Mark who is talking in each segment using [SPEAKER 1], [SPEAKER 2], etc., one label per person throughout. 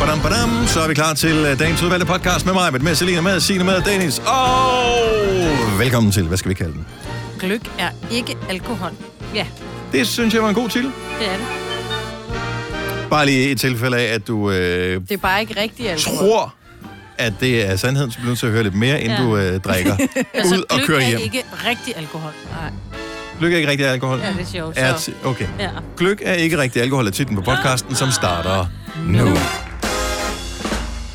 [SPEAKER 1] Badam, badam. Så er vi klar til øh, dagens udvalgte podcast med mig, med Selina, med Signe, med Dennis. Og velkommen til, hvad skal vi kalde den?
[SPEAKER 2] Gløk er ikke alkohol. Ja,
[SPEAKER 1] Det synes jeg var en god titel.
[SPEAKER 2] det er det.
[SPEAKER 1] Bare lige i tilfælde af, at du øh,
[SPEAKER 2] Det er bare ikke rigtig alkohol.
[SPEAKER 1] tror, at det er sandheden, så bliver du nødt til at høre lidt mere, inden
[SPEAKER 2] Ja.
[SPEAKER 1] du øh, drikker ud og
[SPEAKER 2] gløgg
[SPEAKER 1] kører
[SPEAKER 2] er
[SPEAKER 1] hjem.
[SPEAKER 2] ikke rigtig alkohol. Nej.
[SPEAKER 1] Lykke er ikke rigtig alkohol.
[SPEAKER 2] Ja, det er sjovt,
[SPEAKER 1] Er
[SPEAKER 2] så.
[SPEAKER 1] ti- okay.
[SPEAKER 2] Ja.
[SPEAKER 1] Gløk er ikke rigtig alkohol er titlen på podcasten, som starter nu.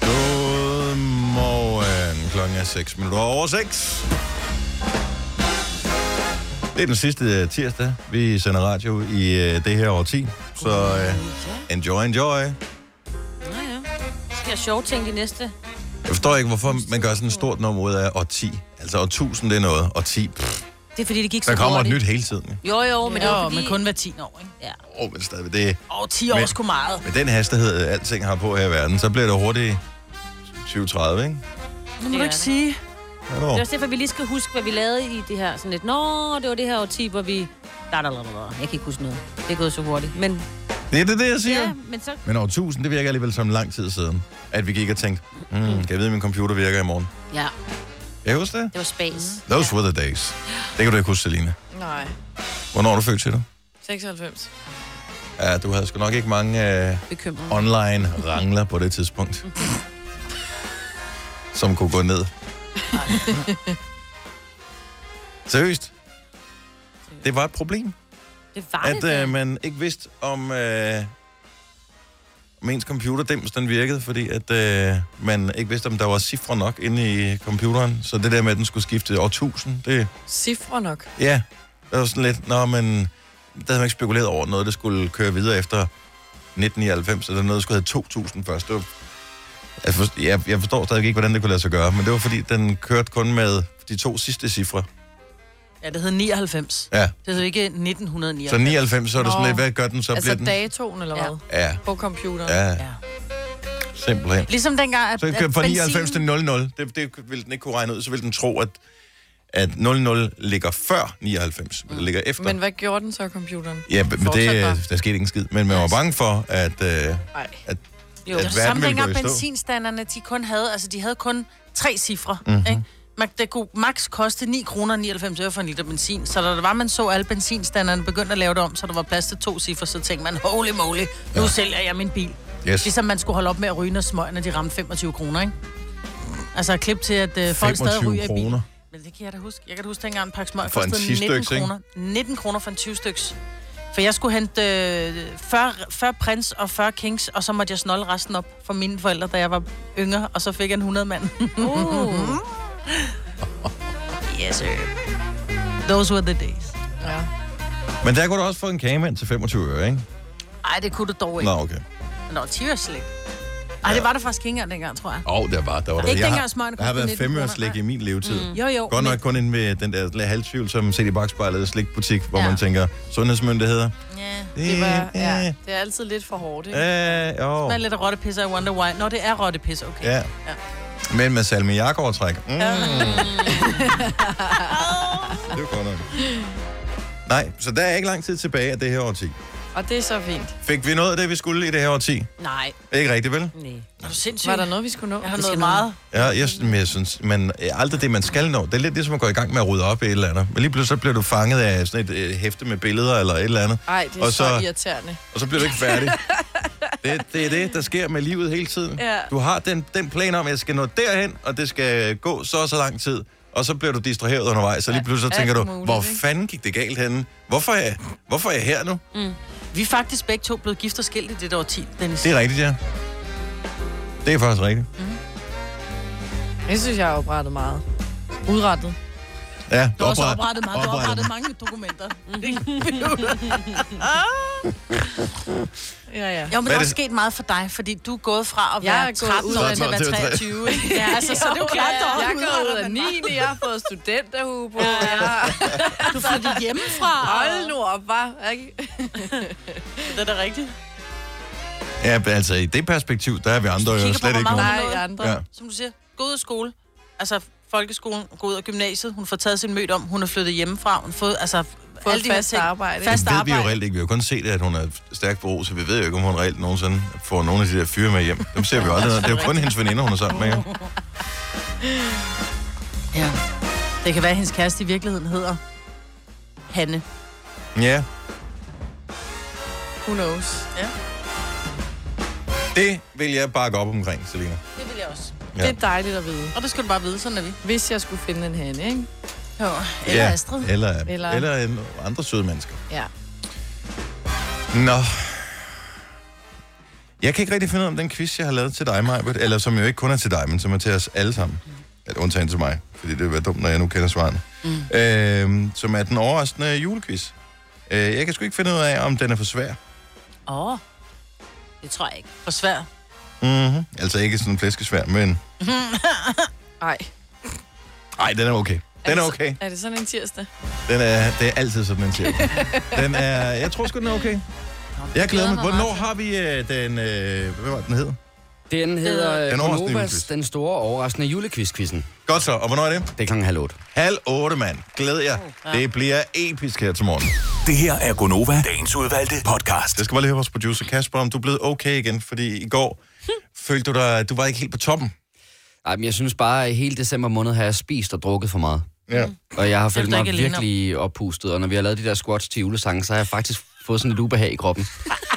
[SPEAKER 1] Godmorgen. Klokken er 6 minutter over 6. Det er den sidste øh, tirsdag, vi sender radio i øh, det her årti. Så øh, enjoy, enjoy.
[SPEAKER 3] Nå ja. Skal jeg sjove ting de næste?
[SPEAKER 1] Jeg forstår ikke, hvorfor man gør sådan et stort nummer ud af årti. Altså årtusind, det er noget. Årti, pff,
[SPEAKER 3] Det er fordi, det gik så
[SPEAKER 1] der kommer et
[SPEAKER 3] hurtigt.
[SPEAKER 1] nyt hele tiden. ja.
[SPEAKER 3] Jo, jo, men det var
[SPEAKER 2] Jo,
[SPEAKER 3] fordi...
[SPEAKER 2] men kun hver 10 år, ikke?
[SPEAKER 3] Ja.
[SPEAKER 1] Åh, oh, men stadigvæk, det
[SPEAKER 2] Og 10 år
[SPEAKER 1] Men-
[SPEAKER 2] er sgu meget.
[SPEAKER 1] Med den hastighed, alting har på her i verden, så bliver det hurtigt 2030, ikke?
[SPEAKER 2] Nu må
[SPEAKER 3] Det
[SPEAKER 2] du
[SPEAKER 3] er
[SPEAKER 2] ikke
[SPEAKER 3] det.
[SPEAKER 2] sige.
[SPEAKER 3] Det er
[SPEAKER 1] Hallo.
[SPEAKER 3] også derfor, vi lige skal huske, hvad vi lavede i det her. Sådan lidt, nå, det var det her årti, hvor vi... Da, da, da, da, da. Jeg kan ikke huske noget. Det er gået så hurtigt. Men
[SPEAKER 1] Det er det, det jeg siger.
[SPEAKER 3] ja,
[SPEAKER 1] Ja.
[SPEAKER 3] men så...
[SPEAKER 1] Men over 1000, det virker alligevel som lang tid siden, at vi gik og tænkte, mm, kan jeg vide, at min computer virker i morgen?
[SPEAKER 3] Ja,
[SPEAKER 1] Kan jeg huske det?
[SPEAKER 3] det var spas.
[SPEAKER 1] Those were the days. Det kan du ikke huske, Selina.
[SPEAKER 4] Nej,
[SPEAKER 1] Hvornår er du født til du?
[SPEAKER 4] 96.
[SPEAKER 1] Ja, du havde sgu nok ikke mange øh,
[SPEAKER 3] Bekymret.
[SPEAKER 1] online rangler på det tidspunkt, som kunne gå ned. Seriøst? Det var et problem.
[SPEAKER 3] Det var det.
[SPEAKER 1] at øh,
[SPEAKER 3] da.
[SPEAKER 1] man ikke vidste, om, øh, om ens computerdims den virkede, fordi at øh, man ikke vidste, om der var cifre nok inde i computeren. Så det der med, at den skulle skifte år 1000, det,
[SPEAKER 4] Cifre nok.
[SPEAKER 1] ja, det var sådan lidt, nå, men der havde man ikke spekuleret over noget, der skulle køre videre efter 1999, eller noget, der skulle have 2000 først. Det var, jeg, forstår, jeg, jeg forstår stadig ikke, hvordan det kunne lade sig gøre, men det var fordi, den kørte kun med de to sidste cifre.
[SPEAKER 2] Ja, det hed 99.
[SPEAKER 1] Ja,
[SPEAKER 2] Det hed ikke
[SPEAKER 1] så
[SPEAKER 2] 1999.
[SPEAKER 1] 99, så er det sådan
[SPEAKER 4] Nå.
[SPEAKER 1] lidt, hvad gør den så?
[SPEAKER 4] Altså
[SPEAKER 1] bliver den?
[SPEAKER 4] datoen eller hvad?
[SPEAKER 1] Ja,
[SPEAKER 4] På computeren.
[SPEAKER 1] ja, ja.
[SPEAKER 2] Ja.
[SPEAKER 1] simpelthen.
[SPEAKER 2] Ligesom dengang, at,
[SPEAKER 1] Så
[SPEAKER 2] at
[SPEAKER 1] kører fra 99 til
[SPEAKER 2] benzinen-
[SPEAKER 1] 00. Det, det vil den ikke kunne regne ud. Så vil den tro, at, at 00 ligger før 99. Mm. Det ligger efter.
[SPEAKER 4] Men hvad gjorde den så, computeren?
[SPEAKER 1] ja, men
[SPEAKER 4] fortsat bare.
[SPEAKER 1] det, der skete ingen skid. Men man var bange for, at... Øh,
[SPEAKER 4] Nej.
[SPEAKER 2] Jo,
[SPEAKER 1] at
[SPEAKER 2] det var
[SPEAKER 1] verden
[SPEAKER 2] samme
[SPEAKER 1] ville
[SPEAKER 2] dengang
[SPEAKER 1] gå i stå.
[SPEAKER 2] benzinstanderne, de kun havde, altså de havde kun tre cifre,
[SPEAKER 1] Mhm.
[SPEAKER 2] mm-hmm. ikke? Man, det kunne max koste 9 kroner og 99 øre for en liter benzin. Så da det var, man så alle benzinstanderne begyndte at lave det om, så der var plads til to cifre, så tænkte man, holy moly, nu ja. sælger jeg min bil.
[SPEAKER 1] Yes.
[SPEAKER 2] Ligesom man skulle holde op med at ryge, når smøgerne de ramte 25 kroner, ikke? Altså klip til, at øh, folk stadig
[SPEAKER 1] 25
[SPEAKER 2] ryger i
[SPEAKER 1] kroner.
[SPEAKER 2] bil. Men det kan jeg da huske. Jeg kan da huske, dengang en pakke smøg
[SPEAKER 1] For en
[SPEAKER 2] kostede
[SPEAKER 1] 10
[SPEAKER 2] 19
[SPEAKER 1] styks, ikke?
[SPEAKER 2] kroner. 19 kroner for en 20 styks. For jeg skulle hente øh, 40, 40 prins og 40 kings, og så måtte jeg snolle resten op for mine forældre, da jeg var yngre, og så fik jeg en 100 mand.
[SPEAKER 3] Uh,
[SPEAKER 2] yes, sir. Those were the days.
[SPEAKER 4] Ja.
[SPEAKER 1] men der kunne du også få en kagemand til 25 øre, ikke?
[SPEAKER 2] Ej, det kunne du dog
[SPEAKER 1] Nå,
[SPEAKER 2] ikke.
[SPEAKER 1] okay.
[SPEAKER 2] Nå, no. slik. Ej, det var der faktisk ikke engang dengang, tror jeg.
[SPEAKER 1] Åh, oh, der var der. Var der.
[SPEAKER 2] Ikke
[SPEAKER 1] Jeg
[SPEAKER 2] dengang
[SPEAKER 1] har,
[SPEAKER 2] smøgerne
[SPEAKER 1] der har
[SPEAKER 2] kostede
[SPEAKER 1] været
[SPEAKER 2] 19
[SPEAKER 1] fem
[SPEAKER 2] kroner.
[SPEAKER 1] øre slik i min levetid. Mm.
[SPEAKER 2] Jo, jo.
[SPEAKER 1] Godt nok kun inde ved den der lidt halvtvivl, som set i bagspejlet af slikbutik, hvor
[SPEAKER 2] Ja.
[SPEAKER 1] man tænker, sundhedsmyndigheder.
[SPEAKER 2] Men, ja.
[SPEAKER 4] Det, var,
[SPEAKER 1] Mm.
[SPEAKER 4] ja, det er altid lidt for hårdt, ikke?
[SPEAKER 1] Øh, jo.
[SPEAKER 2] Der er lidt af rottepisse, I wonder why. Nå, det er rottepisse, okay.
[SPEAKER 1] Ja.
[SPEAKER 2] Ja.
[SPEAKER 1] Men med salmiakovertræk. Mm. Ja. det var godt nok. Nej, så der er ikke lang tid tilbage af det her årti.
[SPEAKER 4] Og det er så fint.
[SPEAKER 1] Fik vi noget af det, vi skulle i det her årti?
[SPEAKER 3] nej,
[SPEAKER 1] Ikke rigtigt, vel?
[SPEAKER 3] nej.
[SPEAKER 2] Er du sindssyg?
[SPEAKER 4] Var der noget, vi skulle nå?
[SPEAKER 2] Jeg har
[SPEAKER 4] Vi
[SPEAKER 2] noget
[SPEAKER 4] skal
[SPEAKER 2] meget.
[SPEAKER 1] Ja, jeg, men jeg synes, men aldrig det, man skal nå. Det er lidt ligesom at gå i gang med at rydde op i et eller andet. Men lige pludselig så bliver du fanget af sådan et øh, hæfte med billeder eller et eller andet.
[SPEAKER 4] nå. Ej, det er
[SPEAKER 1] Og
[SPEAKER 4] så,
[SPEAKER 1] så-
[SPEAKER 4] så irriterende.
[SPEAKER 1] Og så bliver du ikke færdig. Det, det er det, der sker med livet hele tiden.
[SPEAKER 4] Ja.
[SPEAKER 1] Du har den, den plan om, at jeg skal nå derhen, og det skal gå så og så lang tid. Og så bliver du distraheret undervejs, så lige pludselig så
[SPEAKER 4] alt
[SPEAKER 1] tænker du,
[SPEAKER 4] muligt,
[SPEAKER 1] hvor
[SPEAKER 4] ikke?"
[SPEAKER 1] fanden gik det galt henne? Hvorfor er, jeg- hvorfor er jeg her nu?
[SPEAKER 2] Vi er faktisk begge to blevet gift og skilt i det år 10, Dennis.
[SPEAKER 1] Det er rigtigt, ja. Det er faktisk rigtigt.
[SPEAKER 4] Jeg synes, jeg har oprettet meget. Udrettet.
[SPEAKER 1] Ja,
[SPEAKER 2] Du har også
[SPEAKER 1] opret-
[SPEAKER 2] oprettet mange, du har
[SPEAKER 1] oprettet.
[SPEAKER 2] oprettet mange dokumenter.
[SPEAKER 4] Mhm. Ja, ja.
[SPEAKER 2] jo, men
[SPEAKER 1] Hvad
[SPEAKER 2] der
[SPEAKER 1] er
[SPEAKER 2] er
[SPEAKER 1] det?
[SPEAKER 2] også sket meget for dig, fordi du er gået fra at
[SPEAKER 4] Jeg
[SPEAKER 2] være
[SPEAKER 4] er gået
[SPEAKER 2] 13
[SPEAKER 4] ud
[SPEAKER 2] år
[SPEAKER 4] af-
[SPEAKER 2] til at være
[SPEAKER 1] til at være
[SPEAKER 2] 23. ikke? ja, altså, så det er jo klart, der
[SPEAKER 4] Jeg
[SPEAKER 2] er
[SPEAKER 4] er gået ud af 9. Jeg har fået studenterhue på. Ja.
[SPEAKER 2] Du flyttede hjemmefra.
[SPEAKER 4] Hold nu op, var. Ikke?
[SPEAKER 2] det er da rigtigt.
[SPEAKER 1] Ja, altså i det perspektiv, der er vi andre
[SPEAKER 2] Hvis du
[SPEAKER 1] jo
[SPEAKER 2] kigger på,
[SPEAKER 1] slet
[SPEAKER 2] hvor
[SPEAKER 1] ikke
[SPEAKER 2] mange-
[SPEAKER 1] nogen.
[SPEAKER 4] Nej, andre.
[SPEAKER 1] Ja.
[SPEAKER 4] Ja.
[SPEAKER 2] Som du siger, gå ud af skole. Altså folkeskolen, gå ud af gymnasiet. Hun får taget sin mødt om. Hun er flyttet hjemmefra. Hun har fået, altså,
[SPEAKER 4] fået
[SPEAKER 2] Alle de her
[SPEAKER 4] fast
[SPEAKER 2] ting.
[SPEAKER 4] arbejde, ikke?
[SPEAKER 2] Fast
[SPEAKER 1] Det ved vi jo
[SPEAKER 2] arbejde.
[SPEAKER 1] reelt ikke. Vi har jo kun set, at hun er stærk på så vi ved jo ikke, om hun reelt nogensinde får nogle af de der fyre med hjem. Dem ser vi jo aldrig. Det er jo kun hendes veninder, hun er sammen med. jo.
[SPEAKER 2] Ja. Det kan være, at hendes kæreste i virkeligheden hedder Hanne.
[SPEAKER 1] Ja,
[SPEAKER 4] Who knows?
[SPEAKER 2] Ja.
[SPEAKER 1] det vil jeg bakke op omkring, Selina.
[SPEAKER 2] Det vil jeg også.
[SPEAKER 1] Ja.
[SPEAKER 4] Ja. Det er dejligt at vide.
[SPEAKER 2] Og det skal du bare vide, sådan er vi.
[SPEAKER 4] Hvis jeg skulle finde en hane, ikke?
[SPEAKER 2] Jo. Eller
[SPEAKER 1] ja.
[SPEAKER 2] Astrid.
[SPEAKER 1] Eller, eller...
[SPEAKER 4] Eller-
[SPEAKER 1] eller en- andre søde mennesker.
[SPEAKER 4] Ja.
[SPEAKER 1] Nå. Jeg kan ikke rigtig finde ud af, om den quiz, jeg har lavet til dig, Majbert, eller som jo ikke kun er til dig, men som er til os alle sammen. Eller undtagen til mig, fordi det vil være dumt, når jeg nu kender svarene. Mm. Øh, som er den overraskende julequiz. Øh, jeg kan sgu ikke finde ud af, om den er for svær.
[SPEAKER 3] Åh, oh, det tror jeg ikke.
[SPEAKER 2] For svær.
[SPEAKER 1] Mm-hmm. Altså ikke sådan flæskesvær, men...
[SPEAKER 4] Ej.
[SPEAKER 1] Nej, den er okay. Den er okay.
[SPEAKER 4] Er det sådan en tirsdag?
[SPEAKER 1] Den er, det er altid sådan en sjæl. Den er, jeg tror sgu, den er okay. Jeg glæder mig. Hvornår har vi øh, den... Øh, hvad var det, den hed?
[SPEAKER 5] Den hedder
[SPEAKER 1] Den
[SPEAKER 5] den, Novas,
[SPEAKER 1] overraskende julequiz.
[SPEAKER 5] den store overraskende julequiz-quizzen.
[SPEAKER 1] Godt så, og hvornår er det?
[SPEAKER 5] Det er klokken halv otte.
[SPEAKER 1] Halv otte, mand. Glæd jer. Det bliver episk her til morgen.
[SPEAKER 6] Det her er Gonova, dagens udvalgte podcast.
[SPEAKER 1] Jeg skal bare lige høre vores producer Kasper, om du er blevet okay igen, fordi i går følte du dig, du var ikke helt på toppen.
[SPEAKER 5] Ej, men jeg synes bare, at hele december måned har jeg spist og drukket for meget.
[SPEAKER 1] Ja.
[SPEAKER 5] Og jeg har
[SPEAKER 2] er
[SPEAKER 5] følt
[SPEAKER 2] du
[SPEAKER 5] mig
[SPEAKER 2] ikke alene om.
[SPEAKER 5] virkelig oppustet, og når vi har lavet de der squats til julesangen, så har jeg faktisk fået sådan lidt ubehag i kroppen.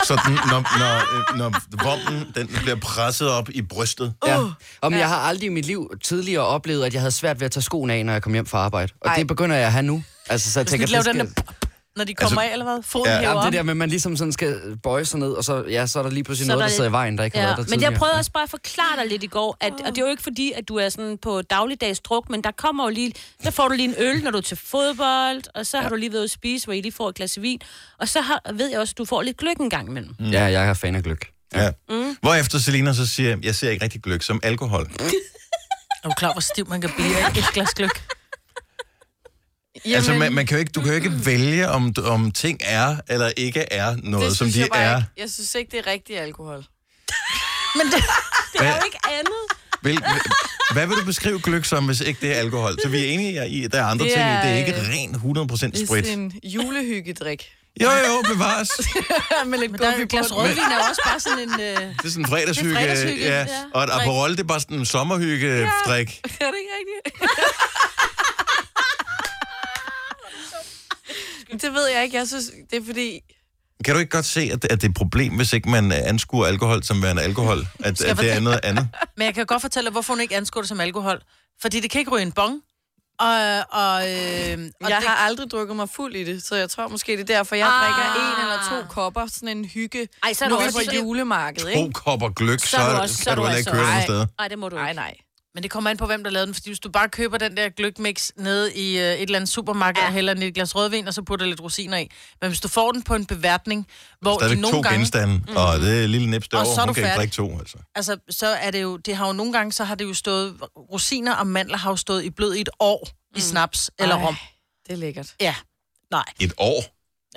[SPEAKER 1] Så den, når, når, øh, når vommen, den bliver presset op i brystet.
[SPEAKER 5] Ja. Om jeg har aldrig i mit liv tidligere oplevet, at jeg havde svært ved at tage skoene af, når jeg kom hjem fra arbejde. Og Ej. det begynder jeg at have nu. Altså, så jeg tænker,
[SPEAKER 2] Skal de lave
[SPEAKER 5] det
[SPEAKER 2] den
[SPEAKER 5] skal...
[SPEAKER 2] der... Når de kommer af, eller hvad? Foden
[SPEAKER 1] Altså, ja.
[SPEAKER 2] ja,
[SPEAKER 5] Jamen,
[SPEAKER 2] hæver
[SPEAKER 5] det
[SPEAKER 2] op.
[SPEAKER 5] der med, at man ligesom sådan skal bøje sig ned, og så, ja, så er der lige pludselig
[SPEAKER 3] Så er
[SPEAKER 5] noget, der
[SPEAKER 3] der
[SPEAKER 5] sidder i
[SPEAKER 3] lidt-
[SPEAKER 5] vejen, der ikke har
[SPEAKER 3] Ja,
[SPEAKER 5] været der
[SPEAKER 3] men jeg
[SPEAKER 5] tidligere.
[SPEAKER 3] prøvede også bare at forklare dig lidt i går, at, og det er jo ikke fordi, at du er sådan på dagligdags druk, men der kommer jo lige, der får du lige en øl, når du er til fodbold, og så ja. har du lige været ude at spise, hvor I lige får et glas vin, og så har, ved jeg også, at du får lidt gløk en gang imellem.
[SPEAKER 5] Ja, jeg er fan af gløk.
[SPEAKER 1] Ja. Hvorefter Selina så siger, jeg ser ikke rigtig gløk som alkohol.
[SPEAKER 2] Er du klar, hvor stiv man kan blive af et glas gløk?
[SPEAKER 4] Jamen,
[SPEAKER 1] Altså, man, man kan jo ikke, du kan jo ikke vælge, om, om ting er eller ikke er noget, som
[SPEAKER 4] synes
[SPEAKER 1] de
[SPEAKER 4] jeg bare
[SPEAKER 1] er.
[SPEAKER 4] Ikke. Jeg synes ikke, det er rigtig alkohol.
[SPEAKER 3] Det er
[SPEAKER 1] Hvad-
[SPEAKER 3] jo ikke andet.
[SPEAKER 1] Hvil, hvad vil du beskrive gløk som, hvis ikke det er alkohol? Så vi er enige i, at der er andre
[SPEAKER 4] Det
[SPEAKER 1] ting i. Det er
[SPEAKER 4] er,
[SPEAKER 1] ikke
[SPEAKER 4] øh,
[SPEAKER 1] ren 100%
[SPEAKER 4] Det er
[SPEAKER 1] sprit.
[SPEAKER 4] sådan en julehyggedrik.
[SPEAKER 1] Jo, jo, bevares.
[SPEAKER 4] med lidt
[SPEAKER 2] Men der er jo et glas
[SPEAKER 4] rødvin.
[SPEAKER 2] rødvin, er jo også bare sådan en... Øh...
[SPEAKER 1] Det er sådan en fredagshygge.
[SPEAKER 2] Det er fredagshygge,
[SPEAKER 1] ja.
[SPEAKER 2] ja.
[SPEAKER 1] Og et Aperol, det er bare sådan en sommerhygge-drik.
[SPEAKER 4] Er det ikke rigtigt? det ved jeg ikke. Jeg synes, det er fordi...
[SPEAKER 1] Kan du ikke godt se, at det, at det er et problem, hvis ikke man øh, anskuer alkohol som værende alkohol? At, at det er
[SPEAKER 2] fortælle-
[SPEAKER 1] noget andet?
[SPEAKER 2] Men jeg kan godt fortælle dig, hvorfor hun ikke anskuer det som alkohol. Fordi det kan ikke ryge en bong. Og, og, øh, og
[SPEAKER 4] Og jeg
[SPEAKER 2] det,
[SPEAKER 4] det... har aldrig drukket mig fuld i det, så jeg tror måske, det er derfor, jeg ah.
[SPEAKER 3] Ah.
[SPEAKER 4] drikker en eller to kopper. Sådan en hygge.
[SPEAKER 3] Ej, så er
[SPEAKER 4] nu
[SPEAKER 3] du
[SPEAKER 4] er vi
[SPEAKER 3] også-
[SPEAKER 4] på julemarkedet,
[SPEAKER 1] To
[SPEAKER 4] ikke?
[SPEAKER 1] kopper gløk, så,
[SPEAKER 3] er du
[SPEAKER 1] så,
[SPEAKER 3] også-
[SPEAKER 1] så kan
[SPEAKER 3] så er
[SPEAKER 1] du
[SPEAKER 3] du
[SPEAKER 1] heller ikke
[SPEAKER 3] også-
[SPEAKER 1] køre nogen
[SPEAKER 4] Ej.
[SPEAKER 1] steder.
[SPEAKER 3] Nej, det må du
[SPEAKER 4] Nej,
[SPEAKER 3] ikke.
[SPEAKER 4] nej.
[SPEAKER 2] men det kommer an på, hvem der lavede den. Fordi hvis du bare køber den der gløgmix nede i øh, et eller andet supermarked, ja. og hælder den i et glas rødvin, og så putter lidt rosiner i. Men hvis du får den på en beværtning, hvor de
[SPEAKER 1] Stadigvæk to
[SPEAKER 2] nogle gange...
[SPEAKER 1] genstande, og det er et lille nips
[SPEAKER 2] Og
[SPEAKER 1] derovre.
[SPEAKER 2] så er
[SPEAKER 1] Hun
[SPEAKER 2] du
[SPEAKER 1] kan ikke
[SPEAKER 2] færdig.
[SPEAKER 1] drikke to, altså.
[SPEAKER 2] Altså, så er det jo... Det har jo nogle gange, så har det jo stået... Rosiner og mandler har jo stået i blød i et år i snaps eller
[SPEAKER 4] Mm. Ej,
[SPEAKER 2] rom.
[SPEAKER 4] Det er lækkert.
[SPEAKER 2] Ja. Nej.
[SPEAKER 1] Et år?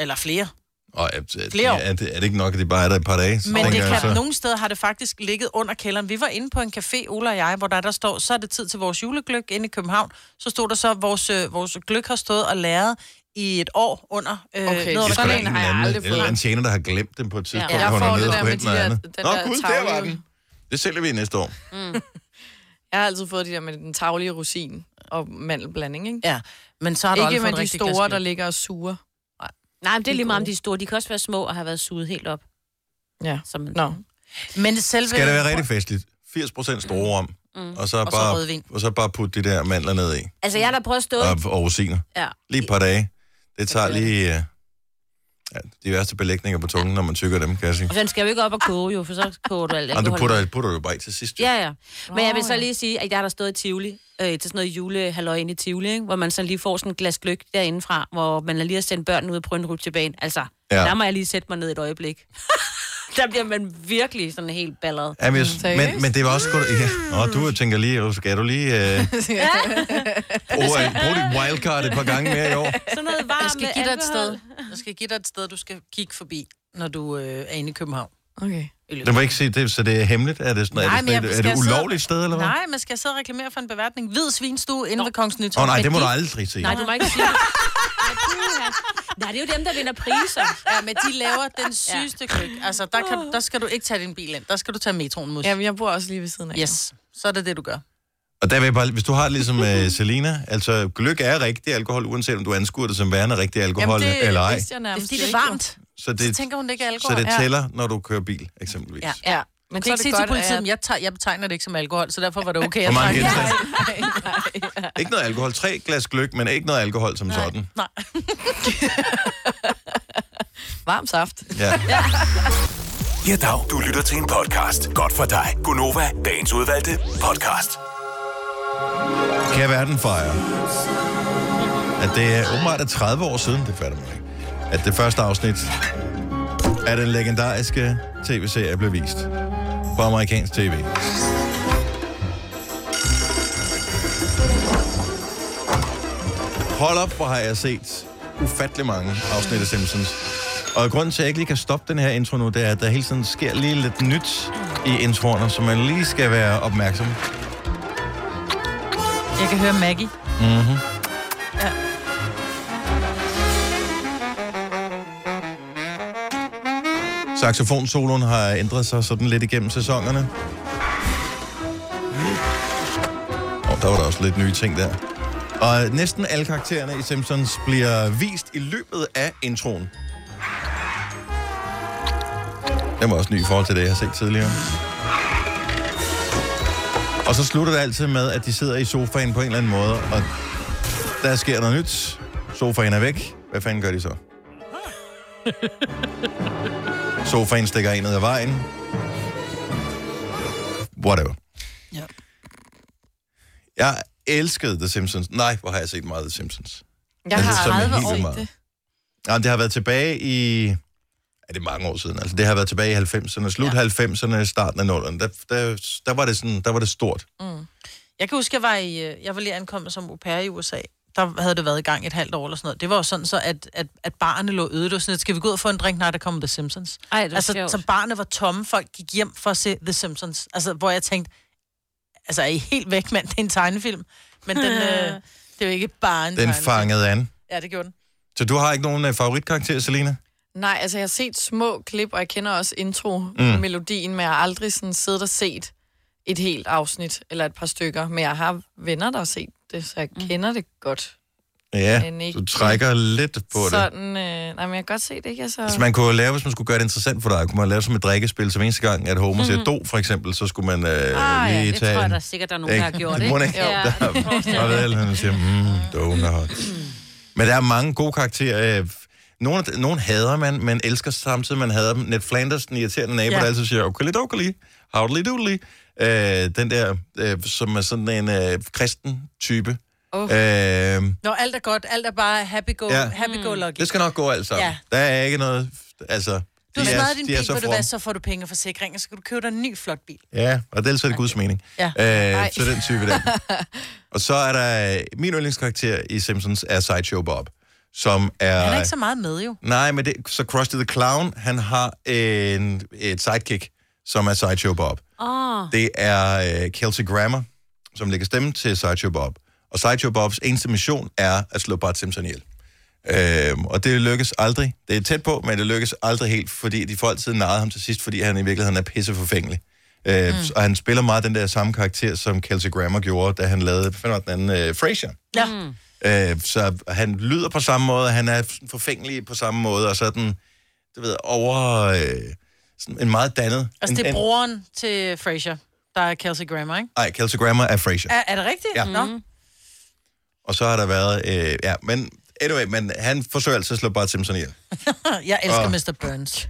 [SPEAKER 2] Eller flere.
[SPEAKER 1] Og er,
[SPEAKER 2] Flere
[SPEAKER 1] er,
[SPEAKER 2] år.
[SPEAKER 1] er, det, er det ikke nok, at det bare er der et par dage? Så
[SPEAKER 2] Men det
[SPEAKER 1] tænker jeg
[SPEAKER 2] kan, nogle steder har det faktisk ligget under kælderen. Vi var inde på en café, Ola og jeg, hvor der, der står, så er det tid til vores julegløk inde i København. Så stod der så, at vores, øh, vores gløk har stået og læret i et år under... Øh,
[SPEAKER 4] Okay.
[SPEAKER 2] ned
[SPEAKER 4] Det er
[SPEAKER 2] under
[SPEAKER 1] Det er sgu da en
[SPEAKER 4] Sådan en
[SPEAKER 2] kælderen.
[SPEAKER 1] eller
[SPEAKER 4] har jeg
[SPEAKER 1] anden,
[SPEAKER 4] aldrig
[SPEAKER 1] en eller anden
[SPEAKER 4] fået.
[SPEAKER 1] tjener, der har glemt den på et tidspunkt. hvor
[SPEAKER 4] Jeg
[SPEAKER 1] hun er
[SPEAKER 4] får
[SPEAKER 1] nede
[SPEAKER 4] det
[SPEAKER 1] og
[SPEAKER 4] der
[SPEAKER 1] skulle
[SPEAKER 4] med
[SPEAKER 1] hente
[SPEAKER 4] de
[SPEAKER 1] noget
[SPEAKER 4] der-
[SPEAKER 1] andet.
[SPEAKER 4] den
[SPEAKER 1] Nå,
[SPEAKER 4] der
[SPEAKER 1] gud, der var
[SPEAKER 4] tavle.
[SPEAKER 1] den. Det sælger vi næste år.
[SPEAKER 4] Jeg har altid fået de der med den tavlige rosin og mandelblanding, ikke?
[SPEAKER 2] Ja, men så har du
[SPEAKER 4] Ikke med
[SPEAKER 2] aldrig fået en
[SPEAKER 4] de
[SPEAKER 2] rigtig
[SPEAKER 4] store, der
[SPEAKER 2] glasgløgg.
[SPEAKER 4] ligger og suger.
[SPEAKER 3] Nej, men det er lige meget om de er store. De kan også være små og have været suget helt op.
[SPEAKER 4] Ja.
[SPEAKER 3] Som man...
[SPEAKER 4] Nå.
[SPEAKER 2] Men selve...
[SPEAKER 1] Skal det være rigtig festligt? 80% store om. Og så,
[SPEAKER 2] Og så
[SPEAKER 1] bare,
[SPEAKER 2] rødvin.
[SPEAKER 1] og så bare putte de der mandler ned i.
[SPEAKER 3] Altså, jeg har da prøvet at stå...
[SPEAKER 1] Og, og rosiner.
[SPEAKER 3] Ja.
[SPEAKER 1] Lige et par dage. Det tager lige... øh, Ja, de værste belægninger på tungen, når man tykker dem, kan jeg sige.
[SPEAKER 3] Og den skal jo ikke op og koge, jo, for så koger du alt
[SPEAKER 1] Og du
[SPEAKER 3] alkoholen.
[SPEAKER 1] putter, putter du bare i til sidst. jo.
[SPEAKER 3] Ja, ja. Men jeg vil så
[SPEAKER 4] ja.
[SPEAKER 3] lige sige, at jeg har der stået i Tivoli, øh, til sådan noget julehalløj inde i Tivoli, ikke? hvor man så lige får sådan et glas gløk derindefra, hvor man lige har sendt børnene ud på en rutsjebanen. Altså,
[SPEAKER 1] Ja.
[SPEAKER 3] ja. der må jeg lige sætte mig ned et øjeblik. der bliver man virkelig sådan helt balleret.
[SPEAKER 1] Ja, men, jeg, men,
[SPEAKER 4] seriøst?
[SPEAKER 1] men det var også godt... Ja. Nå, du tænker lige, "Åh, skal du lige... Øh, bruge, bruge dit wildcard et par gange mere i år?
[SPEAKER 3] Sådan noget varmt
[SPEAKER 2] Jeg skal
[SPEAKER 3] med
[SPEAKER 2] give dig et
[SPEAKER 3] alkohol.
[SPEAKER 2] sted. Jeg skal give dig et sted, du skal kigge forbi, når du øh, er inde i København.
[SPEAKER 4] Okay.
[SPEAKER 1] Du må ikke se det, så det er hemmeligt? Er det, sådan, er
[SPEAKER 2] Nej,
[SPEAKER 1] det,
[SPEAKER 2] men
[SPEAKER 1] sådan,
[SPEAKER 2] jeg-
[SPEAKER 1] et- er
[SPEAKER 2] skal
[SPEAKER 1] det
[SPEAKER 2] jeg sidde-
[SPEAKER 1] ulovligt sted, eller hvad?
[SPEAKER 2] Nej, man skal jeg sidde og reklamere for en beværtning. Hvid svinstue inde ved Kongens Nytorv.
[SPEAKER 1] Åh oh, nej,
[SPEAKER 3] Men
[SPEAKER 1] det må du
[SPEAKER 3] de-
[SPEAKER 1] aldrig sige.
[SPEAKER 3] Nej, du må ikke sige det. Ja, puha. Nej, det er jo dem, der vinder priser.
[SPEAKER 2] Ja, men de laver den sygeste ja. kryg. Altså, der, kan, der skal du ikke tage din bil ind. Der skal du tage metroen, mus.
[SPEAKER 4] Jamen, jeg bor også lige ved siden af.
[SPEAKER 2] Yes, så er det det, du gør.
[SPEAKER 1] Og der vil jeg bare, hvis du har det ligesom øh, Selina, altså gløk er rigtig alkohol, uanset om du anskuer det som værende rigtig alkohol Jamen, det, eller ej.
[SPEAKER 4] vidste jeg
[SPEAKER 2] Det er
[SPEAKER 4] nærmest
[SPEAKER 2] fordi, det er
[SPEAKER 4] ikke, jo.
[SPEAKER 2] varmt.
[SPEAKER 1] Så
[SPEAKER 2] Så
[SPEAKER 1] det,
[SPEAKER 2] tænker hun, det ikke er
[SPEAKER 1] så
[SPEAKER 2] alkohol.
[SPEAKER 1] det
[SPEAKER 2] Ja.
[SPEAKER 1] tæller, når du kører bil, eksempelvis. Ja.
[SPEAKER 2] Ja.
[SPEAKER 4] Ja, men
[SPEAKER 2] Du kan ikke sige til politiet, at jeg, tager, jeg betegner det ikke som alkohol, så derfor var det okay.
[SPEAKER 1] Hvor
[SPEAKER 2] at
[SPEAKER 1] mange
[SPEAKER 2] drikke.
[SPEAKER 1] genstande? Ikke noget alkohol. Tre glas gløk, men ikke noget alkohol som Nej. sådan.
[SPEAKER 2] Nej.
[SPEAKER 4] varm saft.
[SPEAKER 1] Ja.
[SPEAKER 6] Ja, dag. Du lytter til en podcast. Godt for dig. Gunova, dagens udvalgte podcast.
[SPEAKER 1] Kan verden fejre? At det er åbenbart er 30 år siden, det fatter man ikke, at det første afsnit af den legendariske tv-serie blev vist på amerikansk tv. Hold op, hvor har jeg set ufattelig mange afsnit af Simpsons. Og grunden til, at jeg ikke lige kan stoppe den her intro nu, det er, at der hele tiden sker lige lidt nyt i introerne, så man lige skal være opmærksom
[SPEAKER 2] Jeg kan høre Maggie.
[SPEAKER 1] Saxofonsoloen har ændret sig sådan lidt igennem sæsonerne. Og der var der også lidt nye ting der. Og næsten alle karaktererne i Simpsons bliver vist i løbet af introen. Den var også ny i forhold til det, jeg har set tidligere. Og så slutter det altid med, at de sidder i sofaen på en eller anden måde, og der sker noget nyt. Sofaen er væk. Hvad fanden gør de så? Sofaen stikker en ned ad vejen. Whatever.
[SPEAKER 2] Ja.
[SPEAKER 1] Jeg elskede The Simpsons. Nej, hvor har jeg set meget The Simpsons.
[SPEAKER 4] Jeg
[SPEAKER 1] Altså,
[SPEAKER 4] har
[SPEAKER 1] som
[SPEAKER 4] 30
[SPEAKER 1] helt
[SPEAKER 4] år
[SPEAKER 1] meget.
[SPEAKER 4] i det.
[SPEAKER 1] Nej, det har været tilbage i... Ja, det er mange år siden. Altså, det har været tilbage i 90'erne, slut ja. 90'erne, starten af 0'erne. Der, der, der, var det sådan, der var det stort.
[SPEAKER 2] Jeg kan huske, jeg var, i, øh, jeg var lige ankommet som au pair i USA. Der havde det været i gang et halvt år eller sådan noget. Det var jo sådan så, at, at, at barne lå øde. Det var sådan, at skal vi gå ud og få en drink? Nej, der kommer The Simpsons.
[SPEAKER 3] Ej, det er
[SPEAKER 2] altså,
[SPEAKER 3] sjovt.
[SPEAKER 2] så barnet var tomme. Folk gik hjem for at se The Simpsons. Altså, hvor jeg tænkte, altså, er I helt væk, mand? Det er en tegnefilm. Men den, øh, det er jo ikke bare en
[SPEAKER 1] Den
[SPEAKER 2] tegnefilm.
[SPEAKER 1] fangede an.
[SPEAKER 2] Ja, det gjorde den.
[SPEAKER 1] Så du har ikke nogen øh, favoritkarakter, Selina?
[SPEAKER 4] Nej, altså jeg har set små klip, og jeg kender også intro-melodien, mm. men jeg har aldrig sådan siddet og set et helt afsnit, eller et par stykker, men jeg har venner, der har set det, så jeg
[SPEAKER 2] Mm.
[SPEAKER 4] kender det godt.
[SPEAKER 1] Ja,
[SPEAKER 4] Men ikke.
[SPEAKER 1] du trækker lidt på det.
[SPEAKER 4] Sådan, øh, nej, men jeg kan godt se det, ikke? Altså,
[SPEAKER 1] Altså, man kunne lave, hvis man skulle gøre det interessant for dig, kunne man lave som et drikkespil, som eneste gang, at Homer siger do, for eksempel, så skulle man øh,
[SPEAKER 3] Ah, ja,
[SPEAKER 1] lige
[SPEAKER 3] det tror
[SPEAKER 1] tage
[SPEAKER 3] jeg,
[SPEAKER 1] en-
[SPEAKER 3] der er sikkert, der er nogen, der har gjort,
[SPEAKER 1] det
[SPEAKER 3] ikke?
[SPEAKER 1] må ikke.
[SPEAKER 3] Ja, det
[SPEAKER 1] Der, og ved, han siger, mm, donuts. Men der er mange gode karakterer. øh, Nogle, nogle hader man, men elsker samtidig, man hader dem. Ned Flanders, den irriterende nabo, ja.
[SPEAKER 2] Ja.
[SPEAKER 1] der altid siger, okay, dokali, howdly doodly. Øh, den der, øh, som er sådan en øh, kristen type.
[SPEAKER 4] Oh.
[SPEAKER 1] Øh,
[SPEAKER 2] Nå, alt er godt. Alt er bare happy-go-lucky.
[SPEAKER 1] Ja.
[SPEAKER 2] Ja. Happy go lucky.
[SPEAKER 1] det skal nok gå alt sammen.
[SPEAKER 2] Ja.
[SPEAKER 1] Der er ikke noget... Altså,
[SPEAKER 2] Du
[SPEAKER 1] de
[SPEAKER 2] har
[SPEAKER 1] er-
[SPEAKER 2] smadret din
[SPEAKER 1] de er
[SPEAKER 2] bil, ved
[SPEAKER 1] så
[SPEAKER 2] du
[SPEAKER 1] fromme.
[SPEAKER 2] hvad, så får du penge og forsikring, og så kan du købe dig en ny flot bil.
[SPEAKER 1] Ja, og det er altid Guds mening.
[SPEAKER 2] Ja.
[SPEAKER 1] Øh,
[SPEAKER 4] Nej.
[SPEAKER 1] så den type der. og så er der... øh, Min yndlingskarakter i Simpsons er Sideshow Bob, som er...
[SPEAKER 2] Han er ikke så meget med, jo.
[SPEAKER 1] Nej, men det, så Krusty the Clown, han har en, et sidekick, som er Sideshow Bob.
[SPEAKER 3] Åh,
[SPEAKER 1] Det er øh, Kelsey Grammer, som lægger stemme til Sideshow Bob. Og Sideshow Bobs eneste mission er at slå Bart Simpson ihjel. Øhm, og det lykkes aldrig. Det er tæt på, men det lykkes aldrig helt, fordi de får altid narret ham til sidst, fordi han i virkeligheden er pisseforfængelig. Øh, mm. Og han spiller meget den der samme karakter, som Kelsey Grammer gjorde, da han lavede, hvad fanden var den anden, øh, Frasier.
[SPEAKER 2] Ja.
[SPEAKER 1] Øh, så han lyder på samme måde, han er sådan forfængelig på samme måde, og sådan, du ved, over øh, sådan en meget dannet...
[SPEAKER 2] Altså, det
[SPEAKER 1] en,
[SPEAKER 2] er broren til Frasier, der er Kelsey Grammer, ikke?
[SPEAKER 1] en, ej, Kelsey Grammer er Frasier.
[SPEAKER 2] Er, er det rigtigt? Mm.
[SPEAKER 1] Ja.
[SPEAKER 2] Nå?
[SPEAKER 1] Og så har der været... Øh, ja, men anyway, men han forsøger altid at slå Bart Simpson ihjel.
[SPEAKER 2] Jeg elsker
[SPEAKER 1] Og-
[SPEAKER 2] oh. Mr. Burns.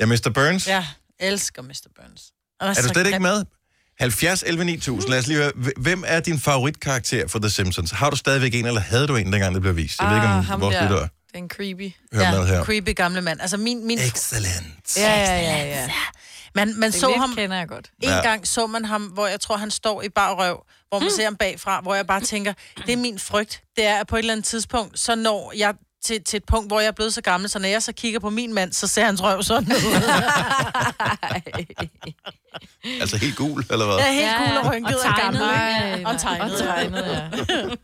[SPEAKER 1] Ja, Mr. Burns, ja,
[SPEAKER 2] Ja, elsker Mr. Burns. Og
[SPEAKER 1] er du slet ikke med? 70 11 9000. Lad os lige høre, hv- hvem er din favoritkarakter for The Simpsons? Har du stadigvæk en, eller havde du en, dengang det blev vist? Jeg ved
[SPEAKER 4] ah,
[SPEAKER 1] ikke, om
[SPEAKER 4] ham
[SPEAKER 1] vores
[SPEAKER 4] der,
[SPEAKER 1] lytter
[SPEAKER 4] Den creepy.
[SPEAKER 1] hører med her.
[SPEAKER 2] creepy gamle mand. Altså, min... min
[SPEAKER 1] Excellent.
[SPEAKER 4] Ja, ja, ja, ja.
[SPEAKER 2] man, man
[SPEAKER 4] Den
[SPEAKER 2] så
[SPEAKER 4] lidt
[SPEAKER 2] ham...
[SPEAKER 4] kender jeg godt.
[SPEAKER 2] En
[SPEAKER 1] Ja.
[SPEAKER 2] ja. gang så man ham, hvor jeg tror, han står i bar røv, hvor man mm. ser ham bagfra, hvor jeg bare tænker, det er min frygt. Det er, at på et eller andet tidspunkt, så når jeg til, til et punkt, hvor jeg er blevet så gammel, så når jeg så kigger på min mand, så ser hans røv sådan ud.
[SPEAKER 1] Altså helt gul, eller hvad?
[SPEAKER 2] Jeg er helt
[SPEAKER 3] Ja,
[SPEAKER 2] cool og
[SPEAKER 3] og
[SPEAKER 2] rynket og,
[SPEAKER 3] tegnet,
[SPEAKER 2] gammel.
[SPEAKER 3] ikke?
[SPEAKER 2] ikke? Og tegnet.
[SPEAKER 4] Og tegnet,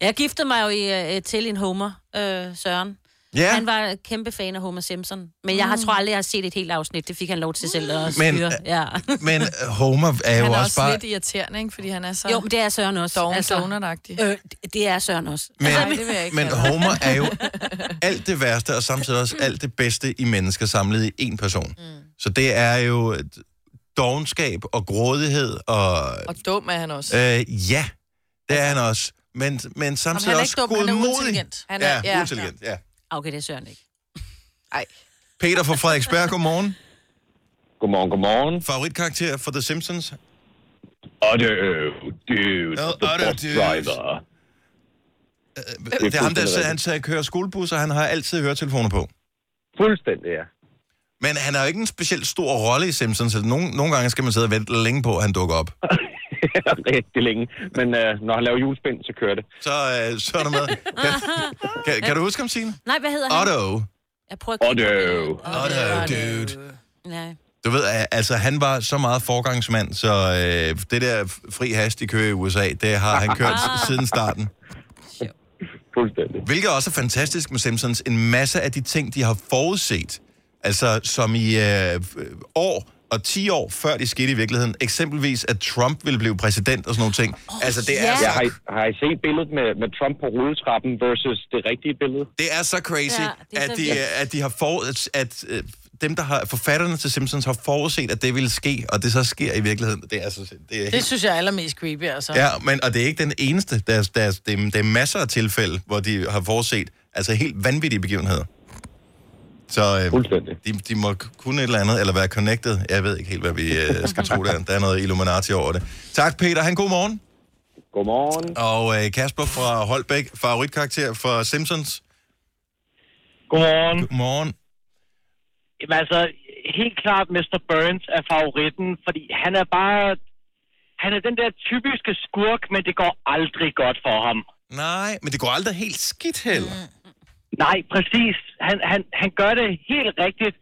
[SPEAKER 4] ja.
[SPEAKER 3] Jeg giftede mig jo i, øh, til en Homer, øh, Søren.
[SPEAKER 1] Ja.
[SPEAKER 3] Han var kæmpe fan af Homer Simpson. Men jeg har, tror aldrig, jeg har set et helt afsnit. Det fik han lov til selv at styre.
[SPEAKER 1] Mm. Men, øh,
[SPEAKER 3] Men, ja.
[SPEAKER 1] Men øh, Homer er jo
[SPEAKER 4] Han er
[SPEAKER 1] også,
[SPEAKER 4] også
[SPEAKER 1] bare...
[SPEAKER 4] lidt irriterende, ikke? Fordi han er så
[SPEAKER 3] Jo, men det er Søren også.
[SPEAKER 4] doven
[SPEAKER 2] altså-
[SPEAKER 4] donut-agtig.
[SPEAKER 3] øh, det- det er Søren også.
[SPEAKER 1] Men,
[SPEAKER 4] Nej, det vil jeg ikke
[SPEAKER 1] men
[SPEAKER 4] kalde ham.
[SPEAKER 1] Homer er jo alt det værste, og samtidig også alt det bedste i mennesker samlet i én person. Mm. Så det er jo et dogenskab og grådighed, og
[SPEAKER 4] Og dum er han også.
[SPEAKER 1] øh, ja, det er han også. Men, men
[SPEAKER 2] Om
[SPEAKER 1] samtidig
[SPEAKER 2] han er
[SPEAKER 1] også
[SPEAKER 2] ikke dum, han er
[SPEAKER 1] godmodig.
[SPEAKER 2] uintelligent.
[SPEAKER 4] Han
[SPEAKER 1] ja,
[SPEAKER 4] er,
[SPEAKER 1] ja, uintelligent, ja.
[SPEAKER 3] Ah, Okay, det er Søren ikke.
[SPEAKER 4] Ej.
[SPEAKER 1] Peter fra Frederiksberg, godmorgen.
[SPEAKER 7] Godmorgen, godmorgen.
[SPEAKER 1] Favoritkarakter for The Simpsons?
[SPEAKER 7] Og det er jo, det er jo,
[SPEAKER 1] Ja,
[SPEAKER 7] the
[SPEAKER 1] og det er
[SPEAKER 7] bus
[SPEAKER 1] jo-
[SPEAKER 7] driver.
[SPEAKER 1] Det er ham, der
[SPEAKER 7] fuldstændig
[SPEAKER 1] han tager- kører skolebus, og han har altid høretelefoner på.
[SPEAKER 7] Fuldstændig, ja.
[SPEAKER 1] Men han har jo ikke en specielt stor rolle i Simpsons, så nogle, nogle gange skal man sidde og vente længe på, at han dukker op.
[SPEAKER 7] Rigtig længe. Men øh, når han laver julespind, så kører det.
[SPEAKER 1] Så, øh, så er der med. Kan, kan, kan du huske ham, Signe?
[SPEAKER 3] Nej, hvad hedder han?
[SPEAKER 1] Otto.
[SPEAKER 3] Jeg prøver at
[SPEAKER 7] Otto.
[SPEAKER 1] Otto, dude.
[SPEAKER 3] Nej.
[SPEAKER 1] Du ved, øh, altså han var så meget forgangsmand, så øh, det der fri hast i kører i USA, det har han kørt siden starten.
[SPEAKER 7] Fuldstændig.
[SPEAKER 1] Hvilket også er fantastisk med Simpsons. En masse af de ting, de har forudset, altså som i øh, år og 10 år før de skete i virkeligheden. Eksempelvis, at Trump ville blive præsident og sådan nogle ting. Oh, altså, det er,
[SPEAKER 3] ja.
[SPEAKER 1] så,
[SPEAKER 7] Jeg har, I, har I set billedet med, med Trump på rulletrappen versus det rigtige billede?
[SPEAKER 1] det er så crazy,
[SPEAKER 3] Ja,
[SPEAKER 1] ja,
[SPEAKER 3] det er
[SPEAKER 1] at,
[SPEAKER 3] så
[SPEAKER 1] de,
[SPEAKER 3] vildt.
[SPEAKER 1] øh, at de har for, at, at øh, dem, der har, forfatterne til Simpsons har forudset, at det ville ske, og det så sker i virkeligheden. Det er, så, det er helt
[SPEAKER 2] Det synes jeg er allermest creepy, altså. Ja.
[SPEAKER 1] Ja, men, og det er ikke den eneste. Der er, der er, det er, der er masser af tilfælde, hvor de har forudset altså helt vanvittige begivenheder. Så øh,
[SPEAKER 7] Fuldstændig.
[SPEAKER 1] de, de må kunne et eller andet, eller være connected. Jeg ved ikke helt, hvad vi øh, skal tro der. Der er noget Illuminati over det. Tak, Peter. Han god morgen.
[SPEAKER 7] Godmorgen.
[SPEAKER 1] Og øh, Kasper fra Holbæk, favoritkarakter for Simpsons.
[SPEAKER 8] Godmorgen.
[SPEAKER 1] Morgen.
[SPEAKER 8] Jamen altså, helt klart Mr. Burns er favoritten, fordi han er bare... Han er den der typiske skurk, men det går aldrig godt for ham.
[SPEAKER 1] Nej, men det går aldrig helt skidt heller.
[SPEAKER 8] Nej, præcis. Han, han, han gør det helt rigtigt,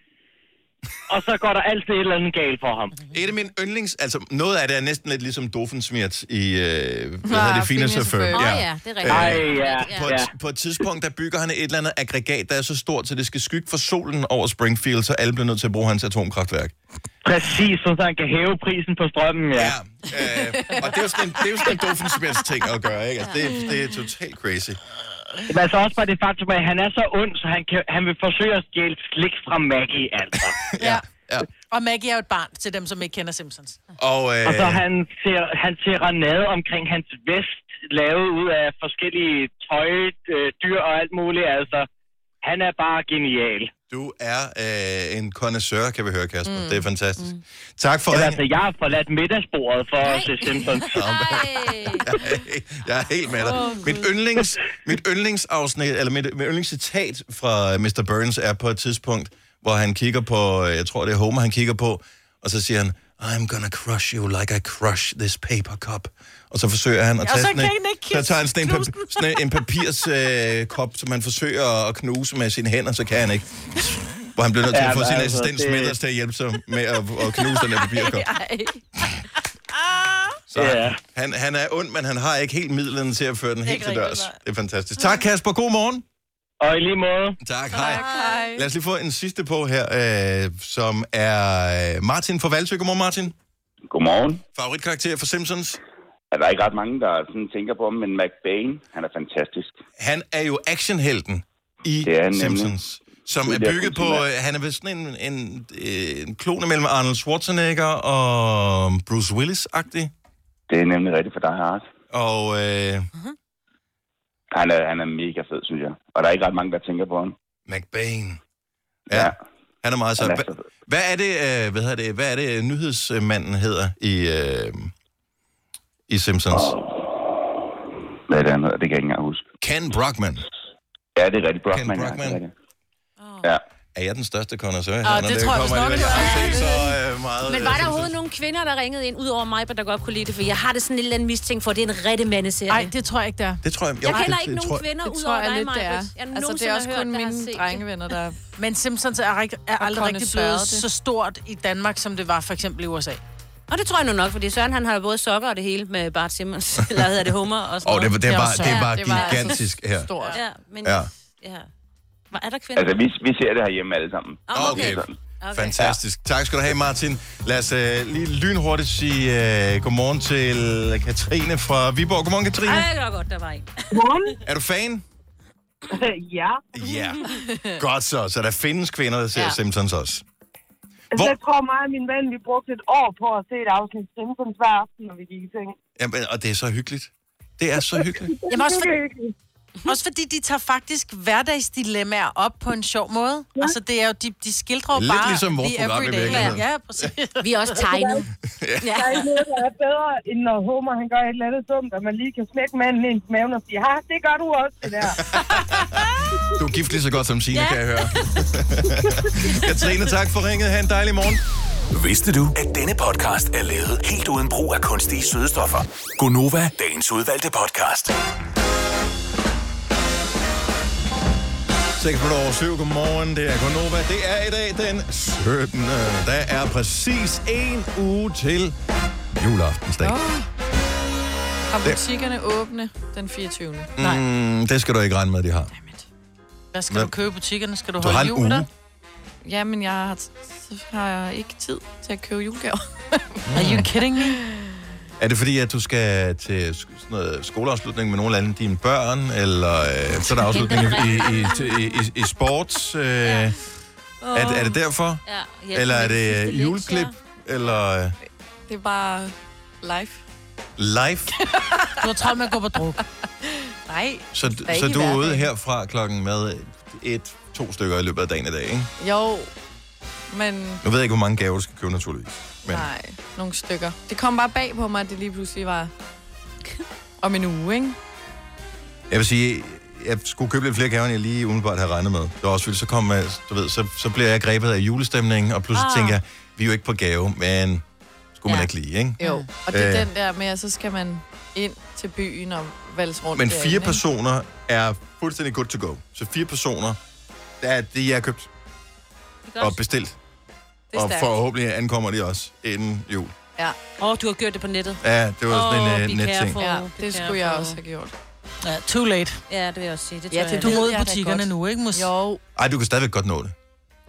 [SPEAKER 8] og så går der altid et eller andet galt for ham.
[SPEAKER 1] Et af mine yndlings... Altså, noget af det er næsten lidt ligesom Dofensmirt i... Øh, hvad hedder
[SPEAKER 4] Ah,
[SPEAKER 1] det? Fine
[SPEAKER 4] Phineas og
[SPEAKER 1] Ferb.
[SPEAKER 4] Ferb.
[SPEAKER 3] Åh ja. ja, det er rigtigt.
[SPEAKER 1] Øh,
[SPEAKER 8] Ej, ja.
[SPEAKER 1] på,
[SPEAKER 8] ja.
[SPEAKER 1] et, på et tidspunkt, der bygger han et eller andet aggregat, der er så stort, så det skal skygge for solen over Springfield, så alle bliver nødt til at bruge hans atomkraftværk.
[SPEAKER 8] Præcis, så han kan hæve prisen på strømmen, ja. ja.
[SPEAKER 1] øh, og det er jo sådan en, det er jo sådan en Doofenshmirtz ting at gøre, ikke? Altså, det, det er totalt crazy.
[SPEAKER 8] Men altså også bare det faktum, at han er så ond, så han, kan, han vil forsøge at stjæle slik fra Maggie, altså.
[SPEAKER 1] Ja. ja.
[SPEAKER 2] Og Maggie er jo et barn til dem, som ikke kender Simpsons.
[SPEAKER 1] Og, øh,
[SPEAKER 8] Og så han ser han ser ranade omkring hans vest, lavet ud af forskellige tøj, øh, dyr og alt muligt. Altså, han er bare genial.
[SPEAKER 1] du er øh, en connoisseur, kan vi høre, Kasper. Mm. Det er fantastisk. Mm. Tak for
[SPEAKER 8] Jamen,
[SPEAKER 1] ringen.
[SPEAKER 8] altså, jeg har forladt middagsbordet for at se Simpsons.
[SPEAKER 1] Jeg er helt med dig. mit, yndlings, mit yndlingsafsnit, eller mit, mit yndlingscitat fra Mr. Burns er på et tidspunkt, hvor han kigger på, jeg tror det er Homer, han kigger på, og så siger han, I'm gonna crush you like I crush this paper cup. Og så forsøger han at tage
[SPEAKER 2] så
[SPEAKER 1] sådan
[SPEAKER 2] kan
[SPEAKER 1] en,
[SPEAKER 2] han ikke
[SPEAKER 1] så tager han sådan en,
[SPEAKER 2] knuse
[SPEAKER 1] pap, sådan en papirskop, øh, kop, som han forsøger at knuse med sine hænder, så kan han ikke. Hvor han bliver nødt til at
[SPEAKER 8] Ja,
[SPEAKER 1] få sin
[SPEAKER 8] men altså,
[SPEAKER 1] assistent
[SPEAKER 8] det-
[SPEAKER 1] Smithers til at hjælpe sig med at, at knuse den her papirkop. Så
[SPEAKER 8] Ja.
[SPEAKER 1] han, han, han er ond, men han har ikke helt midlerne til at føre den helt til
[SPEAKER 2] rigtigt,
[SPEAKER 1] dørs.
[SPEAKER 2] nej.
[SPEAKER 1] Det er fantastisk. Tak, Kasper. God morgen.
[SPEAKER 8] Og i lige måde,
[SPEAKER 1] Tak, hej. Lad os lige få en sidste på her, øh, som er øh, Martin fra Valsø. Godmorgen, Martin.
[SPEAKER 9] Godmorgen.
[SPEAKER 1] Favoritkarakter for Simpsons.
[SPEAKER 9] Ja, Der er ikke ret mange, der sådan tænker på ham, men McBain, han er fantastisk.
[SPEAKER 1] Han er jo actionhelten i
[SPEAKER 9] Det er han nemlig.
[SPEAKER 1] Simpsons. Som er
[SPEAKER 9] Tidligere
[SPEAKER 1] bygget på, øh,
[SPEAKER 9] politimand.
[SPEAKER 1] han er vist sådan en, en, øh, en klone mellem Arnold Schwarzenegger og Bruce Willis-agtig.
[SPEAKER 9] Det er nemlig rigtigt for dig, Hart.
[SPEAKER 1] Og øh,
[SPEAKER 9] Han er, han er mega fed, synes jeg. Og der er ikke ret mange, der tænker på ham.
[SPEAKER 1] McBain. Ja. Han er meget så.
[SPEAKER 9] Han er
[SPEAKER 1] Hva,
[SPEAKER 9] så fed.
[SPEAKER 1] hvad er det, øh, hvad hedder det, hvad er det øh, nyhedsmanden hedder i, øh, i Simpsons? Oh.
[SPEAKER 9] Hvad er det, han hedder? Det kan jeg ikke engang huske.
[SPEAKER 1] Ken Brockman.
[SPEAKER 9] Ja, det er rigtigt. Brockman,
[SPEAKER 1] Brockman.
[SPEAKER 9] Ja, det er rigtigt. Ja.
[SPEAKER 1] Er jeg den største connoisseur?
[SPEAKER 2] Ah, det tror jeg vist nok, du er.
[SPEAKER 1] er. Så, øh, meget,
[SPEAKER 3] Men var
[SPEAKER 1] øh,
[SPEAKER 3] der overhovedet nogen kvinder, der ringede ind, udover mig, der godt kunne lide det? For jeg har det sådan en eller anden mistænkt for, at det er en rigtig mandeserie.
[SPEAKER 2] Nej, det tror jeg ikke, det er.
[SPEAKER 1] Det tror jeg. Jo,
[SPEAKER 3] jeg
[SPEAKER 1] det-
[SPEAKER 3] kender
[SPEAKER 1] det
[SPEAKER 3] ikke nogen
[SPEAKER 1] tror jeg-
[SPEAKER 3] kvinder,
[SPEAKER 4] Det tror
[SPEAKER 3] udover
[SPEAKER 4] jeg
[SPEAKER 3] dig,
[SPEAKER 4] lidt, det
[SPEAKER 3] Maja.
[SPEAKER 4] er.
[SPEAKER 3] Jeg
[SPEAKER 4] Altså, det
[SPEAKER 3] nogensinde
[SPEAKER 4] er
[SPEAKER 3] har
[SPEAKER 4] også
[SPEAKER 3] hørt,
[SPEAKER 4] kun
[SPEAKER 3] der har set
[SPEAKER 4] mine
[SPEAKER 3] det.
[SPEAKER 4] drengevenner, der...
[SPEAKER 2] Men Simpsons er, rigt- er aldrig rigtig
[SPEAKER 4] connoisseur,
[SPEAKER 2] blevet
[SPEAKER 4] det.
[SPEAKER 2] så stort i Danmark, som det var for eksempel i USA.
[SPEAKER 3] Og det tror jeg nu nok, fordi Søren han har jo både sokker og det hele med Bart Simmons, eller hedder det Hummer og sådan
[SPEAKER 1] Åh, det, var- det, er bare, det er bare
[SPEAKER 4] det var altså
[SPEAKER 1] Ah, gigantisk her.
[SPEAKER 4] Stort.
[SPEAKER 3] Ja, men...
[SPEAKER 1] Ja.
[SPEAKER 3] Ja. ja. Hvor er der kvinder?
[SPEAKER 9] Altså, vi, vi ser det herhjemme alle sammen.
[SPEAKER 3] Åh,
[SPEAKER 1] Okay.
[SPEAKER 9] Sådan.
[SPEAKER 3] Okay.
[SPEAKER 1] Fantastisk. Tak skal du have, Martin. Lad os øh, lige lynhurtigt sige øh, godmorgen til Katrine fra Viborg. Godmorgen, Katrine.
[SPEAKER 3] Ej, det var godt, der var en.
[SPEAKER 1] Er du fan?
[SPEAKER 10] ja.
[SPEAKER 1] Ja. Godt så. Så der findes kvinder, der ser ja.
[SPEAKER 3] Ja.
[SPEAKER 1] Simpsons også.
[SPEAKER 10] Altså,
[SPEAKER 1] Hvor-
[SPEAKER 10] jeg tror mig og min mand, vi brugte et år på at se et afsnit Simpsons hver aften, når vi gik i seng.
[SPEAKER 1] Jamen, og det er så hyggeligt. Det er så hyggeligt.
[SPEAKER 2] Jamen også, for,
[SPEAKER 10] Det er hyggeligt.
[SPEAKER 2] også fordi de tager faktisk hverdagsdilemmaer op på en sjov måde. Ja. Altså det er jo, de, de skildrer jo
[SPEAKER 1] Lidt
[SPEAKER 2] bare...
[SPEAKER 1] ligesom vores
[SPEAKER 2] the
[SPEAKER 1] program i
[SPEAKER 2] everyday.
[SPEAKER 1] virkeligheden.
[SPEAKER 2] Ja, præcis.
[SPEAKER 3] Vi er også tegnet. ja.
[SPEAKER 10] Der er ikke noget, der er bedre, end når Homer han gør et eller andet dumt, og man lige kan smække manden i ens maven og sige, ha, det gør du også, det der.
[SPEAKER 1] Du er gift lige så godt som Signe, ja. kan jeg høre. Katrine, tak for ringet. Ha' en dejlig morgen.
[SPEAKER 6] Vidste du, at denne podcast er lavet helt uden brug af kunstige sødestoffer? Gonova, dagens udvalgte podcast.
[SPEAKER 1] 6 minutter over 7. Godmorgen. Det er Gonova. Det er i dag den 17. Der er præcis en uge til juleaftensdag.
[SPEAKER 4] Har butikkerne åbne den 24. Mm. Nej.
[SPEAKER 1] Mm, det skal du ikke regne med, de har.
[SPEAKER 2] Hvad skal du
[SPEAKER 1] Hvem?
[SPEAKER 2] købe i butikkerne? Skal du,
[SPEAKER 1] Du har
[SPEAKER 2] holde
[SPEAKER 1] en
[SPEAKER 2] jul der?
[SPEAKER 1] uge.
[SPEAKER 4] Ja, men jeg har, så har jeg ikke tid til at købe julegaver.
[SPEAKER 1] Mm.
[SPEAKER 2] Are you kidding me?
[SPEAKER 1] Er det fordi, at du skal til sk- sådan noget skoleafslutning med nogle af alle dine børn, eller øh, så er der afslutning i, i, i, i, i, i sports? Øh, er, det- er det derfor?
[SPEAKER 3] ja. ja.
[SPEAKER 1] Eller er det øh,
[SPEAKER 3] Sidste
[SPEAKER 1] juleklip?
[SPEAKER 3] lektier.
[SPEAKER 1] Eller øh,
[SPEAKER 4] Det er bare live.
[SPEAKER 1] live?
[SPEAKER 2] Du har travlt med at gå på druk.
[SPEAKER 4] Nej.
[SPEAKER 1] Så,
[SPEAKER 4] er
[SPEAKER 1] så
[SPEAKER 4] ikke
[SPEAKER 1] du er
[SPEAKER 4] hverdag.
[SPEAKER 1] ude herfra klokken med et, to stykker i løbet af dagen i dag, ikke?
[SPEAKER 4] Jo, men
[SPEAKER 1] Nu ved jeg ikke, hvor mange gaver du skal købe, naturligvis. Men
[SPEAKER 4] nej, nogle stykker. Det kom bare bag på mig, at det lige pludselig var om en uge, ikke?
[SPEAKER 1] jeg vil sige, jeg skulle købe lidt flere gaver, end jeg lige umiddelbart havde regnet med. Det var også fordi, så kom, øh, du ved, så, så bliver jeg grebet af julestemningen, og pludselig ah.
[SPEAKER 3] Ah.
[SPEAKER 1] tænker jeg, vi er jo ikke på gave, men skulle man
[SPEAKER 3] Ja.
[SPEAKER 1] ikke lige, ikke?
[SPEAKER 4] Jo, og det er
[SPEAKER 1] Øh.
[SPEAKER 4] den der med, at så skal man ind til byen og valse rundt.
[SPEAKER 1] Men
[SPEAKER 4] derinde,
[SPEAKER 1] fire
[SPEAKER 4] ikke?
[SPEAKER 1] personer er fuldstændig good to go. Så fire personer, der er det, jeg har købt
[SPEAKER 3] Det er
[SPEAKER 1] og
[SPEAKER 3] godt.
[SPEAKER 1] bestilt.
[SPEAKER 4] Det er
[SPEAKER 1] Og
[SPEAKER 4] stærkt.
[SPEAKER 1] forhåbentlig ankommer de også inden jul.
[SPEAKER 4] Ja,
[SPEAKER 3] Åh, oh, du har gjort det på nettet.
[SPEAKER 1] Ja, det var sådan
[SPEAKER 3] Åh,
[SPEAKER 1] en
[SPEAKER 3] be
[SPEAKER 1] uh, netting.
[SPEAKER 3] careful.
[SPEAKER 4] ja
[SPEAKER 3] Åh, det
[SPEAKER 4] det
[SPEAKER 3] kan
[SPEAKER 4] skulle
[SPEAKER 3] jeg
[SPEAKER 4] jeg
[SPEAKER 3] få.
[SPEAKER 4] også have gjort.
[SPEAKER 2] Ja, too late.
[SPEAKER 3] Ja, det vil jeg også sige. Det
[SPEAKER 4] Ja,
[SPEAKER 3] tror jeg.
[SPEAKER 4] det
[SPEAKER 2] Du er
[SPEAKER 4] ved
[SPEAKER 2] ude i
[SPEAKER 4] jeg da
[SPEAKER 2] butikkerne
[SPEAKER 4] godt.
[SPEAKER 2] nu, ikke, Mus?
[SPEAKER 4] Jo,
[SPEAKER 1] Ej, du kan stadigvæk godt nå det.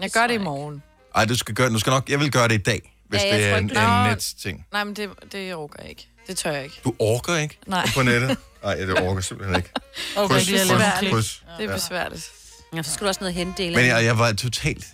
[SPEAKER 4] jeg gør det i morgen.
[SPEAKER 1] Ej, du skal gøre, du skal nok, jeg vil gøre det i dag, hvis
[SPEAKER 3] Ja,
[SPEAKER 1] ja,
[SPEAKER 3] jeg
[SPEAKER 1] det er
[SPEAKER 3] tror
[SPEAKER 1] en,
[SPEAKER 3] ikke,
[SPEAKER 1] en
[SPEAKER 4] Nå.
[SPEAKER 1] net-ting.
[SPEAKER 4] Nej, men det, det orker jeg ikke. Det tør jeg ikke.
[SPEAKER 1] Du orker ikke
[SPEAKER 4] Nej,
[SPEAKER 1] på nettet? Nej, det orker simpelthen ikke.
[SPEAKER 2] Okay,
[SPEAKER 1] Kryds,
[SPEAKER 2] det er
[SPEAKER 1] kryds,
[SPEAKER 4] svært,
[SPEAKER 2] lidt
[SPEAKER 4] ikke?
[SPEAKER 1] kryds.
[SPEAKER 4] det er besværligt.
[SPEAKER 3] Ja, så skal du også noget hente eller
[SPEAKER 1] Men jeg, jeg var totalt...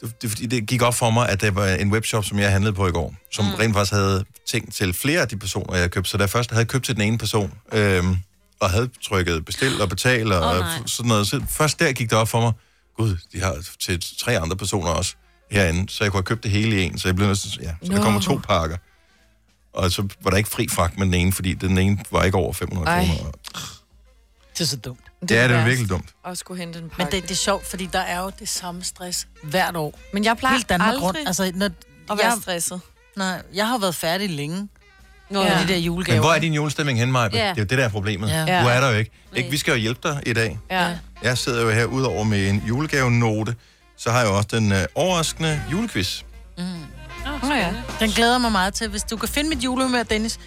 [SPEAKER 1] Det, det, fordi det gik op for mig, at der var en webshop, som jeg handlede på i går, som mm. rent faktisk havde ting til flere af de personer, jeg havde købt. Så da jeg først havde købt til den ene person, øhm, og havde trykket bestil og betal og
[SPEAKER 3] Åh,
[SPEAKER 1] oh,
[SPEAKER 3] nej.
[SPEAKER 1] sådan noget, så først der gik det op for mig, gud, de har til tre andre personer også herinde, så jeg kunne have købt det hele i en, så jeg blev næsten, ja, så der
[SPEAKER 4] Nå.
[SPEAKER 1] kommer to pakker. Og så var der ikke fri fragt med den ene, fordi den ene var ikke over 500
[SPEAKER 4] Ej.
[SPEAKER 1] kroner.
[SPEAKER 2] Det er så dumt.
[SPEAKER 1] Det er det er
[SPEAKER 4] værst
[SPEAKER 1] virkelig dumt.
[SPEAKER 4] At skulle hente en pakke.
[SPEAKER 2] Men det, det er sjovt, fordi der er jo det samme stress hvert år.
[SPEAKER 4] men jeg plejer
[SPEAKER 2] Hele Danmark
[SPEAKER 4] aldrig
[SPEAKER 2] rundt. Altså, når,
[SPEAKER 4] at være
[SPEAKER 2] jeg,
[SPEAKER 4] stresset.
[SPEAKER 2] nej, jeg har været færdig længe
[SPEAKER 3] Nå,
[SPEAKER 2] med
[SPEAKER 3] ja.
[SPEAKER 2] de der julegaver.
[SPEAKER 1] Men hvor er din julestemning hen, Maja?
[SPEAKER 3] Ja.
[SPEAKER 1] Det er jo det, der er problemet.
[SPEAKER 2] Ja.
[SPEAKER 1] Du er der jo ikke.
[SPEAKER 3] Nej.
[SPEAKER 1] ikke. Vi skal jo hjælpe dig i dag.
[SPEAKER 4] Ja.
[SPEAKER 1] Jeg sidder jo her udover med en julegavenote, så har jeg jo også den øh, overraskende julequiz.
[SPEAKER 4] Nå ja.
[SPEAKER 2] Den glæder jeg mig meget til. Hvis du kan finde mit julehumør, Dennis,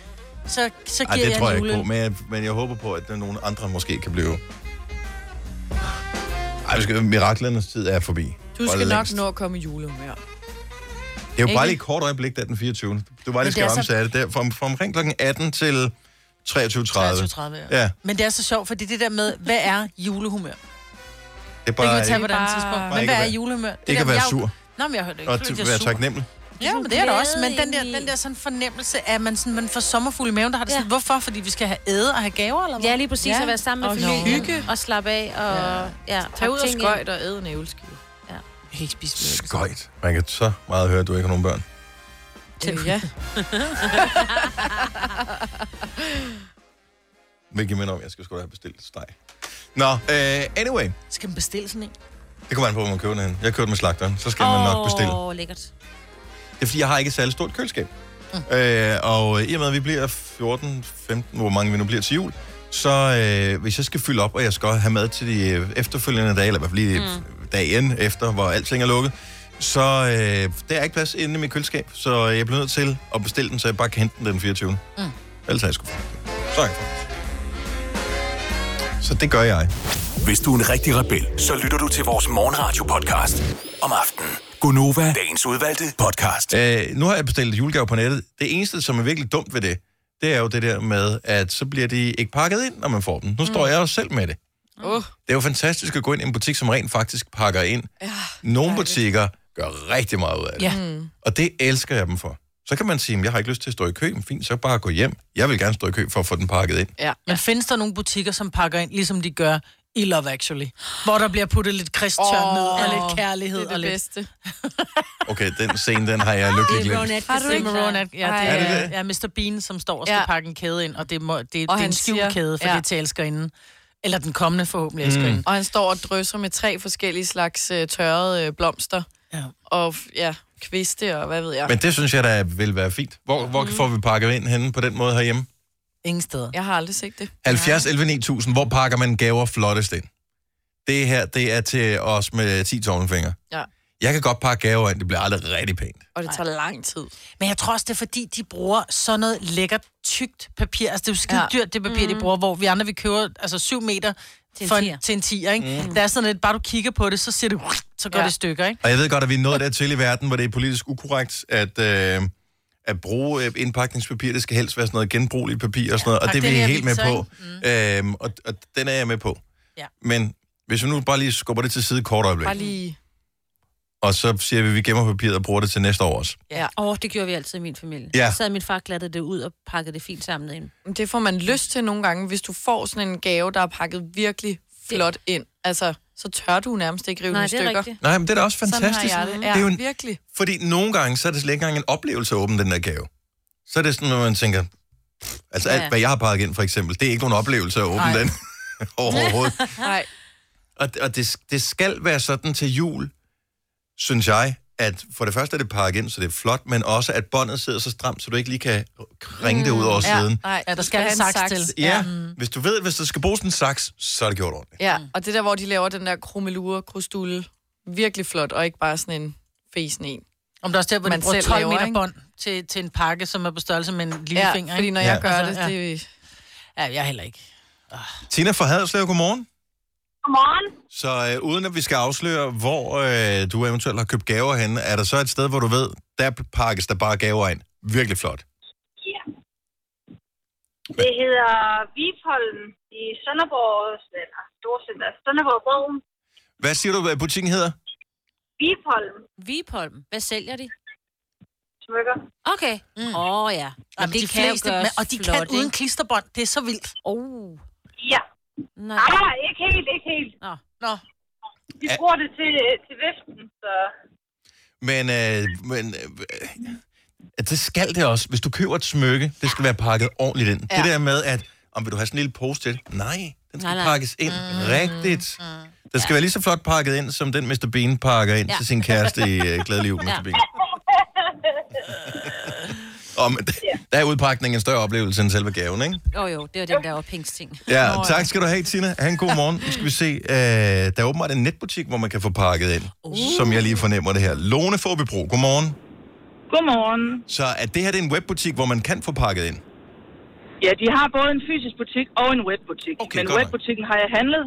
[SPEAKER 2] så, så
[SPEAKER 1] Ej,
[SPEAKER 2] giver
[SPEAKER 1] det
[SPEAKER 2] jeg
[SPEAKER 1] tror jeg
[SPEAKER 2] en jule.
[SPEAKER 1] ikke på, men jeg, men jeg håber på, at der er nogen andre måske kan blive... Ej, vi skal, miraklernes tid er forbi.
[SPEAKER 4] Du
[SPEAKER 1] For
[SPEAKER 4] skal nok
[SPEAKER 1] længst.
[SPEAKER 4] nå at komme i julehumør.
[SPEAKER 1] Det er jo bare
[SPEAKER 4] Ikke?
[SPEAKER 1] lige et kort øjeblik, der den 24. Du var lige
[SPEAKER 2] Men det er
[SPEAKER 1] skal
[SPEAKER 2] så-
[SPEAKER 1] omsætte det. Der, fra, fra omkring kl. 18 til 23.30.
[SPEAKER 2] 23.30, ja.
[SPEAKER 1] Ja,
[SPEAKER 2] Men det er så sjovt, fordi det der med, hvad er julehumør?
[SPEAKER 1] det er
[SPEAKER 2] Det kan
[SPEAKER 1] bare
[SPEAKER 2] vi tage
[SPEAKER 1] ikke,
[SPEAKER 2] på et andet tidspunkt.
[SPEAKER 4] Bare
[SPEAKER 2] Men
[SPEAKER 1] ikke
[SPEAKER 2] hvad
[SPEAKER 1] at
[SPEAKER 2] er
[SPEAKER 1] være-
[SPEAKER 2] julehumør? Det
[SPEAKER 1] ikke
[SPEAKER 2] der-
[SPEAKER 1] at være
[SPEAKER 2] jeg er jo-
[SPEAKER 1] sur
[SPEAKER 2] Nå, men jeg hørte ikke.
[SPEAKER 1] og
[SPEAKER 2] fordi
[SPEAKER 1] t-
[SPEAKER 2] jeg er
[SPEAKER 1] være
[SPEAKER 2] sur.
[SPEAKER 1] taknemmelig.
[SPEAKER 2] Ja, men det er der også. Men den der,
[SPEAKER 3] Glæde
[SPEAKER 2] den der sådan fornemmelse af, at man, sådan, man får sommerfugle i maven, der har det
[SPEAKER 3] Ja.
[SPEAKER 2] sådan, hvorfor? Fordi vi skal have æde og have gaver, eller hvad?
[SPEAKER 3] Ja, lige præcis
[SPEAKER 4] Ja.
[SPEAKER 3] at være sammen med
[SPEAKER 4] Og
[SPEAKER 3] familien.
[SPEAKER 4] hygge.
[SPEAKER 3] Og slappe af og... Ja.
[SPEAKER 4] Tag
[SPEAKER 3] pakke
[SPEAKER 4] ud og
[SPEAKER 3] ting ind.
[SPEAKER 4] skøjt og æde en æbleskive.
[SPEAKER 2] Jeg kan ikke spise mere.
[SPEAKER 1] Skøjt. Man kan så meget høre, at du ikke har nogen børn.
[SPEAKER 4] Øh, Ja.
[SPEAKER 1] Hvilket minder om, jeg skal sgu da have bestilt steg. Nå, uh, anyway.
[SPEAKER 2] Skal man bestille sådan en?
[SPEAKER 1] Det kommer an på, hvor man køber den hen. Jeg købte med slagteren, så skal oh. man nok bestille.
[SPEAKER 3] Åh, lækkert.
[SPEAKER 1] Det er fordi, jeg har ikke et særlig stort køleskab. Mm. Øh, og i og med, at vi bliver 14, 15, hvor mange vi nu bliver til jul, så øh, hvis jeg skal fylde op, og jeg skal have mad til de øh, efterfølgende dage, eller i hvert fald lige mm. dagen efter, hvor alting er lukket, Så øh, der er ikke plads inde i mit køleskab, så jeg bliver nødt til at bestille den, så jeg bare kan hente den den 24. Mm. Ellers har jeg sgu Sorry. Så det gør jeg.
[SPEAKER 6] Hvis du er en rigtig rebel, så lytter du til vores morgenradio-podcast om aftenen. Gunova, dagens udvalgte podcast.
[SPEAKER 1] Øh, nu har jeg bestilt julegave på nettet. Det eneste, som er virkelig dumt ved det, det er jo det der med, at så bliver de ikke pakket ind, når man får dem. Nu står jeg jo selv med det.
[SPEAKER 4] Uh.
[SPEAKER 1] Det er jo fantastisk at gå ind i en butik, som rent faktisk pakker ind. Ja, Nogle butikker gør rigtig meget ud af det.
[SPEAKER 4] Ja. Mm.
[SPEAKER 1] Og det elsker jeg dem for. Så kan man sige, at jeg har ikke lyst til at stå i kø. Men Fint, så bare gå hjem. Jeg vil gerne stå i kø for at få den pakket ind.
[SPEAKER 4] Ja.
[SPEAKER 2] Men findes der nogle butikker, som pakker ind, ligesom de gør i Love Actually? Hvor der bliver puttet lidt kristtørn oh, ned, og lidt kærlighed.
[SPEAKER 4] det er det
[SPEAKER 2] og lidt...
[SPEAKER 4] bedste.
[SPEAKER 1] Okay, den scene, den har jeg lykkelig glemt.
[SPEAKER 2] Har du ikke? Maroon Atkinson. Ja, det er,
[SPEAKER 1] Er
[SPEAKER 2] er
[SPEAKER 1] det
[SPEAKER 2] det
[SPEAKER 1] det?
[SPEAKER 2] ja, Mr. Bean, som står og skal
[SPEAKER 4] Ja.
[SPEAKER 2] ja. pakke en kæde ind, og det, må, det, det er
[SPEAKER 4] Og
[SPEAKER 2] en
[SPEAKER 4] han siger-
[SPEAKER 2] skjult kæde, for
[SPEAKER 4] ja.
[SPEAKER 2] det er til elskerinden. Eller den kommende forhåbentlig elskerinde.
[SPEAKER 4] Og han står og drysser med tre forskellige slags øh, tørrede øh, blomster.
[SPEAKER 2] Ja.
[SPEAKER 4] Og f- ja, kviste og hvad ved jeg.
[SPEAKER 1] Men det synes jeg da vil være fint. Hvor, hvor får vi pakket ind henne på den måde herhjemme?
[SPEAKER 2] Ingen steder.
[SPEAKER 4] Jeg har aldrig set det.
[SPEAKER 1] 70 11 9000, hvor pakker man gaver flottest ind? Det her, det er til os med 10 tommelfingre.
[SPEAKER 4] Ja.
[SPEAKER 1] Jeg kan godt pakke gaver ind, det bliver aldrig rigtig pænt.
[SPEAKER 4] Og det tager lang tid.
[SPEAKER 2] Men jeg tror også, det er fordi, de bruger sådan noget lækkert, tykt papir. Altså, det er jo skide
[SPEAKER 4] Ja.
[SPEAKER 2] ja. dyrt, det papir, mm. de bruger, hvor vi andre, vi køber altså, syv meter
[SPEAKER 3] en
[SPEAKER 2] til for
[SPEAKER 3] tier.
[SPEAKER 2] en, til en tier, ikke? Mm. Der er sådan lidt, bare du kigger på det, så ser det, så går
[SPEAKER 4] Ja.
[SPEAKER 2] ja. det i stykker, ikke?
[SPEAKER 1] Og jeg ved godt, at vi er nået dertil i verden, hvor det er politisk ukorrekt at, øh, at bruge øh, indpakningspapir. Det skal helst være sådan noget genbrugeligt papir og sådan noget, og
[SPEAKER 2] tak,
[SPEAKER 1] det er
[SPEAKER 2] den
[SPEAKER 1] vi
[SPEAKER 2] er
[SPEAKER 1] helt med
[SPEAKER 2] vild,
[SPEAKER 1] på. Øhm, og, og den er jeg med på.
[SPEAKER 2] Ja.
[SPEAKER 1] Men hvis vi nu bare lige skubber det til side et kort øjeblik,
[SPEAKER 4] Bare lige...
[SPEAKER 1] og så siger vi, at vi gemmer papiret og bruger det til næste år også.
[SPEAKER 4] Ja.
[SPEAKER 3] Åh, oh, det gjorde vi altid i min familie.
[SPEAKER 1] Ja.
[SPEAKER 3] Så sad min far glattede det ud og pakkede det fint samlet ind.
[SPEAKER 4] Men Det får man lyst til nogle gange, hvis du får sådan en gave, der er pakket virkelig flot ind. Altså, så tør du nærmest ikke rive
[SPEAKER 3] Nej,
[SPEAKER 4] den i
[SPEAKER 3] det er
[SPEAKER 4] stykker.
[SPEAKER 3] rigtigt.
[SPEAKER 1] Nej, men det er da også fantastisk.
[SPEAKER 4] Sådan har jeg det. Ja,
[SPEAKER 1] det er jo en,
[SPEAKER 4] virkelig.
[SPEAKER 1] Fordi nogle gange, så er det slet ikke engang en oplevelse at åbne den der gave. Så er det sådan, at man tænker, pff, altså
[SPEAKER 3] Ja,
[SPEAKER 1] alt,
[SPEAKER 3] ja.
[SPEAKER 1] hvad jeg har pakket ind for eksempel, det er ikke nogen oplevelse at åbne
[SPEAKER 2] Nej.
[SPEAKER 1] den overhovedet.
[SPEAKER 4] Nej.
[SPEAKER 1] Og, og det, det skal være sådan til jul, synes jeg, at for det første er det pakket ind, så det er flot, men også at båndet sidder så stramt, så du ikke lige kan ringe det ud over
[SPEAKER 4] Mm, Ja,
[SPEAKER 1] siden.
[SPEAKER 4] nej,
[SPEAKER 2] Ja, der
[SPEAKER 4] du
[SPEAKER 2] skal
[SPEAKER 4] have
[SPEAKER 2] en
[SPEAKER 4] en
[SPEAKER 2] saks til.
[SPEAKER 4] saks.
[SPEAKER 1] Ja, hvis du ved, at hvis der skal bruges en saks, så er det gjort ordentligt.
[SPEAKER 4] Ja, og det der, hvor de laver den der krumelure, krusdulle, virkelig flot, og ikke bare sådan en fesen en.
[SPEAKER 2] Om der er også der, hvor
[SPEAKER 4] Man
[SPEAKER 2] man de bruger
[SPEAKER 4] selv
[SPEAKER 2] 12
[SPEAKER 4] laver,
[SPEAKER 2] meter
[SPEAKER 4] ikke?
[SPEAKER 2] bånd til, til en pakke, som er på størrelse med en lille
[SPEAKER 4] Ja,
[SPEAKER 2] finger,
[SPEAKER 4] fordi
[SPEAKER 2] ikke?
[SPEAKER 4] når
[SPEAKER 1] Ja.
[SPEAKER 4] jeg gør det,
[SPEAKER 2] Altså, ja.
[SPEAKER 4] det...
[SPEAKER 2] Ja, jeg heller ikke.
[SPEAKER 1] Tina fra Haderslev, godmorgen.
[SPEAKER 10] Godmorgen.
[SPEAKER 1] Så øh, uden at vi skal afsløre, hvor øh, du eventuelt har købt gaver henne, er der så et sted, hvor du ved, der pakkes der bare gaver ind. Virkelig flot.
[SPEAKER 10] Ja. Det hedder Vipholm i Sønderborg, eller Storcenter, Sønderborg Broen.
[SPEAKER 1] Hvad siger du, hvad butikken hedder?
[SPEAKER 10] Vipholm
[SPEAKER 3] Vipholm, hvad sælger de?
[SPEAKER 10] smykker.
[SPEAKER 3] Okay. Åh, mm. oh, ja. Og
[SPEAKER 2] Jamen, de fleste, men, og de flot, kan uden klisterbånd. Det er så vildt.
[SPEAKER 3] Oh,
[SPEAKER 10] Ja.
[SPEAKER 3] nej.
[SPEAKER 10] Ah, ikke helt, ikke helt.
[SPEAKER 3] Nå.
[SPEAKER 2] Nå.
[SPEAKER 10] De
[SPEAKER 1] Ja.
[SPEAKER 10] bruger det til, til viften, så...
[SPEAKER 1] Men, øh, men øh, at det skal det også. Hvis du køber et smykke, det skal være pakket ordentligt ind. Ja. Det der med, at om vil du have sådan en lille pose til? det? Nej, den skal nej,
[SPEAKER 3] Nej, nej.
[SPEAKER 1] nej. pakkes ind mm, rigtigt. Mm, den skal ja. være lige så flot pakket ind, som den Mr. Bean pakker ind ja.
[SPEAKER 3] Ja.
[SPEAKER 1] til sin kæreste i øh, Glædelig Jul, Mr.
[SPEAKER 3] Ja.
[SPEAKER 1] Bean. Om, der er udpakningen en større oplevelse end selve gaven, ikke?
[SPEAKER 3] Åh oh, jo, det var den der ophængsting.
[SPEAKER 1] Ja, tak skal du have, Tina. Ha' en god morgen. Nu skal vi se. Øh, der er åbenbart en netbutik, hvor man kan få pakket ind, uh. som jeg lige fornemmer det her. Lone Fåbybro, godmorgen.
[SPEAKER 10] Godmorgen.
[SPEAKER 1] Så at det her det er en webbutik, hvor man kan få pakket ind.
[SPEAKER 10] Ja, de har både en fysisk butik og en webbutik.
[SPEAKER 1] Okay,
[SPEAKER 10] Men
[SPEAKER 1] godt nok.
[SPEAKER 10] webbutikken har jeg handlet,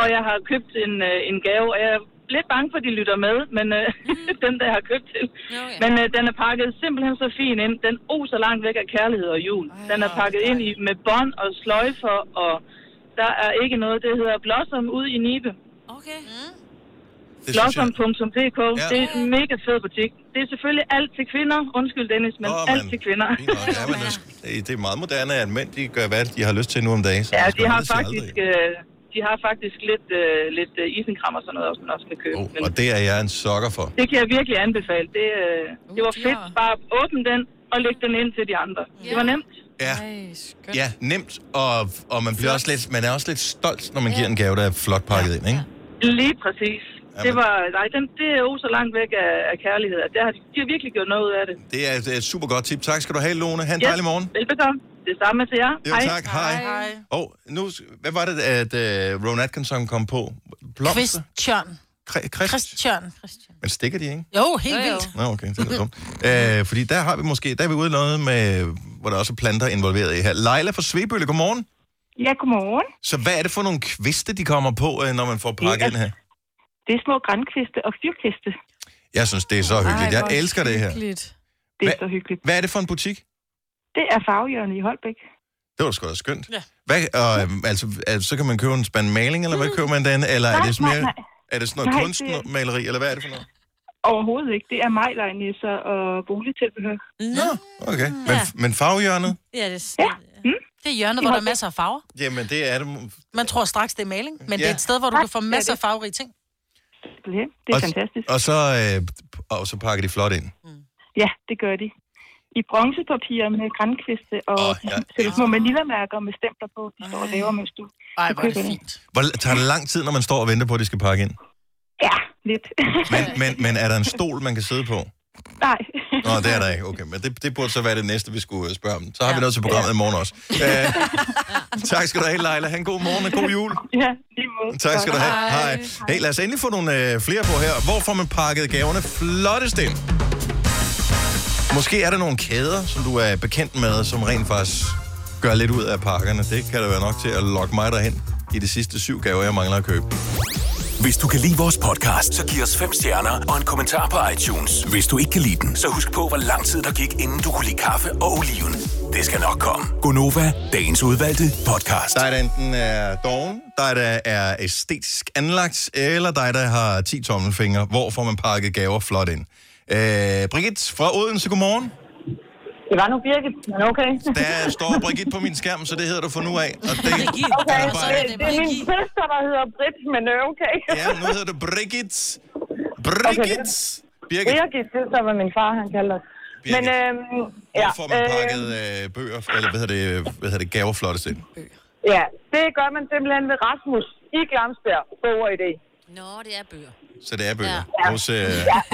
[SPEAKER 10] og jeg har købt en, øh, en gave. Og jeg er lidt bange for, at de lytter med, men øh, den, der jeg har købt til.
[SPEAKER 3] Mm. Nå, ja.
[SPEAKER 10] Men øh, den er pakket simpelthen så fint ind. Den oser langt væk af kærlighed og jul. Den er pakket ind i, med bånd og sløjfer, og der er ikke noget, det hedder Blossom ude i Nibe.
[SPEAKER 3] Okay.
[SPEAKER 1] Det synes jeg-
[SPEAKER 10] Blossom.dk,
[SPEAKER 1] Ja.
[SPEAKER 10] ja. det er en mega fed butik. Det er selvfølgelig alt til kvinder. Undskyld, Dennis, men
[SPEAKER 1] Åh,
[SPEAKER 10] oh, alt til kvinder.
[SPEAKER 1] Fint nok. Ja, men, det, det er meget moderne, at mænd de gør, hvad de har lyst til nu om dagen. Så
[SPEAKER 10] Ja,
[SPEAKER 1] man skal
[SPEAKER 10] de har
[SPEAKER 1] aldrig sige
[SPEAKER 10] faktisk,
[SPEAKER 1] aldrig.
[SPEAKER 10] øh, de har faktisk lidt, øh, lidt øh, isenkram og sådan noget, også, man også kan købe.
[SPEAKER 1] Oh,
[SPEAKER 10] Men
[SPEAKER 1] og det er jeg en sokker for.
[SPEAKER 10] det kan jeg virkelig anbefale. Det, øh, det var
[SPEAKER 4] Uh, de
[SPEAKER 10] fedt.
[SPEAKER 4] har-
[SPEAKER 10] Bare åbne den og læg den ind til de andre. Det var nemt.
[SPEAKER 1] Ja,
[SPEAKER 4] Ej, skønt.
[SPEAKER 1] ja nemt, og, og man, bliver også lidt, man er også lidt stolt, når man giver en gave, der er flot pakket ind, ikke?
[SPEAKER 10] Lige præcis. Det var, nej, den, det er jo så langt væk af, af kærlighed. at Det har, de- de har virkelig gjort noget ud af det.
[SPEAKER 1] Det er et, et super godt tip. Tak skal du have, Lone. Ha' en dejlig morgen.
[SPEAKER 10] Velbekomme. Det samme til jer.
[SPEAKER 1] Jo, tak. Hej. Og nu, hvad var det, at uh, Ron Atkinson øh, kom på? Blomster?
[SPEAKER 2] Kvist, tjørn.
[SPEAKER 1] Kri- Christ.
[SPEAKER 2] Christian.
[SPEAKER 1] Men stikker de, ikke?
[SPEAKER 2] Jo, helt vildt.
[SPEAKER 1] Nå, okay, det er lidt dumt. Æ, fordi der har vi måske, der er vi ude i noget med, hvor der også er planter involveret i her. Leila fra Svebølle, godmorgen.
[SPEAKER 11] Ja, godmorgen.
[SPEAKER 1] Så hvad er det for nogle kviste, de kommer på, øh, når man får pakket ind her?
[SPEAKER 11] Det er små grænkviste og fyrkviste.
[SPEAKER 1] Jeg synes, det er så hyggeligt. Jeg elsker det her.
[SPEAKER 11] Det er så hyggeligt.
[SPEAKER 1] Hvad er det for en butik?
[SPEAKER 11] Det er farvejørnet i Holbæk.
[SPEAKER 1] Det var sgu da skønt.
[SPEAKER 11] Ja.
[SPEAKER 1] Hvad, og, øhm, altså, altså, så kan man købe en spand maling, eller hvad køber man den? Eller er
[SPEAKER 11] Mm. Nej,
[SPEAKER 1] det sådan
[SPEAKER 11] nej,
[SPEAKER 1] mere,
[SPEAKER 11] nej.
[SPEAKER 1] er det sådan noget
[SPEAKER 11] Nej,
[SPEAKER 1] kunstmaleri, eller hvad er det for noget?
[SPEAKER 11] Overhovedet ikke. Det er majlejnisser og boligtilbehør.
[SPEAKER 1] Nå. Okay, men, men farvehjørnet?
[SPEAKER 2] Ja, det er, ja. det er hjørnet, hvor der er masser af farver.
[SPEAKER 1] Jamen, det er det. mu-
[SPEAKER 2] Man tror straks, det er maling, men det er
[SPEAKER 1] Ja.
[SPEAKER 2] et sted, hvor du kan få masser af farverige ting.
[SPEAKER 11] Det er
[SPEAKER 1] Og-
[SPEAKER 11] fantastisk.
[SPEAKER 1] Og så, øh, og så pakker de flot ind.
[SPEAKER 11] Ja, det gør de. I bronzepapir med grænkviste og oh, ja. små manillamærker med stempler på, de står og laver, mens du, Ej, du køber det fint.
[SPEAKER 1] Hvor tager det lang tid, når man står og venter på, at de skal pakke ind?
[SPEAKER 11] Ja, lidt.
[SPEAKER 1] Men, men, men er der en stol, man kan sidde på?
[SPEAKER 11] Nej.
[SPEAKER 1] Nå, det er der ikke. Okay, men det, det burde så være det næste, vi skulle øh, spørge om. Så har vi noget til programmet i morgen også. Æ, tak skal du have, Leila. Han god morgen og god jul.
[SPEAKER 11] Ja, lige måde.
[SPEAKER 1] Tak skal du have. Hej. Hey, lad os endelig få nogle øh, flere på her. Hvor får man pakket gaverne flottest ind? Måske er der nogle kæder, som du er bekendt med, som rent faktisk gør lidt ud af pakkerne. Det kan der være nok til at lokke mig derhen i de sidste syv gaver, jeg mangler at købe.
[SPEAKER 6] Hvis du kan lide vores podcast, så giv os fem stjerner og en kommentar på iTunes. Hvis du ikke kan lide den, så husk på, hvor lang tid der gik, inden du kunne lide kaffe og oliven. Det skal nok komme.
[SPEAKER 1] Gonova, dagens udvalgte podcast. Dig, der enten er doven, dig, der er æstetisk anlagt, eller dig, der har 10 tommelfingre, hvor får man pakket gaver flot ind. Øh, Brigitte fra Odense, godmorgen.
[SPEAKER 10] Det var nu Birgit, men okay.
[SPEAKER 1] Der står Brigitte på min skærm, så det hedder du fra nu af. Og det,
[SPEAKER 10] Okay,
[SPEAKER 1] er bare-
[SPEAKER 10] det, det er min søster, der hedder Britt, men øh, okay.
[SPEAKER 1] ja, nu hedder du Brigitte. Brigitte. Birgit.
[SPEAKER 10] Birgit, det er så, hvad min far han kalder os. Men øh, ja,
[SPEAKER 1] Hvor får man
[SPEAKER 10] øh,
[SPEAKER 1] pakket øh, bøger, eller hvad hedder det, hvad hedder det gaver flottest ind?
[SPEAKER 10] ja, det gør man simpelthen ved Rasmus i Glamsberg, bog og idé. Nå, det er bøger.
[SPEAKER 1] Så det er bøger.
[SPEAKER 10] Ja.
[SPEAKER 1] Hos, øh,
[SPEAKER 10] Ja,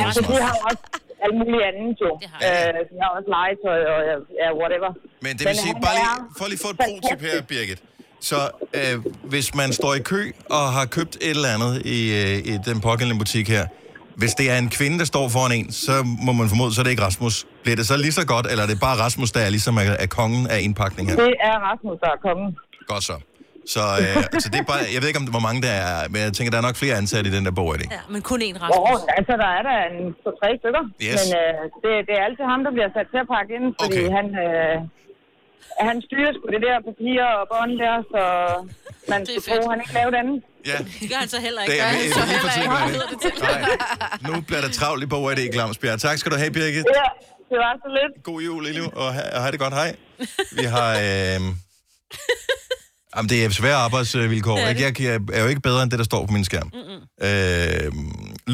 [SPEAKER 1] hos
[SPEAKER 10] så de
[SPEAKER 1] mig.
[SPEAKER 10] har også alt muligt andet, jo. Øh, de har også legetøj og ja, whatever.
[SPEAKER 1] Men det vil sige,
[SPEAKER 10] han
[SPEAKER 1] bare
[SPEAKER 10] er-
[SPEAKER 1] lige, for lige at få et pro-tip her, Birgit. Så øh, hvis man står i kø og har købt et eller andet i, øh, i den pågældende butik her, hvis det er en kvinde, der står foran en, så må man formode, så er det ikke Rasmus. Bliver det så lige så godt, eller er det bare Rasmus, der er ligesom er, er kongen af indpakning her?
[SPEAKER 10] Det er Rasmus, der er kommet.
[SPEAKER 1] Godt så. Så, øh, så det er bare, jeg ved ikke, om, hvor mange der er, men jeg tænker, der er nok flere ansatte i den der bog i dag.
[SPEAKER 10] Ja, men kun én Rasmus. Åh, altså, der er der en to tre stykker.
[SPEAKER 1] Yes.
[SPEAKER 10] Men øh, det, det er altid ham, der bliver sat til at pakke ind, fordi
[SPEAKER 1] Okay.
[SPEAKER 10] han, øh, han styrer sgu det der papir og bånd der, så man skulle tro, han ikke lavede andet.
[SPEAKER 1] Ja,
[SPEAKER 3] Det gør han så heller
[SPEAKER 1] det
[SPEAKER 3] ikke.
[SPEAKER 1] er
[SPEAKER 3] Gør han så
[SPEAKER 1] lige for
[SPEAKER 3] heller
[SPEAKER 1] tiden,
[SPEAKER 3] ikke.
[SPEAKER 1] gør det. Nej, nu bliver der travlt i bog i dag, Glamsbjerg. Tak skal du have, Birgit.
[SPEAKER 10] Ja, det var så lidt.
[SPEAKER 1] God jul, Elio, og ha- og have det godt. Hej. Vi har... Øh... Jamen, det er svære arbejdsvilkår.
[SPEAKER 12] Det er
[SPEAKER 1] ikke? Jeg, jeg er jo ikke bedre end det, der står på min skærm. Øh,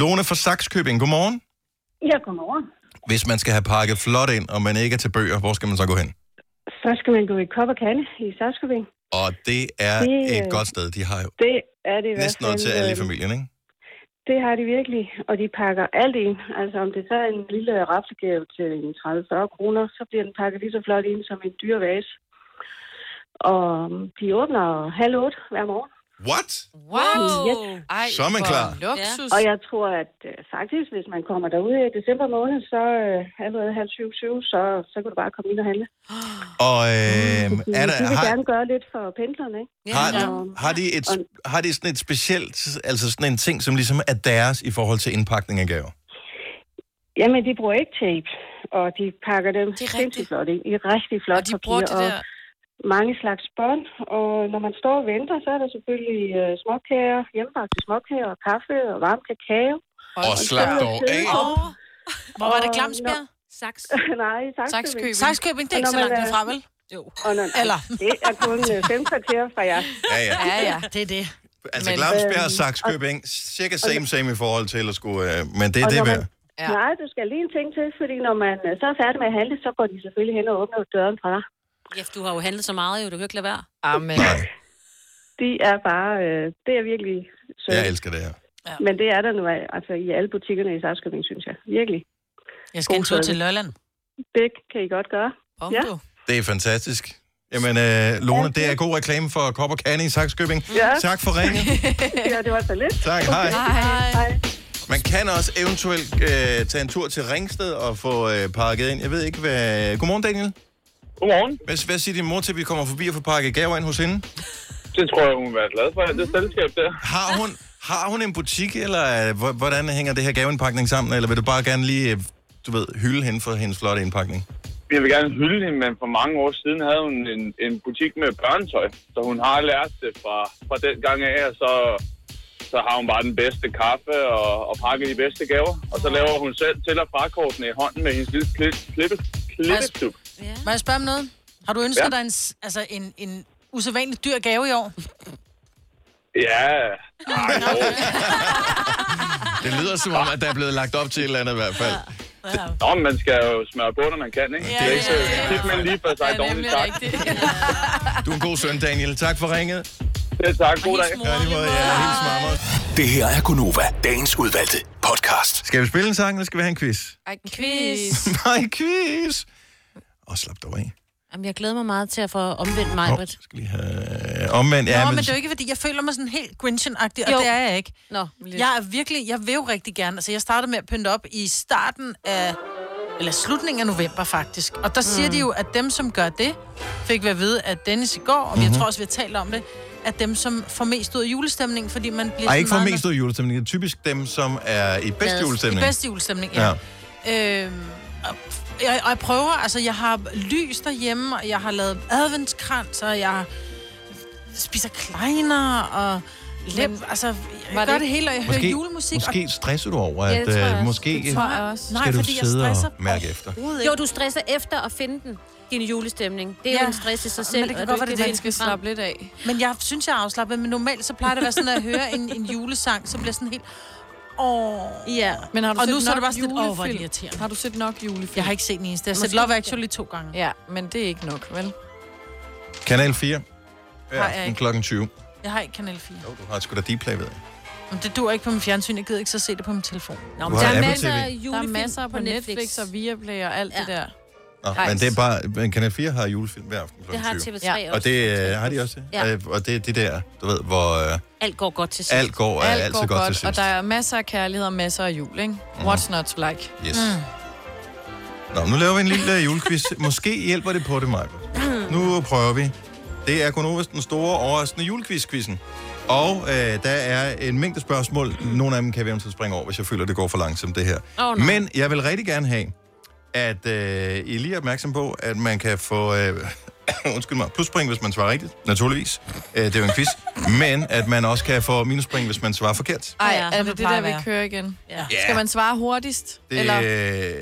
[SPEAKER 1] Lone fra Saxkøbing, godmorgen.
[SPEAKER 12] Ja, godmorgen.
[SPEAKER 1] Hvis man skal have pakket flot ind, og man ikke er til bøger, hvor skal man så gå hen?
[SPEAKER 12] Så skal man gå i kop og kande i Saskobing.
[SPEAKER 1] Og det er
[SPEAKER 12] Det,
[SPEAKER 1] et
[SPEAKER 12] øh,
[SPEAKER 1] godt sted. De har jo
[SPEAKER 12] Det er det i hvert
[SPEAKER 1] næsten
[SPEAKER 12] fald.
[SPEAKER 1] noget til alle i
[SPEAKER 12] øh,
[SPEAKER 1] familien, ikke?
[SPEAKER 12] Det har de virkelig, og de pakker alt ind. Altså om det så er en lille raflegave til en 30-40 kroner, så bliver den pakket lige så flot ind som en dyr vase. Og de åbner halv otte hver morgen.
[SPEAKER 1] What?
[SPEAKER 12] Wow! Yes.
[SPEAKER 4] Ej,
[SPEAKER 1] Så er man
[SPEAKER 12] hvor
[SPEAKER 1] klar.
[SPEAKER 4] Luksus.
[SPEAKER 12] Og jeg tror, at øh, faktisk, hvis man kommer derud i december måned, så øh, allerede halv syv, syv, så, så kan du bare komme ind og handle.
[SPEAKER 1] Og øh, er
[SPEAKER 12] Mm, de
[SPEAKER 1] der,
[SPEAKER 12] vil
[SPEAKER 1] har,
[SPEAKER 12] gerne gøre lidt for pendlerne, ikke?
[SPEAKER 1] har, har, de et, har de sådan et specielt, altså sådan en ting, som ligesom er deres i forhold til indpakning af gaver?
[SPEAKER 12] Jamen, de bruger ikke tape, og de pakker dem sindssygt flot ind i rigtig flot og de
[SPEAKER 4] bruger det der-
[SPEAKER 12] mange slags bånd. Og når man står og venter, så er der selvfølgelig øh, småkager, hjemmebagte småkager og kaffe og varm kakao.
[SPEAKER 1] Og slap dog af.
[SPEAKER 2] Hvor var det Glamsbjerg?
[SPEAKER 12] Saks. Nej, Saxkøbing.
[SPEAKER 2] Saxkøbing, det
[SPEAKER 12] Og
[SPEAKER 2] er ikke
[SPEAKER 12] når
[SPEAKER 2] så langt
[SPEAKER 12] man er-
[SPEAKER 2] derfra, vel?
[SPEAKER 12] Jo. Og når,
[SPEAKER 2] Eller?
[SPEAKER 12] Det er kun øh, fem kvarter fra jer.
[SPEAKER 1] Ja, ja.
[SPEAKER 2] Ja, ja, det er det.
[SPEAKER 1] Altså
[SPEAKER 12] Men,
[SPEAKER 1] Glamsbjerg og
[SPEAKER 12] øhm,
[SPEAKER 1] Saxkøbing, cirka
[SPEAKER 12] og-
[SPEAKER 1] same same i forhold til at skulle, øh, men det er
[SPEAKER 12] Og
[SPEAKER 1] det
[SPEAKER 12] når
[SPEAKER 1] værd.
[SPEAKER 12] man- Ja. Nej, du skal lige en ting til, fordi når man øh, så er færdig med at handle, så går de selvfølgelig hen og åbner døren fra dig.
[SPEAKER 3] Ja, du har jo handlet så meget, jo. Du kan jo ikke lade være.
[SPEAKER 4] Amen.
[SPEAKER 12] De er bare, øh, det er virkelig sødt.
[SPEAKER 1] Jeg elsker det her.
[SPEAKER 12] Ja. Men det er der nu altså, i alle butikkerne i Sarskøbing, synes jeg. Virkelig.
[SPEAKER 2] Jeg skal en tur til Lolland.
[SPEAKER 12] Det kan I godt gøre. Om ja.
[SPEAKER 1] Det er fantastisk. Jamen, øh, Lone, det er god reklame for Kop og Kande i Saxkøbing.
[SPEAKER 12] Ja.
[SPEAKER 1] Tak for ringet.
[SPEAKER 12] ja, det var så lidt.
[SPEAKER 1] Tak, hej.
[SPEAKER 12] hej.
[SPEAKER 1] Man kan også eventuelt øh, tage en tur til Ringsted og få øh, pakket ind. Jeg ved ikke, hvad... Godmorgen, Daniel. Godmorgen. Hvad, hvad siger din mor til, at vi kommer forbi og får pakket gaver ind hos hende?
[SPEAKER 13] Det tror jeg, hun vil være glad for, det selskab der.
[SPEAKER 1] Har hun, har hun en butik, eller øh, hvor- hvordan hænger det her gaveindpakning sammen? Eller vil du bare gerne lige, øh, du ved, hylde hende for hendes flotte indpakning?
[SPEAKER 13] Jeg vil gerne hylde hende, men for mange år siden havde hun en, en butik med børnetøj, så hun har lært det fra, fra den gang af, og så, så har hun bare den bedste kaffe og, og pakker de bedste gaver. Og så laver hun selv til- og frakortene i hånden med hendes lille klip, klippe, klippeklub.
[SPEAKER 2] Ja. Må jeg spørge om noget? Har du ønsket
[SPEAKER 13] Ja.
[SPEAKER 2] ja. dig en, s- altså en, en usædvanlig dyr gave i år?
[SPEAKER 13] Ja,
[SPEAKER 1] Det lyder som om, at der er blevet lagt op til et eller andet i hvert fald.
[SPEAKER 13] Nå, men man skal jo smøre på, når man kan, ikke?
[SPEAKER 1] Ja,
[SPEAKER 13] det er ikke så
[SPEAKER 1] ja, ja.
[SPEAKER 13] tit, man lige for sig dårligt tak.
[SPEAKER 1] Du er en god søn, Daniel. Tak for ringet.
[SPEAKER 13] Selv tak. God dag.
[SPEAKER 1] Ja, lige måde, ja. Hils mamma.
[SPEAKER 6] Det her er Gonova, dagens udvalgte podcast.
[SPEAKER 1] Skal vi spille en sang, eller skal vi have en quiz?
[SPEAKER 4] Ej, quiz.
[SPEAKER 1] Nej, quiz! Og slap dig af.
[SPEAKER 3] Jamen, jeg glæder mig meget til at få omvendt mig, Britt.
[SPEAKER 1] Skal lige have... Øh, omvendt,
[SPEAKER 2] Ja,
[SPEAKER 1] ja,
[SPEAKER 2] Nå, men,
[SPEAKER 1] men...
[SPEAKER 2] det er jo ikke, fordi jeg føler mig sådan helt Grinchen-agtig, og
[SPEAKER 3] Jo.
[SPEAKER 2] det er jeg ikke.
[SPEAKER 3] Nå,
[SPEAKER 2] jeg er virkelig, jeg vil jo rigtig gerne. Altså, jeg startede med at pynte op i starten af, eller slutningen af november faktisk. Og der siger
[SPEAKER 3] Mm.
[SPEAKER 2] de jo, at dem, som gør det, fik vi at vide, at Dennis i går, og mm-hmm. jeg
[SPEAKER 1] Mhm.
[SPEAKER 2] tror også, vi har talt om det, at dem, som får mest ud af julestemningen, fordi man bliver
[SPEAKER 1] Ej,
[SPEAKER 2] sådan
[SPEAKER 1] ikke for
[SPEAKER 2] meget-
[SPEAKER 1] mest ud af julestemningen. Det er typisk dem, som er i bedst julestemning.
[SPEAKER 2] I bedste julestemning, ja. ja. Øhm, og, jeg, og jeg prøver, altså jeg har lys derhjemme, og jeg har lavet adventskrans, og jeg spiser kleiner, og læb,
[SPEAKER 4] Men
[SPEAKER 2] altså
[SPEAKER 4] var
[SPEAKER 2] jeg
[SPEAKER 4] det
[SPEAKER 2] gør det
[SPEAKER 4] ikke-
[SPEAKER 2] hele, og jeg hører julemusik.
[SPEAKER 1] Måske
[SPEAKER 2] og,
[SPEAKER 1] stresser du over,
[SPEAKER 2] Ja,
[SPEAKER 1] at
[SPEAKER 2] det tror jeg
[SPEAKER 1] øh,
[SPEAKER 2] også.
[SPEAKER 1] måske
[SPEAKER 2] Det tror jeg også.
[SPEAKER 1] skal
[SPEAKER 2] Nej,
[SPEAKER 1] du
[SPEAKER 2] fordi jeg
[SPEAKER 1] sidde
[SPEAKER 2] stresser
[SPEAKER 1] og mærke efter.
[SPEAKER 3] Jo, du stresser efter at finde den, din julestemning. Det er ja.
[SPEAKER 2] Ja.
[SPEAKER 3] jo en stress i sig selv.
[SPEAKER 2] Men det kan
[SPEAKER 3] og
[SPEAKER 2] godt
[SPEAKER 3] du
[SPEAKER 2] være,
[SPEAKER 3] ikke
[SPEAKER 2] det er
[SPEAKER 3] kan
[SPEAKER 2] det,
[SPEAKER 3] finde
[SPEAKER 2] man skal
[SPEAKER 3] frem.
[SPEAKER 2] slappe
[SPEAKER 4] lidt af.
[SPEAKER 2] Men jeg synes, jeg er afslappet, men normalt så plejer det at være sådan, at jeg hører en, en julesang, så bliver jeg sådan helt... Åh.
[SPEAKER 3] Ja.
[SPEAKER 4] Men har du
[SPEAKER 2] og
[SPEAKER 4] set
[SPEAKER 2] nu så er
[SPEAKER 4] nok
[SPEAKER 2] det bare sådan lidt, åh, hvor er det
[SPEAKER 4] julefilm?
[SPEAKER 2] irriterende.
[SPEAKER 4] Har du set nok julefilm?
[SPEAKER 2] Jeg har ikke set den eneste. Jeg har set
[SPEAKER 4] Måske
[SPEAKER 2] Love
[SPEAKER 4] ikke.
[SPEAKER 2] Actually to gange.
[SPEAKER 4] Ja, men det er ikke nok, vel?
[SPEAKER 1] Kanal 4.
[SPEAKER 2] Har
[SPEAKER 1] Ja,
[SPEAKER 2] jeg
[SPEAKER 1] aften
[SPEAKER 2] ikke.
[SPEAKER 1] klokken 20.
[SPEAKER 2] Jeg har ikke Kanal 4.
[SPEAKER 1] Jo, du har sgu da Dplay, ved jeg.
[SPEAKER 2] Men det dur ikke på min fjernsyn. Jeg gider ikke så se det på min telefon. Nå,
[SPEAKER 1] men har der er Apple masser TV. af
[SPEAKER 4] Der er masser på Netflix, Netflix og Viaplay og alt ja. det der.
[SPEAKER 1] Nå,
[SPEAKER 4] Nice.
[SPEAKER 1] men det er bare, men Kanal 4 har julefilm hver aften kl.
[SPEAKER 4] Det har
[SPEAKER 1] 20.
[SPEAKER 4] TV3
[SPEAKER 1] Og det øh, har de også.
[SPEAKER 4] Ja.
[SPEAKER 1] Ja. Øh, og det er det der, du ved, hvor... Øh,
[SPEAKER 3] Alt går godt til sidst.
[SPEAKER 1] Alt går, er
[SPEAKER 4] alt
[SPEAKER 1] altid
[SPEAKER 4] går
[SPEAKER 1] godt
[SPEAKER 4] godt,
[SPEAKER 1] til sidst. Mhm.
[SPEAKER 4] og der er masser af kærlighed og masser af jul, ikke? Mm. What's not to like?
[SPEAKER 1] Yes.
[SPEAKER 14] Mm.
[SPEAKER 1] Nå, nu laver vi en lille øh, julequiz. Måske hjælper det på det, Maja. Nu prøver vi. Det er Konovas den store overraskende julequiz-quizzen. Og øh, der er en mængde spørgsmål. Nogle af dem kan vi eventuelt springe over, hvis jeg føler, det går for langsomt, det her.
[SPEAKER 14] Åh, nej.
[SPEAKER 1] Men jeg vil rigtig gerne have, at øh, I lige er opmærksom på, at man kan få... Øh, undskyld mig, pluspring, hvis man svarer rigtigt, naturligvis. Øh, det er jo en quiz. Men at man også kan få minuspring, hvis man svarer forkert.
[SPEAKER 4] Ej,
[SPEAKER 2] Ja,
[SPEAKER 4] ja,
[SPEAKER 2] som
[SPEAKER 4] er
[SPEAKER 2] det
[SPEAKER 4] det det
[SPEAKER 2] plejer
[SPEAKER 4] der,
[SPEAKER 2] at
[SPEAKER 4] vi
[SPEAKER 2] være.
[SPEAKER 4] kører igen?
[SPEAKER 2] Ja.
[SPEAKER 4] Skal man svare hurtigst?
[SPEAKER 1] Det,
[SPEAKER 4] Eller,
[SPEAKER 1] øh,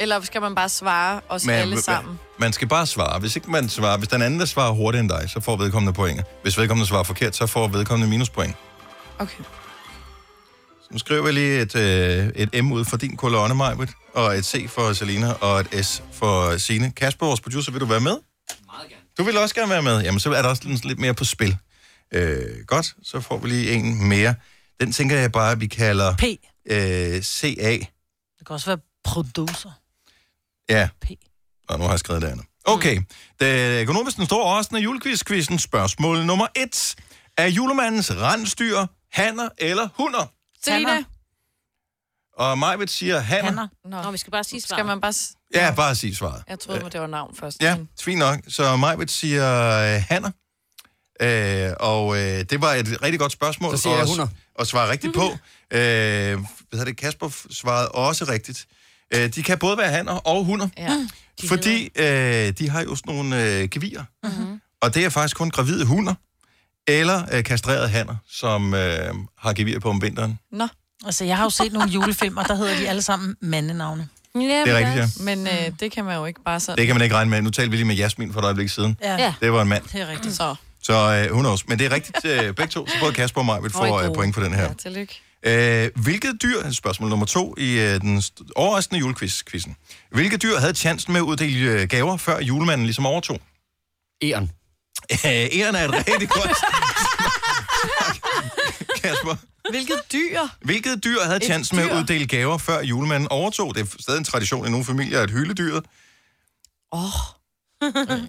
[SPEAKER 4] eller skal man bare svare os
[SPEAKER 1] Men-
[SPEAKER 4] alle
[SPEAKER 1] men-
[SPEAKER 4] sammen?
[SPEAKER 1] Man skal bare svare. Hvis ikke man svarer, hvis den anden der svarer hurtigere end dig, så får vedkommende point. Hvis vedkommende svarer forkert, så får vedkommende minuspoint.
[SPEAKER 4] Okay.
[SPEAKER 1] Så nu skriver jeg lige et, øh, et M ud for din kolonne, Majbet, og et C for Selina, og et S for Sine. Kasper, vores producer, vil du være med? Meget gerne. Du vil også gerne være med? Jamen, så er der også lidt- lidt mere på spil. Øh, godt, så får vi lige en mere. Den tænker jeg bare, at vi kalder...
[SPEAKER 2] P.
[SPEAKER 1] Øh, CA.
[SPEAKER 2] Det kan også være producer.
[SPEAKER 1] Ja. P. Mm. Og nu har jeg skrevet det andet. Okay. Det økonomisk den store overraskende julequiz-quizzen. Spørgsmål nummer et. Er julemandens rensdyr hanner eller hunder?
[SPEAKER 4] Selina?
[SPEAKER 1] Og Majbet siger hanner. hanner.
[SPEAKER 4] Nå.
[SPEAKER 3] Nå, vi skal bare sige svaret.
[SPEAKER 4] Skal man bare... s-
[SPEAKER 1] Ja, bare sig svaret.
[SPEAKER 4] Jeg troede, det var navn først.
[SPEAKER 1] Øh, Ja, fint nok. Så Majbet siger øh, hanner. Øh, og øh, det var et rigtig godt spørgsmål.
[SPEAKER 5] Så siger jeg
[SPEAKER 1] og,
[SPEAKER 5] hunder.
[SPEAKER 1] Og svare rigtigt på. Øh, hvad hedder det? Kasper f- svarede også rigtigt. Øh, de kan både være hanner og hunder.
[SPEAKER 4] Ja.
[SPEAKER 1] De fordi øh, de har jo sådan nogle øh, gevier.
[SPEAKER 4] Mhm.
[SPEAKER 1] Mm-hmm. Og det er faktisk kun gravide hunder eller øh, kastrerede hanner, som øh, har gevir på om vinteren.
[SPEAKER 4] Nå.
[SPEAKER 2] Altså, jeg har jo set nogle julefilmer, der hedder de alle sammen mandenavne.
[SPEAKER 3] Ja, det
[SPEAKER 1] er rigtigt, ja.
[SPEAKER 4] Men øh, det kan man jo ikke bare sådan.
[SPEAKER 1] Det kan man ikke regne med. Nu talte vi lige med Jasmin for et øjeblik siden.
[SPEAKER 4] Ja. Ja.
[SPEAKER 1] Det var en mand.
[SPEAKER 2] Det er rigtigt.
[SPEAKER 4] Så.
[SPEAKER 1] Så øh, hun også. Men det er rigtigt øh, begge to, så både Kasper og mig vil få øh, point for den her.
[SPEAKER 4] Ja, tillykke.
[SPEAKER 1] Øh, hvilket dyr, spørgsmål nummer to i øh, den st- overraskende julequiz-quizzen. Hvilket dyr havde chancen med at uddele øh, gaver, før julemanden ligesom overtog?
[SPEAKER 5] Eren.
[SPEAKER 1] Æren er et rigtig godt... Kasper.
[SPEAKER 4] Hvilket dyr?
[SPEAKER 1] Hvilket dyr havde
[SPEAKER 4] Et
[SPEAKER 1] chancen med at
[SPEAKER 4] dyr?
[SPEAKER 1] uddele gaver, før julemanden overtog? Det er stadig en tradition i nogle familier, at hylde dyret.
[SPEAKER 4] Åh. Oh.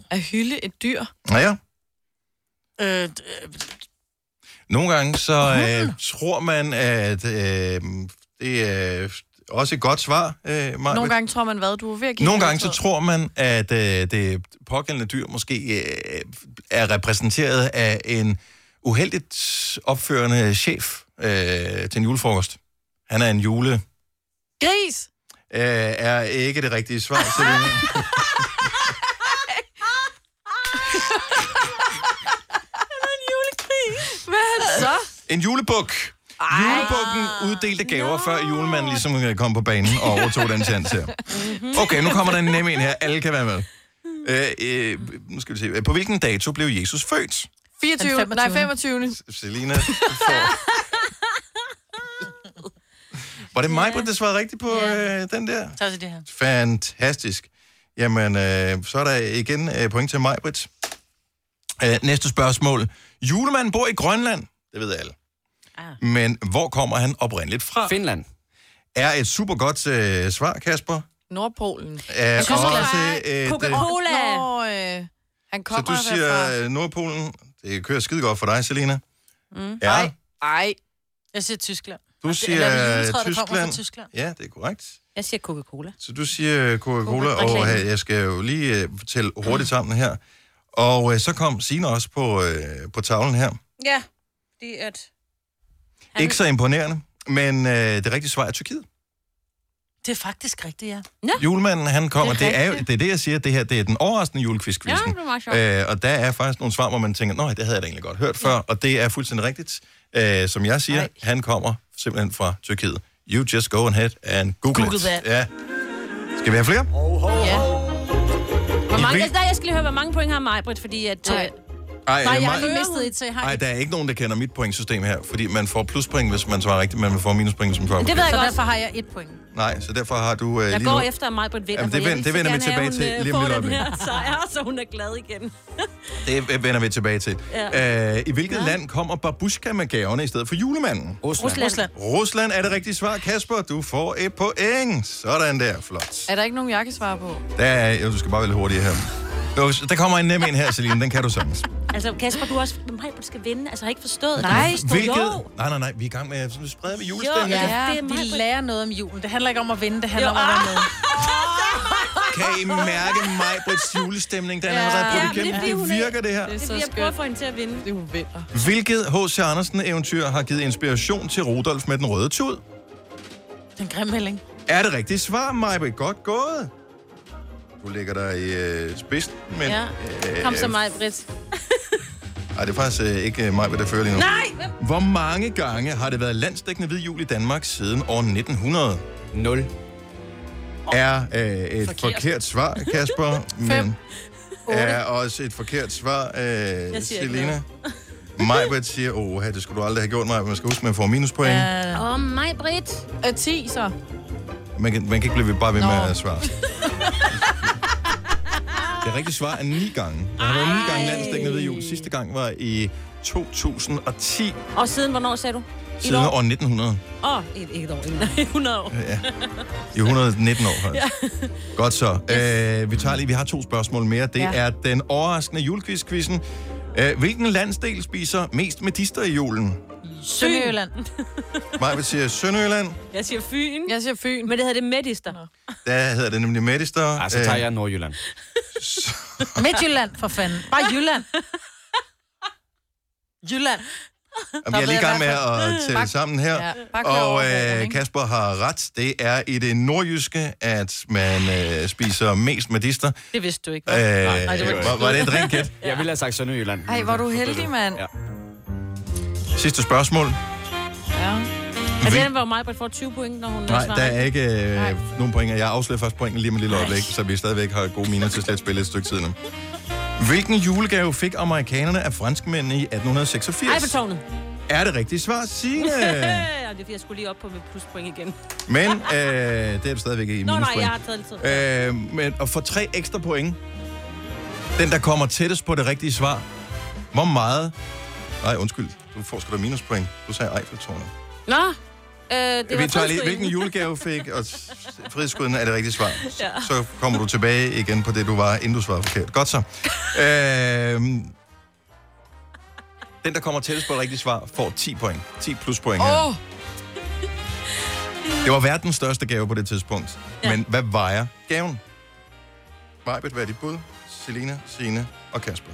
[SPEAKER 4] at hylde et dyr.
[SPEAKER 1] Naja,
[SPEAKER 2] Øh,
[SPEAKER 1] nogle gange så øh, tror man, at øh, Det er også et godt svar, øh, Maja.
[SPEAKER 4] Nogle gange tror man, hvad du er ved at give
[SPEAKER 1] Nogle
[SPEAKER 4] den
[SPEAKER 1] gange så
[SPEAKER 4] udtryk.
[SPEAKER 1] tror man, at øh, det pågældende dyr måske øh, er repræsenteret af en uheldigt opførende chef øh, til en julefrokost. Han er en jule... Øh,
[SPEAKER 4] Gris!
[SPEAKER 1] er ikke det rigtige svar, Selina.
[SPEAKER 4] Hvad er det så?
[SPEAKER 1] En julebuk. Julebukken uddelte gaver, før julemanden ligesom øh, kom på banen og overtog den chance her. Okay, nu kommer der en nem en her. Alle kan være med. Øh, øh, nu skal vi se. På hvilken dato blev Jesus født?
[SPEAKER 4] 24. Nej, 25.
[SPEAKER 1] Selina får... Var det mig, der svarede rigtigt på øh, den der?
[SPEAKER 2] Tak til det her.
[SPEAKER 1] Fantastisk. Jamen, øh, så er der igen øh, point til mig, Britt. Øh, næste spørgsmål. Julemanden bor i Grønland. Det ved alle. Ah. Men hvor kommer han oprindeligt fra?
[SPEAKER 5] Finland.
[SPEAKER 1] Er et super godt øh, svar, Kasper.
[SPEAKER 4] Nordpolen.
[SPEAKER 1] Er
[SPEAKER 4] Jeg synes, det
[SPEAKER 1] også
[SPEAKER 4] var
[SPEAKER 1] et, øh,
[SPEAKER 4] Coca-Cola. Nå, øh,
[SPEAKER 1] Så
[SPEAKER 4] han kommer
[SPEAKER 1] du siger øh, Nordpolen. Det kører skide godt for dig, Selina.
[SPEAKER 2] Mm.
[SPEAKER 1] Ja. Nej.
[SPEAKER 4] Ej.
[SPEAKER 2] Jeg siger Tyskland.
[SPEAKER 1] Du
[SPEAKER 2] Eller
[SPEAKER 1] siger
[SPEAKER 2] er det
[SPEAKER 1] øh,
[SPEAKER 2] juletræet, der kommer fra
[SPEAKER 1] Tyskland.
[SPEAKER 2] Tyskland?
[SPEAKER 1] Ja, det er korrekt.
[SPEAKER 3] Jeg siger Coca-Cola.
[SPEAKER 1] Så du siger Coca-Cola,
[SPEAKER 3] Coca-Cola.
[SPEAKER 1] og øh, jeg skal jo lige øh, fortælle hurtigt sammen her. Og øh, så kom Signe også på, øh, på tavlen her.
[SPEAKER 3] Ja, fordi at...
[SPEAKER 1] Han... Ikke så imponerende, men øh, det rigtige svar er Tyrkiet.
[SPEAKER 2] Det er faktisk rigtigt, ja.
[SPEAKER 1] Ja. Julemanden, han kommer.
[SPEAKER 2] Det er
[SPEAKER 1] Det er, jo,
[SPEAKER 2] rigtigt.
[SPEAKER 1] det er det, jeg siger. Det her det er den overraskende julekvist-quizzen.
[SPEAKER 2] Ja, det var meget sjovt.
[SPEAKER 1] Øh, og der er faktisk nogle svar, hvor man tænker, nej, det havde jeg da egentlig godt hørt før. Og det er fuldstændig rigtigt. Øh, som jeg siger, nej. han kommer simpelthen fra Tyrkiet. You just go ahead and google,
[SPEAKER 3] Google
[SPEAKER 1] it.
[SPEAKER 3] that.
[SPEAKER 1] Ja. Skal vi have flere?
[SPEAKER 3] Ja. Hvor
[SPEAKER 1] I
[SPEAKER 3] mange,
[SPEAKER 1] hvil-
[SPEAKER 3] altså, nej, jeg skal lige høre, hvor mange point har Majbrit, fordi at... Nej,
[SPEAKER 1] Ej,
[SPEAKER 3] nej
[SPEAKER 1] øh,
[SPEAKER 3] jeg
[SPEAKER 1] Maj-
[SPEAKER 3] har lige mistet et, så jeg har
[SPEAKER 1] Nej, der er ikke nogen, der kender mit pointsystem her, fordi man får pluspoint, hvis man svarer rigtigt, men man får minuspoint, hvis man svarer
[SPEAKER 3] Det ved jeg
[SPEAKER 2] Så
[SPEAKER 3] godt.
[SPEAKER 2] derfor har jeg et point.
[SPEAKER 1] Nej, så derfor har du øh,
[SPEAKER 3] Jeg
[SPEAKER 1] lige
[SPEAKER 3] går
[SPEAKER 1] nu...
[SPEAKER 3] efter, at Majbrit vinder,
[SPEAKER 1] Jamen, det
[SPEAKER 3] for jeg
[SPEAKER 1] vend-
[SPEAKER 3] vil
[SPEAKER 1] det
[SPEAKER 3] så
[SPEAKER 1] vender vi
[SPEAKER 3] gerne have,
[SPEAKER 1] tilbage til
[SPEAKER 3] hun, øh,
[SPEAKER 1] lige om
[SPEAKER 3] får
[SPEAKER 1] lidt
[SPEAKER 3] den her
[SPEAKER 1] øjeblik.
[SPEAKER 3] sejr, så hun er glad igen.
[SPEAKER 1] Det vender vi tilbage til. Ja.
[SPEAKER 3] Ja.
[SPEAKER 1] Øh, I hvilket ja. land kommer babushka med gaverne i stedet for julemanden?
[SPEAKER 4] Rusland. Rusland.
[SPEAKER 1] Rusland er det rigtige svar, Kasper. Du får et point. Sådan der, flot.
[SPEAKER 4] Er der ikke nogen, jeg kan svare på?
[SPEAKER 1] Der er, jo, du skal bare være lidt hurtigere her. Jo, Der kommer en nem en her, Celine. Den kan du sagtens.
[SPEAKER 3] Altså, Kasper, du er også... Majbrit skal vinde. Altså, jeg har ikke forstået det. Jo.
[SPEAKER 1] Hvilket... Nej, nej, nej. Vi er i gang med at sprede med julestemning.
[SPEAKER 2] ja, det vi lærer noget om julen. Det handler ikke om at vinde, det handler
[SPEAKER 3] Jo,
[SPEAKER 2] om at være
[SPEAKER 3] ah.
[SPEAKER 2] med.
[SPEAKER 1] Kan I mærke mig på julestemning? Den er
[SPEAKER 2] Ja.
[SPEAKER 1] allerede brudt
[SPEAKER 3] men
[SPEAKER 1] igennem.
[SPEAKER 3] fordi hun
[SPEAKER 1] Det
[SPEAKER 3] ikke-
[SPEAKER 1] virker, det her.
[SPEAKER 3] Det er, fordi, jeg prøver at få hende til at vinde.
[SPEAKER 4] Det er hun vinder.
[SPEAKER 1] Hvilket H.C. Andersen-eventyr har givet inspiration til Rudolf med den røde tud?
[SPEAKER 2] Den grimme melding.
[SPEAKER 1] Er det rigtige svar, Majbrit? Godt gået. Du ligger der i øh, spidsen, men...
[SPEAKER 3] Ja.
[SPEAKER 1] øh,
[SPEAKER 3] Kom så, Majbrit.
[SPEAKER 1] Ej, det er faktisk øh, ikke øh, Majbrit, der fører lige nu.
[SPEAKER 3] Nej!
[SPEAKER 1] Hvor mange gange har det været landsdækkende hvid jul i Danmark siden år 1900? 0. Er øh, et forkert. forkert svar, Kasper, men er også et forkert svar, øh,
[SPEAKER 3] Jeg siger ikke
[SPEAKER 1] Selina. Majbrit siger, åh, det skulle du aldrig have gjort, Majbrit. Man skal huske, man får minuspoint.
[SPEAKER 3] Åh, oh, Majbrit.
[SPEAKER 4] Øh, 10 så.
[SPEAKER 1] Man kan, man kan ikke blive ved- bare ved med
[SPEAKER 4] Nå.
[SPEAKER 1] at svare. Det rigtige svar er ni gange. Der har været ni gange landsdækkende ved jul. Sidste gang var i 2010,
[SPEAKER 3] Og siden hvornår, sagde du? Et
[SPEAKER 1] siden år 1900.
[SPEAKER 3] Åh, oh, ikke et år. Nej, 100 år.
[SPEAKER 1] Ja. I 119 år, faktisk.
[SPEAKER 3] Ja.
[SPEAKER 1] Godt så. Øh, vi tager lige, vi har to spørgsmål mere. Det
[SPEAKER 3] Ja.
[SPEAKER 1] er den overraskende julequiz-quizzen. Øh, hvilken landsdel spiser mest medister i julen?
[SPEAKER 2] Sønderjylland.
[SPEAKER 1] Mig vil sige Sønderjylland.
[SPEAKER 3] Jeg siger Fyn. Jeg siger Fyn. Men det hedder det Medister.
[SPEAKER 1] Der hedder det nemlig medister. Øh, Ej,
[SPEAKER 5] så tager jeg Nordjylland.
[SPEAKER 2] Midtjylland, for fanden. Bare Jylland. Jylland.
[SPEAKER 1] Jamen, jeg er lige i gang med at tælle sammen her.
[SPEAKER 2] Ja,
[SPEAKER 1] Ja,
[SPEAKER 2] bak
[SPEAKER 1] og
[SPEAKER 2] herover,
[SPEAKER 1] øh, Kasper har ret. Det er i det nordjyske, at man øh, spiser mest medister.
[SPEAKER 2] Det vidste du ikke.
[SPEAKER 1] Øh, Nej, det
[SPEAKER 2] det var
[SPEAKER 1] var, var, var det et rent gæt?
[SPEAKER 5] Jeg ville have sagt Sønderjylland.
[SPEAKER 4] Ej, hvor er du heldig, mand. Ja.
[SPEAKER 1] Sidste spørgsmål.
[SPEAKER 4] ja.
[SPEAKER 3] Altså, den var jo Majbrit får 20 point, når hun
[SPEAKER 1] Nej,
[SPEAKER 3] svarer.
[SPEAKER 1] der er ikke øh, nogen pointer. Jeg afslører først pointen lige om et lille øjeblik, så vi stadigvæk har gode miner til slet spille et stykke tid nu. Hvilken julegave fik amerikanerne af franskmændene i 1886?
[SPEAKER 3] Eiffeltårnet.
[SPEAKER 1] Er det rigtigt svar, Signe?
[SPEAKER 3] Og Øh, det er fordi, jeg skulle lige op på mit pluspoint igen.
[SPEAKER 1] Men øh, det er du stadigvæk i
[SPEAKER 3] Nå, nej,
[SPEAKER 1] minuspoint.
[SPEAKER 3] jeg har taget lidt
[SPEAKER 1] Øh, men at få tre ekstra point. Den, der kommer tættest på det rigtige svar. Hvor meget... Nej, undskyld. Du får sgu da minuspoint. Du sagde Eiffeltårnet.
[SPEAKER 3] Nå, øh, det var
[SPEAKER 1] Vi tager lige,
[SPEAKER 3] pluspoint.
[SPEAKER 1] hvilken julegave fik, og s- frihedsguden er det rigtige svar.
[SPEAKER 3] Ja.
[SPEAKER 1] Så kommer du tilbage igen på det, du var, inden du svarede forkert. Godt så. Øhm, den, der kommer tættest på det rigtige svar, får 10 point. 10 plus point her.
[SPEAKER 4] Åh!
[SPEAKER 1] Det var verdens største gave på det tidspunkt. Ja. Men hvad vejer gaven? Majbet, hvad er dit bud? Selina, Sine og Kasper.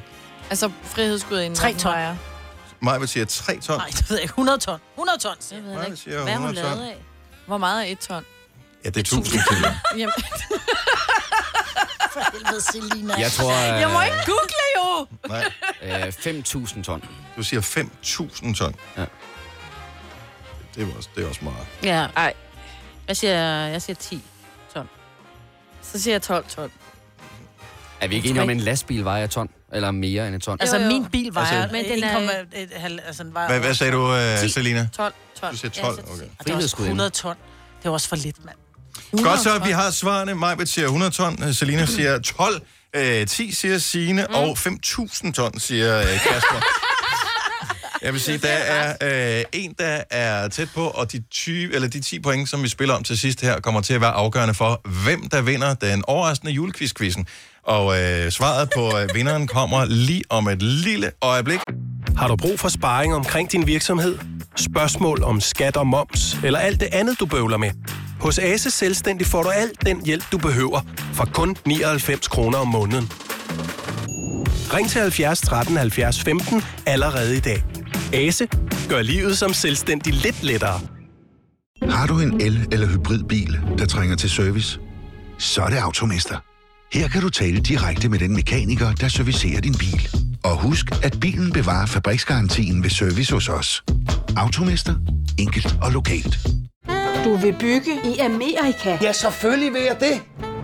[SPEAKER 4] Altså, frihedsgudinden.
[SPEAKER 2] Tre
[SPEAKER 4] hvad den
[SPEAKER 2] ton.
[SPEAKER 4] vejer.
[SPEAKER 1] Majbet siger 3 ton.
[SPEAKER 2] Nej, det ved jeg ikke. 100 ton. 100 ton, siger jeg.
[SPEAKER 4] ved jeg
[SPEAKER 1] siger Hvad er hun 100 ton. lavet
[SPEAKER 4] af? Hvor meget er et ton?
[SPEAKER 1] Ja, det er 1000 kilo.
[SPEAKER 4] Jamen.
[SPEAKER 2] For helvede, Selina.
[SPEAKER 5] Jeg tror, øh,
[SPEAKER 4] Jeg må ikke google jo.
[SPEAKER 1] Nej.
[SPEAKER 5] Øh, 5.000 ton.
[SPEAKER 1] Du siger 5.000 ton.
[SPEAKER 5] Ja.
[SPEAKER 1] Det er også, det er også meget.
[SPEAKER 3] Ja. Ej. Jeg siger, jeg siger 10 ton.
[SPEAKER 4] Så siger jeg 12 ton.
[SPEAKER 5] Er vi ikke enige om, at en lastbil vejer et ton? Eller mere end et ton?
[SPEAKER 2] Altså, min bil vejer
[SPEAKER 5] Altså-
[SPEAKER 2] altså, men den er... 1,1 halv- altså, den vejer
[SPEAKER 1] Hvad, hvad sagde du, uh, Selina?
[SPEAKER 2] 12 ton.
[SPEAKER 1] Du siger 12, okay.
[SPEAKER 2] Og det er også 100 ton. Det er også for lidt, mand.
[SPEAKER 1] Godt så, vi har svarene. Majbet siger 100 ton, øh, Selina siger 12, øh, 10 siger Signe, mm. og 5.000 ton siger øh, Kasper. Jeg vil sige, der er øh, en, der er tæt på, og de, 20, eller de 10 point, som vi spiller om til sidst her, kommer til at være afgørende for, hvem der vinder den overraskende julequiz-quizzen. Og øh, svaret på øh, vinderen kommer lige om et lille øjeblik.
[SPEAKER 6] Har du brug for sparring omkring din virksomhed? Spørgsmål om skat og moms, eller alt det andet, du bøvler med? Hos Ase Selvstændig får du alt den hjælp, du behøver, for kun 99 kroner om måneden. Ring til 70 13 70 15 allerede i dag. Ase gør livet som selvstændig lidt lettere.
[SPEAKER 14] Har du en el- eller hybridbil, der trænger til service? Så er det Automester. Her kan du tale direkte med den mekaniker, der servicerer din bil. Og husk, at bilen bevarer fabriksgarantien ved service hos os. Automester. Enkelt og lokalt.
[SPEAKER 15] Du vil bygge i Amerika? Ja, selvfølgelig vil jeg det.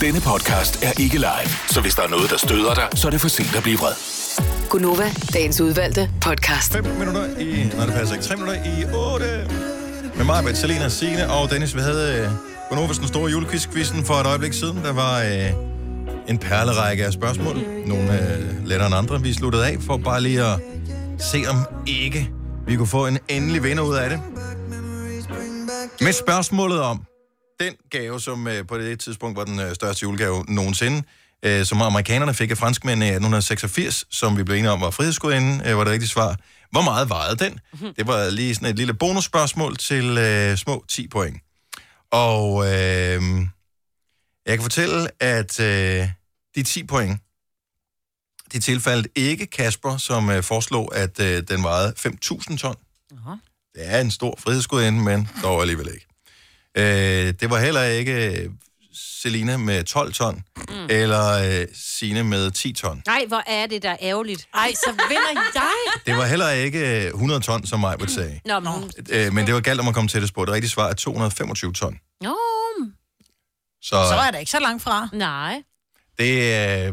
[SPEAKER 6] Denne podcast er ikke live, så hvis der er noget, der støder dig, så er det for sent at blive vred.
[SPEAKER 16] Gunova, dagens udvalgte podcast.
[SPEAKER 1] 5 minutter i... Nej, det passer ikke. 3 minutter i 8. Med mig, med Selena, Signe og Dennis. Vi havde øh, Bonovas den store julequiz-quizzen for et øjeblik siden. Der var øh, en perlerække af spørgsmål. Nogle øh, lettere end andre. Vi sluttede af for bare lige at se, om ikke vi kunne få en endelig vinder ud af det. Med spørgsmålet om den gave, som øh, på det tidspunkt var den øh, største julegave nogensinde, øh, som amerikanerne fik af franskmændene i 1886, som vi blev enige om var frihedsgudinden, øh, var det rigtige svar. Hvor meget vejede den? Det var lige sådan et lille bonusspørgsmål til øh, små 10 point. Og øh, jeg kan fortælle, at øh, de 10 point, de tilfaldt ikke Kasper, som øh, foreslog, at øh, den vejede 5.000 ton. Det er en stor frihedsgudinde, men dog alligevel ikke. Øh, det var heller ikke Selina med 12 ton, mm. eller øh, Sine med 10 ton.
[SPEAKER 3] Nej, hvor er det der ærgerligt. Ej, så vinder jeg.
[SPEAKER 1] Det var heller ikke øh, 100 ton, som mig ville sige.
[SPEAKER 3] Nå, men...
[SPEAKER 1] Øh, men det var galt om at komme til det spor. Det rigtige svar er 225 ton.
[SPEAKER 3] Nå,
[SPEAKER 1] Så,
[SPEAKER 2] Så er det ikke så langt fra.
[SPEAKER 3] Nej.
[SPEAKER 1] det øh,
[SPEAKER 2] Jeg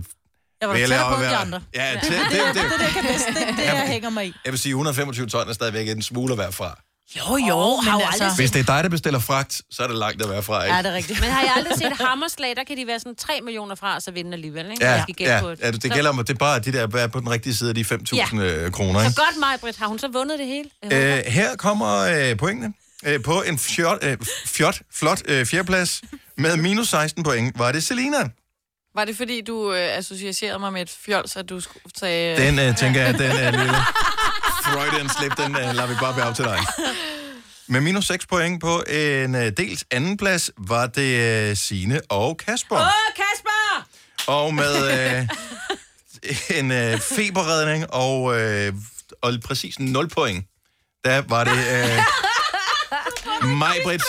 [SPEAKER 2] var
[SPEAKER 1] vil
[SPEAKER 2] da tættere
[SPEAKER 1] lade
[SPEAKER 2] på end de
[SPEAKER 1] være.
[SPEAKER 2] andre.
[SPEAKER 1] Ja, det, det, det,
[SPEAKER 2] det, det, kan bedst. det, det, jeg hænger mig i.
[SPEAKER 1] Jeg vil sige, 125 ton er stadigvæk en smule at være fra.
[SPEAKER 2] Jo, jo, oh, men altså...
[SPEAKER 1] Hvis det er dig, der bestiller fragt, så er det langt at være fra, ikke?
[SPEAKER 2] Ja, det er rigtigt.
[SPEAKER 3] Men har jeg aldrig set hammerslag, der kan de være sådan 3 millioner fra, og så vinde alligevel, ikke? Jeg
[SPEAKER 1] Ja,
[SPEAKER 3] skal gætte
[SPEAKER 1] ja,
[SPEAKER 3] på
[SPEAKER 1] ja, det gælder om, at det er bare de der, hvad er på den rigtige side af de 5.000 ja. kroner, ikke?
[SPEAKER 3] Så godt, mig, Britt. Har hun så vundet det hele? Jeg håber.
[SPEAKER 1] Øh, her kommer øh, pointene. Øh, på en fjot, øh, fjot, flot øh, fjerdeplads med minus 16 point var det Selina.
[SPEAKER 4] Var det fordi, du øh, associerede mig med et fjols, at du skulle tage...
[SPEAKER 1] Den øh, tænker jeg, den er lille. Freudian slip, den øh, lader vi bare være op til dig. Med minus 6 point på en øh, dels anden plads var det øh, Sine og Kasper.
[SPEAKER 3] Åh, Kasper!
[SPEAKER 1] Og med øh, en øh, feberredning og, øh, og præcis 0 point, der var det øh, Majbrits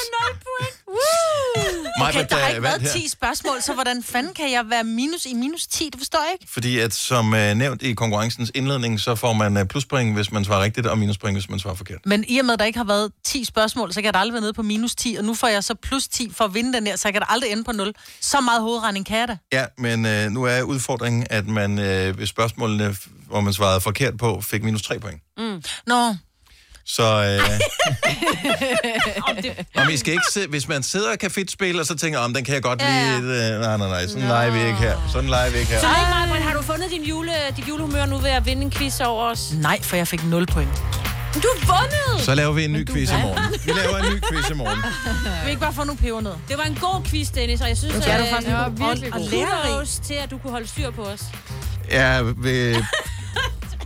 [SPEAKER 1] Maj,
[SPEAKER 2] Okay,
[SPEAKER 1] men der
[SPEAKER 2] der har
[SPEAKER 1] er
[SPEAKER 2] ikke
[SPEAKER 1] vand
[SPEAKER 2] været
[SPEAKER 1] øh, her.
[SPEAKER 2] 10 spørgsmål, så hvordan fanden kan jeg være minus i minus 10? Det forstår jeg ikke.
[SPEAKER 1] Fordi at som øh, nævnt i konkurrencens indledning, så får man øh, pluspoint, hvis man svarer rigtigt, og minuspoint, hvis man svarer forkert.
[SPEAKER 2] Men i og med, at der ikke har været 10 spørgsmål, så kan jeg da aldrig være nede på minus 10, og nu får jeg så plus 10 for at vinde den her, så jeg kan da aldrig ende på 0. Så meget hovedregning kan jeg da.
[SPEAKER 1] Ja, men øh, nu er udfordringen, at man øh, ved spørgsmålene, f- hvor man svarede forkert på, fik minus 3 point.
[SPEAKER 2] Mm. Nå,
[SPEAKER 1] Så øh,
[SPEAKER 3] Om det
[SPEAKER 1] og vi skal ikke se, hvis man sidder og kan fedtspille, og så tænker, om den kan jeg godt lide. Øh, nej, nej, nej, sådan leger vi ikke her. Sådan leger vi ikke her.
[SPEAKER 3] Så lige meget, Britt, har du fundet din jule, dit julehumør nu ved at vinde en quiz over os?
[SPEAKER 2] Nej, for jeg fik 0 point.
[SPEAKER 3] Du vundet!
[SPEAKER 1] Så laver vi en ny quiz i morgen. Vi laver en ny quiz i morgen.
[SPEAKER 3] Vil ikke bare få nogle peber ned? Det var en god quiz, Dennis, og jeg synes,
[SPEAKER 1] Ja, tak.
[SPEAKER 3] at,
[SPEAKER 1] Det var faktisk
[SPEAKER 3] øh,
[SPEAKER 1] en god-
[SPEAKER 3] og-
[SPEAKER 1] virkelig
[SPEAKER 3] og
[SPEAKER 1] god.
[SPEAKER 3] kudos til, at du kunne holde styr på os.
[SPEAKER 1] Ja, ved...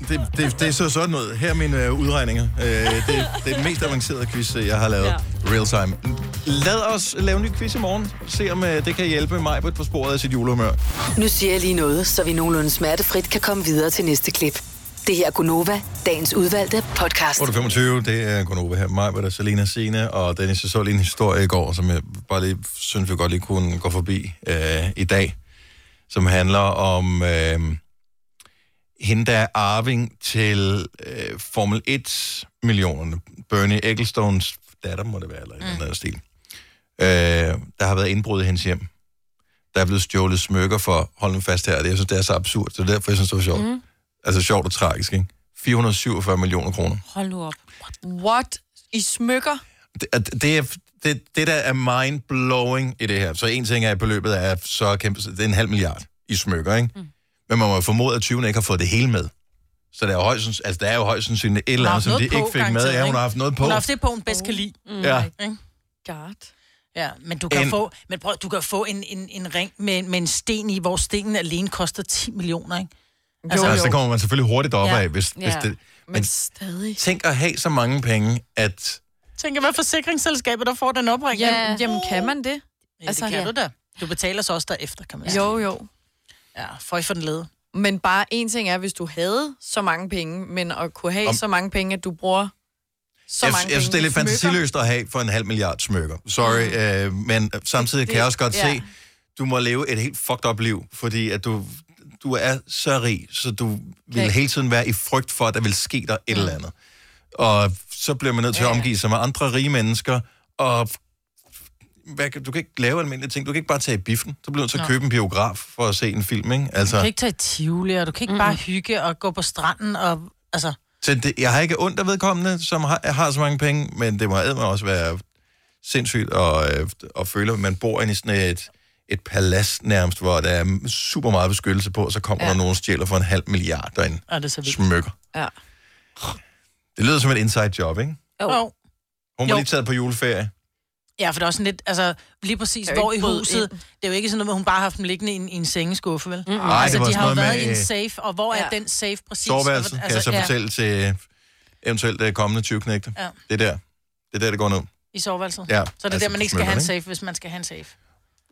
[SPEAKER 1] Det, det, det så sådan ud. Her er mine øh, udregninger. Øh, det, det er den mest avancerede quiz, øh, jeg har lavet. Ja. Real time. Lad os lave en ny quiz i morgen. Se om øh, det kan hjælpe mig på sporet af sit julehumør.
[SPEAKER 16] Nu siger jeg lige noget, så vi nogenlunde smertefrit kan komme videre til næste klip. Det her er Gunova, dagens udvalgte podcast.
[SPEAKER 1] 8.25, det er Gunova her. Mig, der Selina Sine og Dennis. Jeg så lige en historie i går, som jeg bare lige synes, vi godt lige kunne gå forbi øh, i dag. Som handler om øh, hende, der er arving til øh, Formel 1-millionerne. Bernie Ecclestones datter, må det være, eller mm. noget af den stil. Øh, der har været indbrud i hendes hjem. Der er blevet stjålet smykker for, hold nu fast her, det, jeg synes, det er så absurd, så derfor jeg synes, det var sjovt. Mm. Altså sjovt og tragisk, ikke? 447 millioner kroner.
[SPEAKER 3] Hold nu op.
[SPEAKER 4] What? I smykker?
[SPEAKER 1] det, at det, er, det, det der er mind-blowing i det her. Så en ting er, at beløbet er så kæmpe, så det er en halv milliard i smykker, ikke? Mm. Men man må jo formode, at 20 ikke har fået det hele med. Så der er jo højst, sands- altså, der er jo højst sandsynligt et eller andet, som de ikke fik med. Ja, hun har haft noget på.
[SPEAKER 2] Hun har haft det på, hun bedst kan lide.
[SPEAKER 1] Mm. Ja.
[SPEAKER 2] Ikke? Ja, men du kan
[SPEAKER 1] En-
[SPEAKER 2] en... få, men prøv, du kan få en, en, en ring med, med en sten i, hvor stenen alene koster 10 millioner, ikke?
[SPEAKER 1] Altså, altså, der kommer man selvfølgelig hurtigt op af,
[SPEAKER 2] Ja.
[SPEAKER 1] hvis, ja. hvis
[SPEAKER 2] Ja.
[SPEAKER 1] det...
[SPEAKER 2] Men
[SPEAKER 1] stadig. Tænk at have så mange penge, at...
[SPEAKER 2] Tænk, hvad forsikringsselskabet, der får den opring.
[SPEAKER 4] Ja. Jamen, jamen, kan man det?
[SPEAKER 2] Ja, altså,
[SPEAKER 4] Altså,
[SPEAKER 2] det kan
[SPEAKER 4] ja.
[SPEAKER 2] ja. du da. Du betaler så også derefter, kan man sige.
[SPEAKER 4] Jo, jo.
[SPEAKER 2] Ja, for for den lede.
[SPEAKER 4] Men bare en ting er, hvis du havde så mange penge, men at kunne have
[SPEAKER 1] Om-
[SPEAKER 4] Om... så mange penge, at du bruger så
[SPEAKER 1] jeg,
[SPEAKER 4] mange
[SPEAKER 1] jeg synes, det er
[SPEAKER 4] penge
[SPEAKER 1] lidt
[SPEAKER 4] i smykker.
[SPEAKER 1] fantasiløst at have for en halv milliard smykker. Sorry, øh, men samtidig kan jeg også godt
[SPEAKER 4] ja.
[SPEAKER 1] se, du må leve et helt fucked up liv, fordi at du, du er så rig, så du vil
[SPEAKER 4] Okay.
[SPEAKER 1] hele tiden være i frygt for, at der vil ske dig et
[SPEAKER 4] Mm.
[SPEAKER 1] eller andet. Og så bliver man nødt til at omgive sig med andre rige mennesker, og hvad, kan- du kan ikke lave almindelige ting. Du kan ikke bare tage i biffen. Så bliver du nødt til at
[SPEAKER 2] Nå.
[SPEAKER 1] købe en biograf for at se en film, ikke?
[SPEAKER 2] Du
[SPEAKER 1] Altså,
[SPEAKER 2] kan ikke tage i Tivoli, og du kan ikke mm. bare hygge og gå på stranden og... Altså,
[SPEAKER 1] så det, jeg har ikke ondt af vedkommende, som har, har så mange penge, men det må eddermame også være sindssygt at, øh, at føle, at man bor inde i sådan et, et palads nærmest, hvor der er super meget beskyttelse på, og så kommer ja. der nogen og stjæler for en halv milliard derinde.
[SPEAKER 2] er det så vildt?
[SPEAKER 1] Smykker.
[SPEAKER 4] Ja.
[SPEAKER 1] Det lyder som et inside job, ikke?
[SPEAKER 2] Jo. jo.
[SPEAKER 1] Hun var lige taget på juleferie.
[SPEAKER 2] Ja, for det er også sådan lidt, altså lige præcis,
[SPEAKER 4] Det er jo
[SPEAKER 2] hvor i
[SPEAKER 4] ikke bryde
[SPEAKER 2] huset,
[SPEAKER 4] ind.
[SPEAKER 2] det er jo ikke sådan noget, med, at hun bare har haft dem liggende i en, i en sengeskuffe, vel? Mm-hmm.
[SPEAKER 1] Ej,
[SPEAKER 2] altså,
[SPEAKER 1] det var
[SPEAKER 2] de
[SPEAKER 1] sådan
[SPEAKER 2] har jo
[SPEAKER 1] noget
[SPEAKER 2] været i
[SPEAKER 1] med,
[SPEAKER 2] en
[SPEAKER 1] øh,
[SPEAKER 2] safe, og hvor ja. er den safe præcis? Altså,
[SPEAKER 1] Soveværelsen kan jeg så
[SPEAKER 2] ja,
[SPEAKER 1] fortælle til eventuelt øh, kommende 20 knægte.
[SPEAKER 2] Ja.
[SPEAKER 1] Det er der. Det er der, det går ned.
[SPEAKER 2] I soveværelset?
[SPEAKER 1] Ja,
[SPEAKER 2] Så er det
[SPEAKER 1] altså,
[SPEAKER 2] altså, der, man ikke skal
[SPEAKER 1] smykker,
[SPEAKER 2] have en
[SPEAKER 1] ikke?
[SPEAKER 2] safe, hvis man skal have en safe.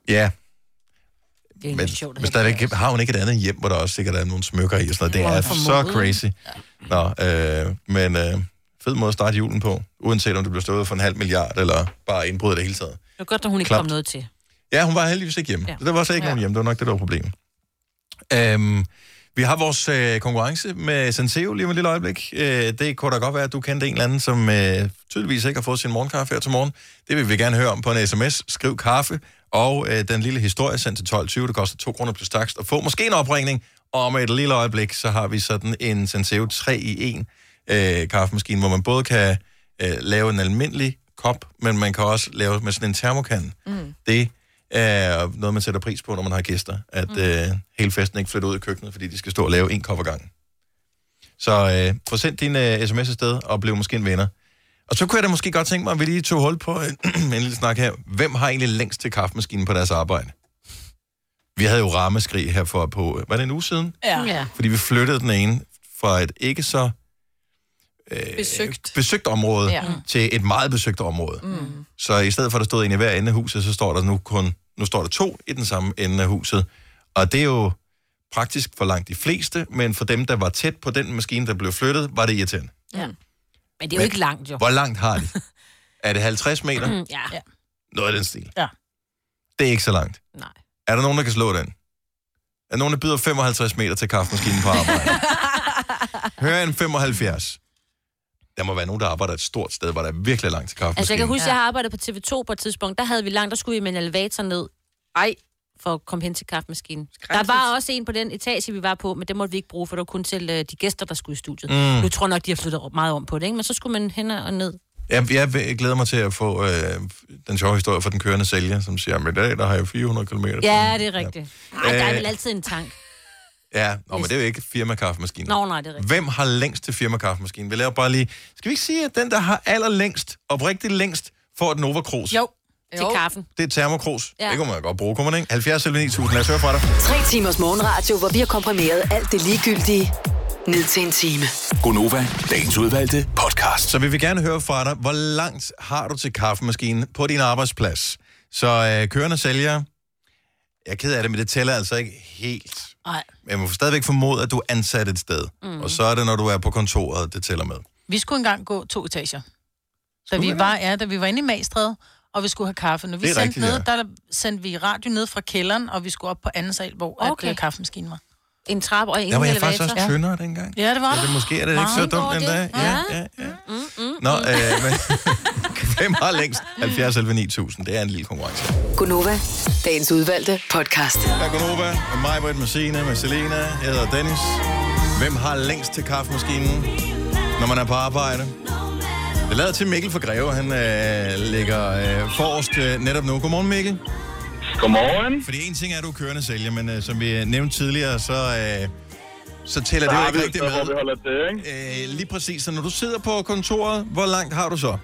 [SPEAKER 1] Ja.
[SPEAKER 2] Det er
[SPEAKER 1] men,
[SPEAKER 2] sjovt at
[SPEAKER 1] men stadigvæk har hun ikke et andet hjem, hvor der også sikkert er nogle smykker i og sådan
[SPEAKER 2] Hvor
[SPEAKER 1] noget. Det er
[SPEAKER 2] hun
[SPEAKER 1] så
[SPEAKER 2] formodet.
[SPEAKER 1] crazy. Nå, øh, men øh, fed måde at starte julen på, uanset om det bliver stået for en halv milliard eller bare indbrud i det hele taget.
[SPEAKER 3] Det var godt, at hun ikke
[SPEAKER 1] Klamt.
[SPEAKER 3] kom noget til.
[SPEAKER 1] Ja, hun var heldigvis ikke hjemme. Ja.
[SPEAKER 3] Ja.
[SPEAKER 1] Så der var slet ikke ja. nogen hjemme. Det var nok det, der var problemet. Øhm, vi har vores øh, konkurrence med Senseo lige om et lille øjeblik. Øh, det kunne da godt være, at du kendte en eller anden, som øh, tydeligvis ikke har fået sin morgenkaffe her til morgen. Det vil vi gerne høre om på en sms. Skriv kaffe og øh, den lille historie sendt til 12.20. Det koster 2 kroner plus takst. Og få måske en opringning. Og om et lille øjeblik, så har vi sådan en Senseo 3 i 1 øh, kaffemaskine, hvor man både kan øh, lave en almindelig kop, men man kan også lave med sådan en termokande. Mm. Det er noget, man sætter pris på, når man har gæster. At mm. øh, hele festen ikke flytter ud i køkkenet, fordi de skal stå og lave en kop ad gangen. Så øh, få sendt din øh, sms afsted, og bliv måske en vinder. Og så kunne jeg da måske godt tænke mig, at vi lige tog hul på øh, en lille snak her. Hvem har egentlig længst til kaffemaskinen på deres arbejde? Vi havde jo rammeskrig her for på, øh, var det en uge siden?
[SPEAKER 2] Ja. ja.
[SPEAKER 1] Fordi vi flyttede den ene fra et ikke så øh,
[SPEAKER 4] Besøgt.
[SPEAKER 1] besøgt område
[SPEAKER 4] Ja.
[SPEAKER 1] ja. til et meget besøgt område. Mm. Så i stedet for, at der stod en i hver ende af huset, så står der nu kun nu står der to i den samme ende af huset. Og det er jo praktisk for langt de fleste, men for dem, der var tæt på den maskine, der blev flyttet, var det irriterende.
[SPEAKER 3] Ja. Men det er jo ikke langt, jo.
[SPEAKER 1] Hvor langt har de? er det 50 meter?
[SPEAKER 3] Mm, Ja. ja.
[SPEAKER 1] Noget af den stil.
[SPEAKER 2] Ja.
[SPEAKER 1] Det er ikke så langt.
[SPEAKER 3] Nej.
[SPEAKER 1] Er der nogen, der kan slå den? Er der nogen, der byder 55 meter til kaffemaskinen på arbejde? Hører en 75. Der må være nogen, der arbejder et stort sted, hvor der er virkelig langt til kaffemaskinen.
[SPEAKER 3] Altså, jeg kan huske, at jeg har arbejdet på TV2 på et tidspunkt. Der havde vi langt, der skulle vi med en elevator ned.
[SPEAKER 4] Ej.
[SPEAKER 3] for at komme hen til kaffemaskinen. Der var også en på den etage, vi var på, men det måtte vi ikke bruge, for det var kun til øh, de gæster, der skulle i studiet.
[SPEAKER 1] Mm.
[SPEAKER 3] Mm. Nu tror jeg nok, de har flyttet meget om på det, ikke? men så skulle man hen og ned.
[SPEAKER 1] Jeg, jeg vil- glæder mig til at få øh, den sjove historie fra den kørende sælger, som siger, at i dag der har jeg 400 km.
[SPEAKER 3] Ja, det er rigtigt. Ja. Ej, der er
[SPEAKER 1] Øh,
[SPEAKER 3] vel altid en tank.
[SPEAKER 1] Ja, nå, men det er jo ikke firmakaffemaskinen.
[SPEAKER 3] Nå, nej, det er rigtigt.
[SPEAKER 1] Hvem har længst til firmakaffemaskinen? Vi laver bare lige... Skal vi ikke sige, at den, der har allerlængst, oprigtigt længst, får et Nova Cruz?
[SPEAKER 3] Jo, til kaffen.
[SPEAKER 1] Det er termokrus. Ja.
[SPEAKER 16] Ja.
[SPEAKER 1] Det kunne man godt bruge, kunne man ikke? 70 eller 9000, lad os høre fra dig.
[SPEAKER 16] Tre timers morgenradio, hvor vi har komprimeret alt det ligegyldige ned til en time.
[SPEAKER 1] Gonova, dagens udvalgte podcast. Så vi vil gerne høre fra dig, hvor langt har du til kaffemaskinen på din arbejdsplads? Så øh, kørende sælger, jeg er ked af det, men det tæller altså ikke helt.
[SPEAKER 2] Nej.
[SPEAKER 1] Men jeg må stadigvæk formode, at du er ansat et sted. Mm.
[SPEAKER 2] Mhm.
[SPEAKER 1] Og så er det, når du er på kontoret, det tæller med.
[SPEAKER 2] Vi skulle engang gå to etager. Da
[SPEAKER 1] Skulle I
[SPEAKER 2] vi,
[SPEAKER 1] det?
[SPEAKER 2] var, ja, da vi var inde i Magstræde, og vi skulle have kaffe. Når vi
[SPEAKER 1] Det er
[SPEAKER 2] sendte
[SPEAKER 1] rigtigt,
[SPEAKER 2] ned,
[SPEAKER 1] ja.
[SPEAKER 2] der sendte vi radio ned fra kælderen, og vi skulle op på anden sal, hvor okay.
[SPEAKER 3] Okay.
[SPEAKER 2] at, øh, kaffemaskinen var.
[SPEAKER 3] En trappe og en
[SPEAKER 1] Der var jeg
[SPEAKER 3] elevator.
[SPEAKER 1] faktisk også tyndere dengang.
[SPEAKER 2] Ja, det var
[SPEAKER 1] Ja, det,
[SPEAKER 2] der.
[SPEAKER 1] måske er det ikke så
[SPEAKER 2] Meget
[SPEAKER 1] dumt
[SPEAKER 2] godt,
[SPEAKER 1] den
[SPEAKER 2] det.
[SPEAKER 1] dag. Ja, ja, ja. Mm, mm, Nå, øh, men, hvem har længst? 70 eller 9000, det er en lille konkurrence.
[SPEAKER 16] Gunova, dagens udvalgte podcast.
[SPEAKER 1] Der er Gunova, med mig, Britt, med Signe, med Selena, jeg hedder Dennis. Hvem har længst til kaffemaskinen, når man er på arbejde? Det lader til Mikkel fra Greve, han øh, ligger øh, forrest øh, netop nu. Godmorgen Mikkel.
[SPEAKER 13] Godmorgen.
[SPEAKER 1] Fordi en ting er, at du er kørende sælger, men øh, som vi øh, nævnte tidligere, så, øh, så tæller det jo ikke rigtigt
[SPEAKER 13] Så vi
[SPEAKER 1] med.
[SPEAKER 13] holder til, ikke?
[SPEAKER 1] Øh, lige præcis, så når du sidder på kontoret, hvor langt har du så?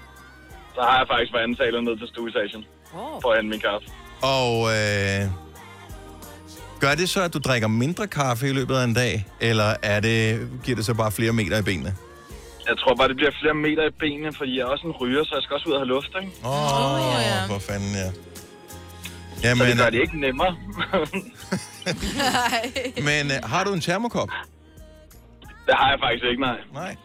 [SPEAKER 13] Så har jeg faktisk været ansat ned til stuestation for at hente min kaffe.
[SPEAKER 1] Og øh, gør det så, at du drikker mindre kaffe i løbet af en dag, eller er det, giver det så bare flere meter i benene?
[SPEAKER 13] Jeg tror bare, det bliver flere meter i benene, fordi jeg er også en ryger, så jeg skal også ud og have luft, ikke?
[SPEAKER 1] Åh, oh, oh, ja. for fanden, ja.
[SPEAKER 13] Ja, men... Så
[SPEAKER 1] Jamen,
[SPEAKER 13] det gør det ikke nemmere.
[SPEAKER 1] men øh, har du en termokop?
[SPEAKER 13] det har jeg faktisk ikke, nej.
[SPEAKER 1] Nej.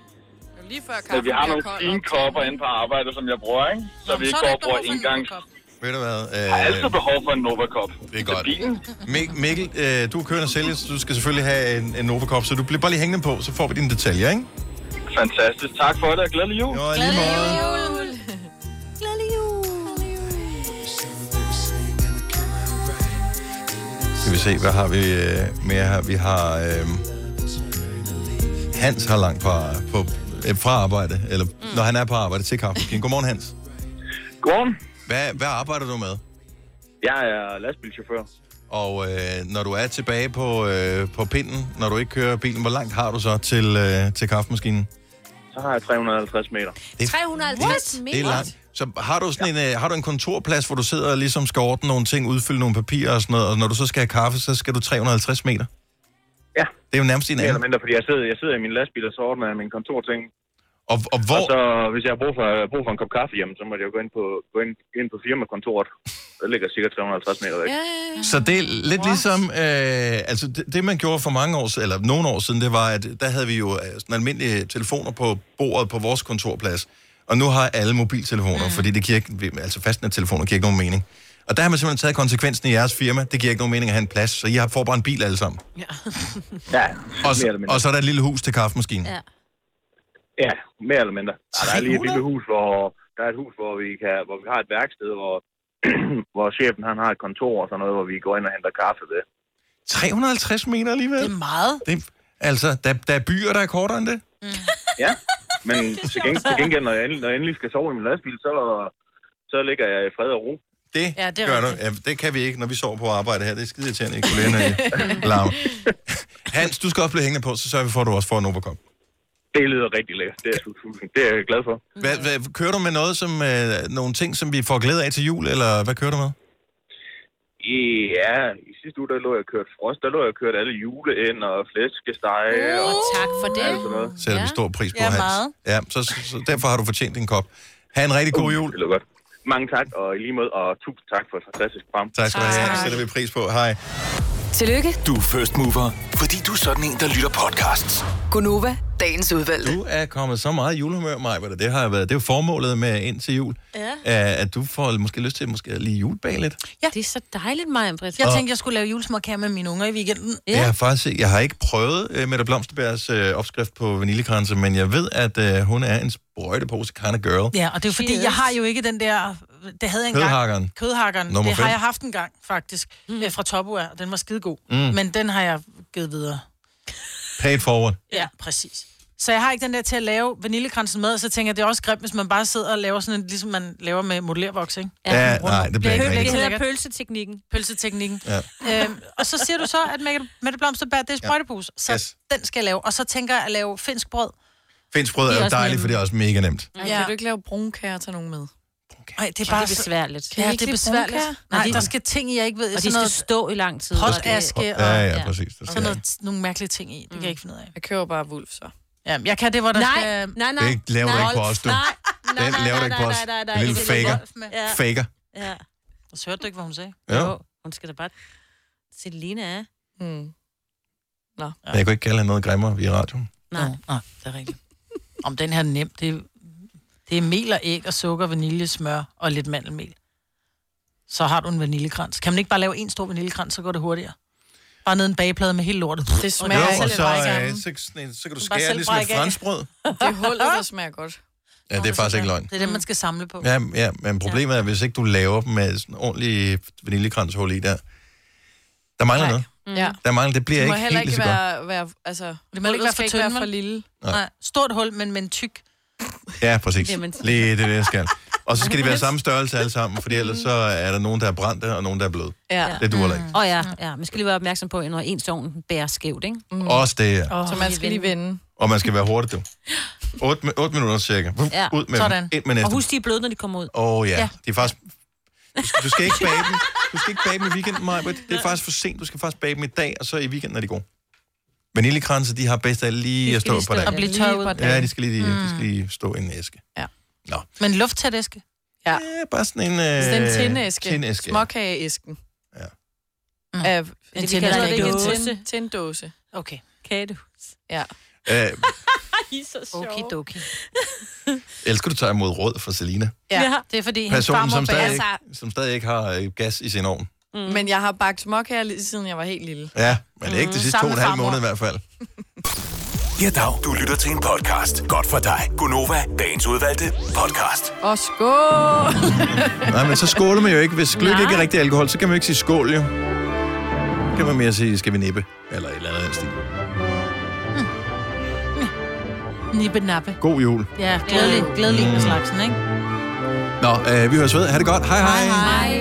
[SPEAKER 4] Lige før kaffen
[SPEAKER 13] Men vi har
[SPEAKER 4] bliver
[SPEAKER 13] nogle
[SPEAKER 4] kold.
[SPEAKER 13] fine kopper inde på arbejde, som jeg bruger, ikke? Så
[SPEAKER 4] Nå,
[SPEAKER 13] vi
[SPEAKER 4] så
[SPEAKER 13] ikke
[SPEAKER 4] er der
[SPEAKER 13] går og bruger
[SPEAKER 4] ikke behov for en
[SPEAKER 13] engangs.
[SPEAKER 1] Ved du hvad? Øh,
[SPEAKER 13] Jeg har altid behov for en Nova-kop.
[SPEAKER 1] Det er godt.
[SPEAKER 13] bilen.
[SPEAKER 1] Mik- Mikkel, øh, du er kørende sælger, så du skal selvfølgelig have en, en Novakop, så du bliver bare lige hængende på, så får vi dine detaljer, ikke?
[SPEAKER 13] Fantastisk. Tak for det, og glædelig jul.
[SPEAKER 1] Jo, lige måde. Skal vi se, hvad har vi øh, mere her? Vi har... Øh, Hans har langt på, på, øh, fra arbejde, eller mm. når han er på arbejde til kaffemaskinen. Godmorgen, Hans.
[SPEAKER 13] Godmorgen.
[SPEAKER 1] Hvad, hvad arbejder du med?
[SPEAKER 13] Jeg er lastbilchauffør.
[SPEAKER 1] Og øh, når du er tilbage på, øh, på pinden, når du ikke kører bilen, hvor langt har du så til, øh, til kaffemaskinen?
[SPEAKER 13] Så har jeg 350 meter.
[SPEAKER 1] Det
[SPEAKER 3] 350 meter.
[SPEAKER 1] Det er langt. Så har du, sådan en, øh, har du en kontorplads, hvor du sidder og ligesom skal ordne nogle ting, udfylde nogle papirer og sådan noget, og når du så skal have kaffe, så skal du 350 meter?
[SPEAKER 13] Ja.
[SPEAKER 1] Det er jo nærmest din
[SPEAKER 13] Mere eller
[SPEAKER 1] anden.
[SPEAKER 13] mindre, fordi jeg sidder, jeg sidder i min lastbil og så ordner jeg min kontorting.
[SPEAKER 1] Og, og hvor...
[SPEAKER 13] Og så, hvis jeg har brug for, brug for en kop kaffe hjemme, så må jeg jo gå ind på, gå ind, ind på firmakontoret. Der ligger cirka 350 meter væk.
[SPEAKER 1] Så det er lidt ligesom, øh, altså det, det man gjorde for mange år siden, eller nogle år siden, det var, at der havde vi jo øh, sådan almindelige telefoner på bordet på vores kontorplads, og nu har alle mobiltelefoner, mm. fordi det giver ikke, altså fastnettelefoner giver ikke nogen mening. Og der har man simpelthen taget konsekvensen i jeres firma, det giver ikke nogen mening at have en plads, så I har får bare en bil alle sammen.
[SPEAKER 13] Ja,
[SPEAKER 1] Og,
[SPEAKER 13] mere
[SPEAKER 1] så,
[SPEAKER 13] eller mindre.
[SPEAKER 1] og så er der et lille hus til kaffemaskinen.
[SPEAKER 3] Ja.
[SPEAKER 13] Ja, mere eller mindre. Ja, der er lige et lille hus, hvor der er et hus, hvor vi, kan, hvor vi har et værksted, hvor, hvor chefen han har et kontor og sådan noget, hvor vi går ind og henter kaffe ved.
[SPEAKER 1] 350 meter alligevel? Det er
[SPEAKER 2] meget.
[SPEAKER 1] Det, altså, der, der er byer, der er kortere end det.
[SPEAKER 13] Ja, men til gengæld, til gengæld når, jeg endelig, når jeg endelig skal sove i min lastbil, så, så ligger jeg i fred og ro.
[SPEAKER 1] Det,
[SPEAKER 13] Ja, det
[SPEAKER 1] ja,
[SPEAKER 13] er
[SPEAKER 1] det gør du.
[SPEAKER 13] rigtigt.
[SPEAKER 1] Ja, det kan vi ikke, når vi sover på arbejde her. Det er skide irriterende, ikke kollegerne larmer. Hans, du skal også blive hængende på, så sørger vi for, at du også får en Oberkop.
[SPEAKER 13] Det lyder rigtig lækkert. Det er, jeg- det er jeg glad for.
[SPEAKER 1] Hvad, hvad, kører du med noget som, øh, nogle ting, som vi får glæde af til jul, eller hvad kører du med?
[SPEAKER 13] Ja, i sidste uge, der lå jeg og kørte frost. Der lå jeg og kørte alle juleænd og flæskesteg. og
[SPEAKER 3] Og tak for det.
[SPEAKER 13] alt sådan noget.
[SPEAKER 1] Sætter ja. vi stor pris på,
[SPEAKER 13] Ja,
[SPEAKER 1] Hans.
[SPEAKER 13] meget.
[SPEAKER 1] Ja, så, så, så derfor har du fortjent din kop. Ha' en rigtig god jul.
[SPEAKER 13] Det lyder godt. Mange tak, og i lige måde, og tusind tak for et fantastisk program.
[SPEAKER 1] Tak skal du have. Det sætter vi pris på. Hej.
[SPEAKER 16] Tillykke.
[SPEAKER 17] Du er first mover, fordi du er sådan en, der lytter podcasts.
[SPEAKER 16] Gunova, dagens udvalgte.
[SPEAKER 1] Du er kommet så meget i julehumør, Maja, det, det har jeg været. Det er jo formålet med ind til jul.
[SPEAKER 3] Ja.
[SPEAKER 1] At, at du får måske lyst til måske at lige julebage lidt.
[SPEAKER 2] Ja.
[SPEAKER 3] Det er så dejligt, Maja Britt.
[SPEAKER 1] Jeg
[SPEAKER 2] Jeg
[SPEAKER 1] Og- tænkte,
[SPEAKER 2] tænkte, jeg skulle lave julesmåkager med mine unger i weekenden.
[SPEAKER 1] Ja. Jeg har faktisk ikke- jeg har ikke prøvet uh, Mette Blomsterbergs uh, opskrift på vaniljekranse, øh, men jeg ved, at uh, hun er en sprøjtepose kind of girl.
[SPEAKER 2] Ja, og det er jo fordi,
[SPEAKER 3] Cheers.
[SPEAKER 2] jeg har jo ikke den der det havde jeg engang.
[SPEAKER 1] Kødhakkeren.
[SPEAKER 2] Kødhakkeren.
[SPEAKER 1] Nummer
[SPEAKER 2] det har
[SPEAKER 1] fem.
[SPEAKER 2] jeg haft en gang, faktisk, mm. fra Topua, og den var skidegod.
[SPEAKER 1] Mm.
[SPEAKER 2] Mm. Men den har jeg givet videre.
[SPEAKER 1] Paid forward.
[SPEAKER 2] Ja, præcis. Så jeg har ikke den der til at lave vaniljekransen med, og så tænker jeg, det er også grimt, hvis man bare sidder og laver sådan en, ligesom man laver med modellervoks, ikke?
[SPEAKER 1] Ja, Ja, nej, det bliver ikke
[SPEAKER 2] Pøl-
[SPEAKER 1] rigtigt.
[SPEAKER 2] Det hedder
[SPEAKER 3] Det
[SPEAKER 2] pølseteknikken. Pølseteknikken.
[SPEAKER 1] Ja.
[SPEAKER 2] Øhm, og så siger du så, at Mette- Mette Blomsterberg, det er
[SPEAKER 1] Ja.
[SPEAKER 2] sprøjtepose. Så
[SPEAKER 1] Yes.
[SPEAKER 2] den skal jeg lave. Og så tænker jeg at lave finsk brød.
[SPEAKER 1] Finsk brød
[SPEAKER 2] Det
[SPEAKER 1] er
[SPEAKER 2] er
[SPEAKER 1] jo
[SPEAKER 2] også
[SPEAKER 1] dejligt,
[SPEAKER 2] nemme.
[SPEAKER 1] for det er også mega nemt.
[SPEAKER 3] Altså,
[SPEAKER 4] Ej, ja. kan du ikke lave brunkager til nogen med?
[SPEAKER 2] Nej, det
[SPEAKER 4] Kan
[SPEAKER 2] er bare
[SPEAKER 4] det
[SPEAKER 2] så-
[SPEAKER 4] besværligt? Kan I
[SPEAKER 2] Ja,
[SPEAKER 4] ikke
[SPEAKER 2] det er
[SPEAKER 4] lide
[SPEAKER 2] besværligt.
[SPEAKER 4] brunkager?
[SPEAKER 2] Nej,
[SPEAKER 4] Nej.
[SPEAKER 2] der skal ting, jeg ikke ved.
[SPEAKER 4] Og de skal
[SPEAKER 2] Sådan noget
[SPEAKER 4] stå i lang tid, og det-
[SPEAKER 2] Postaske og...
[SPEAKER 1] Ja, ja, præcis. Det
[SPEAKER 2] Sådan
[SPEAKER 1] skal jeg.
[SPEAKER 2] noget, nogle mærkelige ting i. Det kan jeg ikke finde ud af.
[SPEAKER 4] Jeg køber bare Wulf, så.
[SPEAKER 2] Jamen, jeg kan det, hvor der
[SPEAKER 3] Nej,
[SPEAKER 2] skal...
[SPEAKER 3] nej, nej.
[SPEAKER 1] Det laver du
[SPEAKER 2] Nej.
[SPEAKER 1] ikke på os, du.
[SPEAKER 2] Nej, nej,
[SPEAKER 1] Den
[SPEAKER 2] nej,
[SPEAKER 1] laver du
[SPEAKER 2] nej,
[SPEAKER 1] ikke på
[SPEAKER 2] nej,
[SPEAKER 1] os.
[SPEAKER 2] nej, nej,
[SPEAKER 1] En lille
[SPEAKER 2] det er
[SPEAKER 1] faker.
[SPEAKER 2] Wolf med. Ja.
[SPEAKER 1] Faker.
[SPEAKER 3] Ja.
[SPEAKER 2] Og så hørte du ikke, hvad hun sagde?
[SPEAKER 1] Jo.
[SPEAKER 3] Jo, hun skal da bare se Lina af.
[SPEAKER 4] Mm. Nå.
[SPEAKER 1] Men Jeg kunne ikke kalde hende noget grimmere via radioen.
[SPEAKER 2] Nej. nej, det er rigtigt. Om den her er nem, det er, det er mel og æg og sukker, vanilje, smør og lidt mandelmel. Så har du en vaniljekrans. Kan man ikke bare lave en stor vaniljekrans, så går det hurtigere? Bare ned i en bageplade med hele lortet. Det
[SPEAKER 1] Jo, og så, øh, så, sådan en- så kan du skære ligesom et franskbrød.
[SPEAKER 4] Det er hullet, der smager godt.
[SPEAKER 1] Ja, det er faktisk ikke løgn.
[SPEAKER 2] Det er det, man skal samle på.
[SPEAKER 1] Ja, ja, men problemet er, hvis ikke du laver dem med sådan en ordentlig vaniljekranshul i der, der mangler noget.
[SPEAKER 4] Ja.
[SPEAKER 1] Der mangler, det bliver
[SPEAKER 4] Det må
[SPEAKER 1] ikke
[SPEAKER 4] heller
[SPEAKER 1] helt lige
[SPEAKER 4] ikke
[SPEAKER 1] så godt.
[SPEAKER 4] være, være, altså,
[SPEAKER 2] Det må ikke være for
[SPEAKER 4] skal ikke være
[SPEAKER 2] tynd,
[SPEAKER 4] for
[SPEAKER 2] vel?
[SPEAKER 4] lille.
[SPEAKER 1] Nej.
[SPEAKER 2] Nej. Stort hul, men med en tyk.
[SPEAKER 1] Ja, præcis.
[SPEAKER 2] Det, man siger.
[SPEAKER 1] Lige det, er det jeg skal. Og så skal de være samme størrelse alle sammen, for ellers så er der nogen, der er brændte, og nogen, der er bløde.
[SPEAKER 3] Ja.
[SPEAKER 1] Det duer da ikke.
[SPEAKER 3] Åh oh, ja, ja. Man skal lige være opmærksom på, at når ens ovn bærer skævt, ikke?
[SPEAKER 4] Mm.
[SPEAKER 1] Også det, ja.
[SPEAKER 4] Så man skal lige vende.
[SPEAKER 1] Og man skal være hurtig, du. 8, 8 minutter cirka. Vup,
[SPEAKER 3] Ja.
[SPEAKER 1] Ud med
[SPEAKER 3] Sådan.
[SPEAKER 1] Dem. Ind med næste.
[SPEAKER 3] Og husk, de er bløde, når de kommer ud.
[SPEAKER 1] Åh oh, ja.
[SPEAKER 3] Ja.
[SPEAKER 1] ja, de er faktisk... Du skal, du skal ikke bage dem. Du skal ikke bage dem i weekenden, Maja. Det er faktisk for sent. Du skal faktisk bage dem i dag, og så i weekenden er de gode. Vaniljekranse, de har bedst af lige at stå på dag.
[SPEAKER 2] Og blive tørret ud.
[SPEAKER 1] Ja, de skal lige, de skal lige stå i en æske.
[SPEAKER 4] Ja.
[SPEAKER 1] Nå.
[SPEAKER 2] Men lufttæt æske.
[SPEAKER 4] Ja.
[SPEAKER 1] ja, bare sådan en... Øh,
[SPEAKER 4] Sådan en tindæske.
[SPEAKER 1] tindæske, ja.
[SPEAKER 4] Småkageæsken. Ja. Af, det,
[SPEAKER 2] En
[SPEAKER 4] vi
[SPEAKER 2] tindæske.
[SPEAKER 4] kalder det ikke en
[SPEAKER 2] Dåse.
[SPEAKER 4] tind- tinddåse.
[SPEAKER 2] Okay.
[SPEAKER 4] Kagedåse. Ja.
[SPEAKER 1] Øh,
[SPEAKER 3] I er så sjove.
[SPEAKER 2] Okidoki.
[SPEAKER 1] elsker du tager imod råd fra Selina?
[SPEAKER 2] Ja, det er fordi, hans
[SPEAKER 1] Personen,
[SPEAKER 2] farmor
[SPEAKER 1] som
[SPEAKER 2] bærer
[SPEAKER 1] stadig,
[SPEAKER 2] sig.
[SPEAKER 1] ikke, som stadig ikke har øh, gas i sin ovn.
[SPEAKER 4] Mm. Men jeg har bagt småkager lige siden jeg var helt lille.
[SPEAKER 1] Ja, men ikke de
[SPEAKER 4] Mm,
[SPEAKER 1] sidste to
[SPEAKER 4] sammen
[SPEAKER 1] og en
[SPEAKER 4] med
[SPEAKER 1] halv
[SPEAKER 4] farmor.
[SPEAKER 1] måned i hvert fald.
[SPEAKER 17] Ja, dag. Du lytter til en podcast. Godt for dig. Gunova, dagens udvalgte podcast.
[SPEAKER 4] Og skål!
[SPEAKER 1] Nej, men så skåler man jo ikke. Hvis gløk
[SPEAKER 4] Nej.
[SPEAKER 1] ikke er rigtig alkohol, så kan man jo ikke sige skål, jo. Så kan man mere sige, skal vi nippe? Eller et eller andet i den stil.
[SPEAKER 2] Nippe nappe.
[SPEAKER 1] God jul.
[SPEAKER 2] Ja, glædelig, glædelig mm. slagsen, ikke?
[SPEAKER 1] Nå, øh, vi høres ved. Ha' det godt. Hej hej. hej.
[SPEAKER 2] Hej.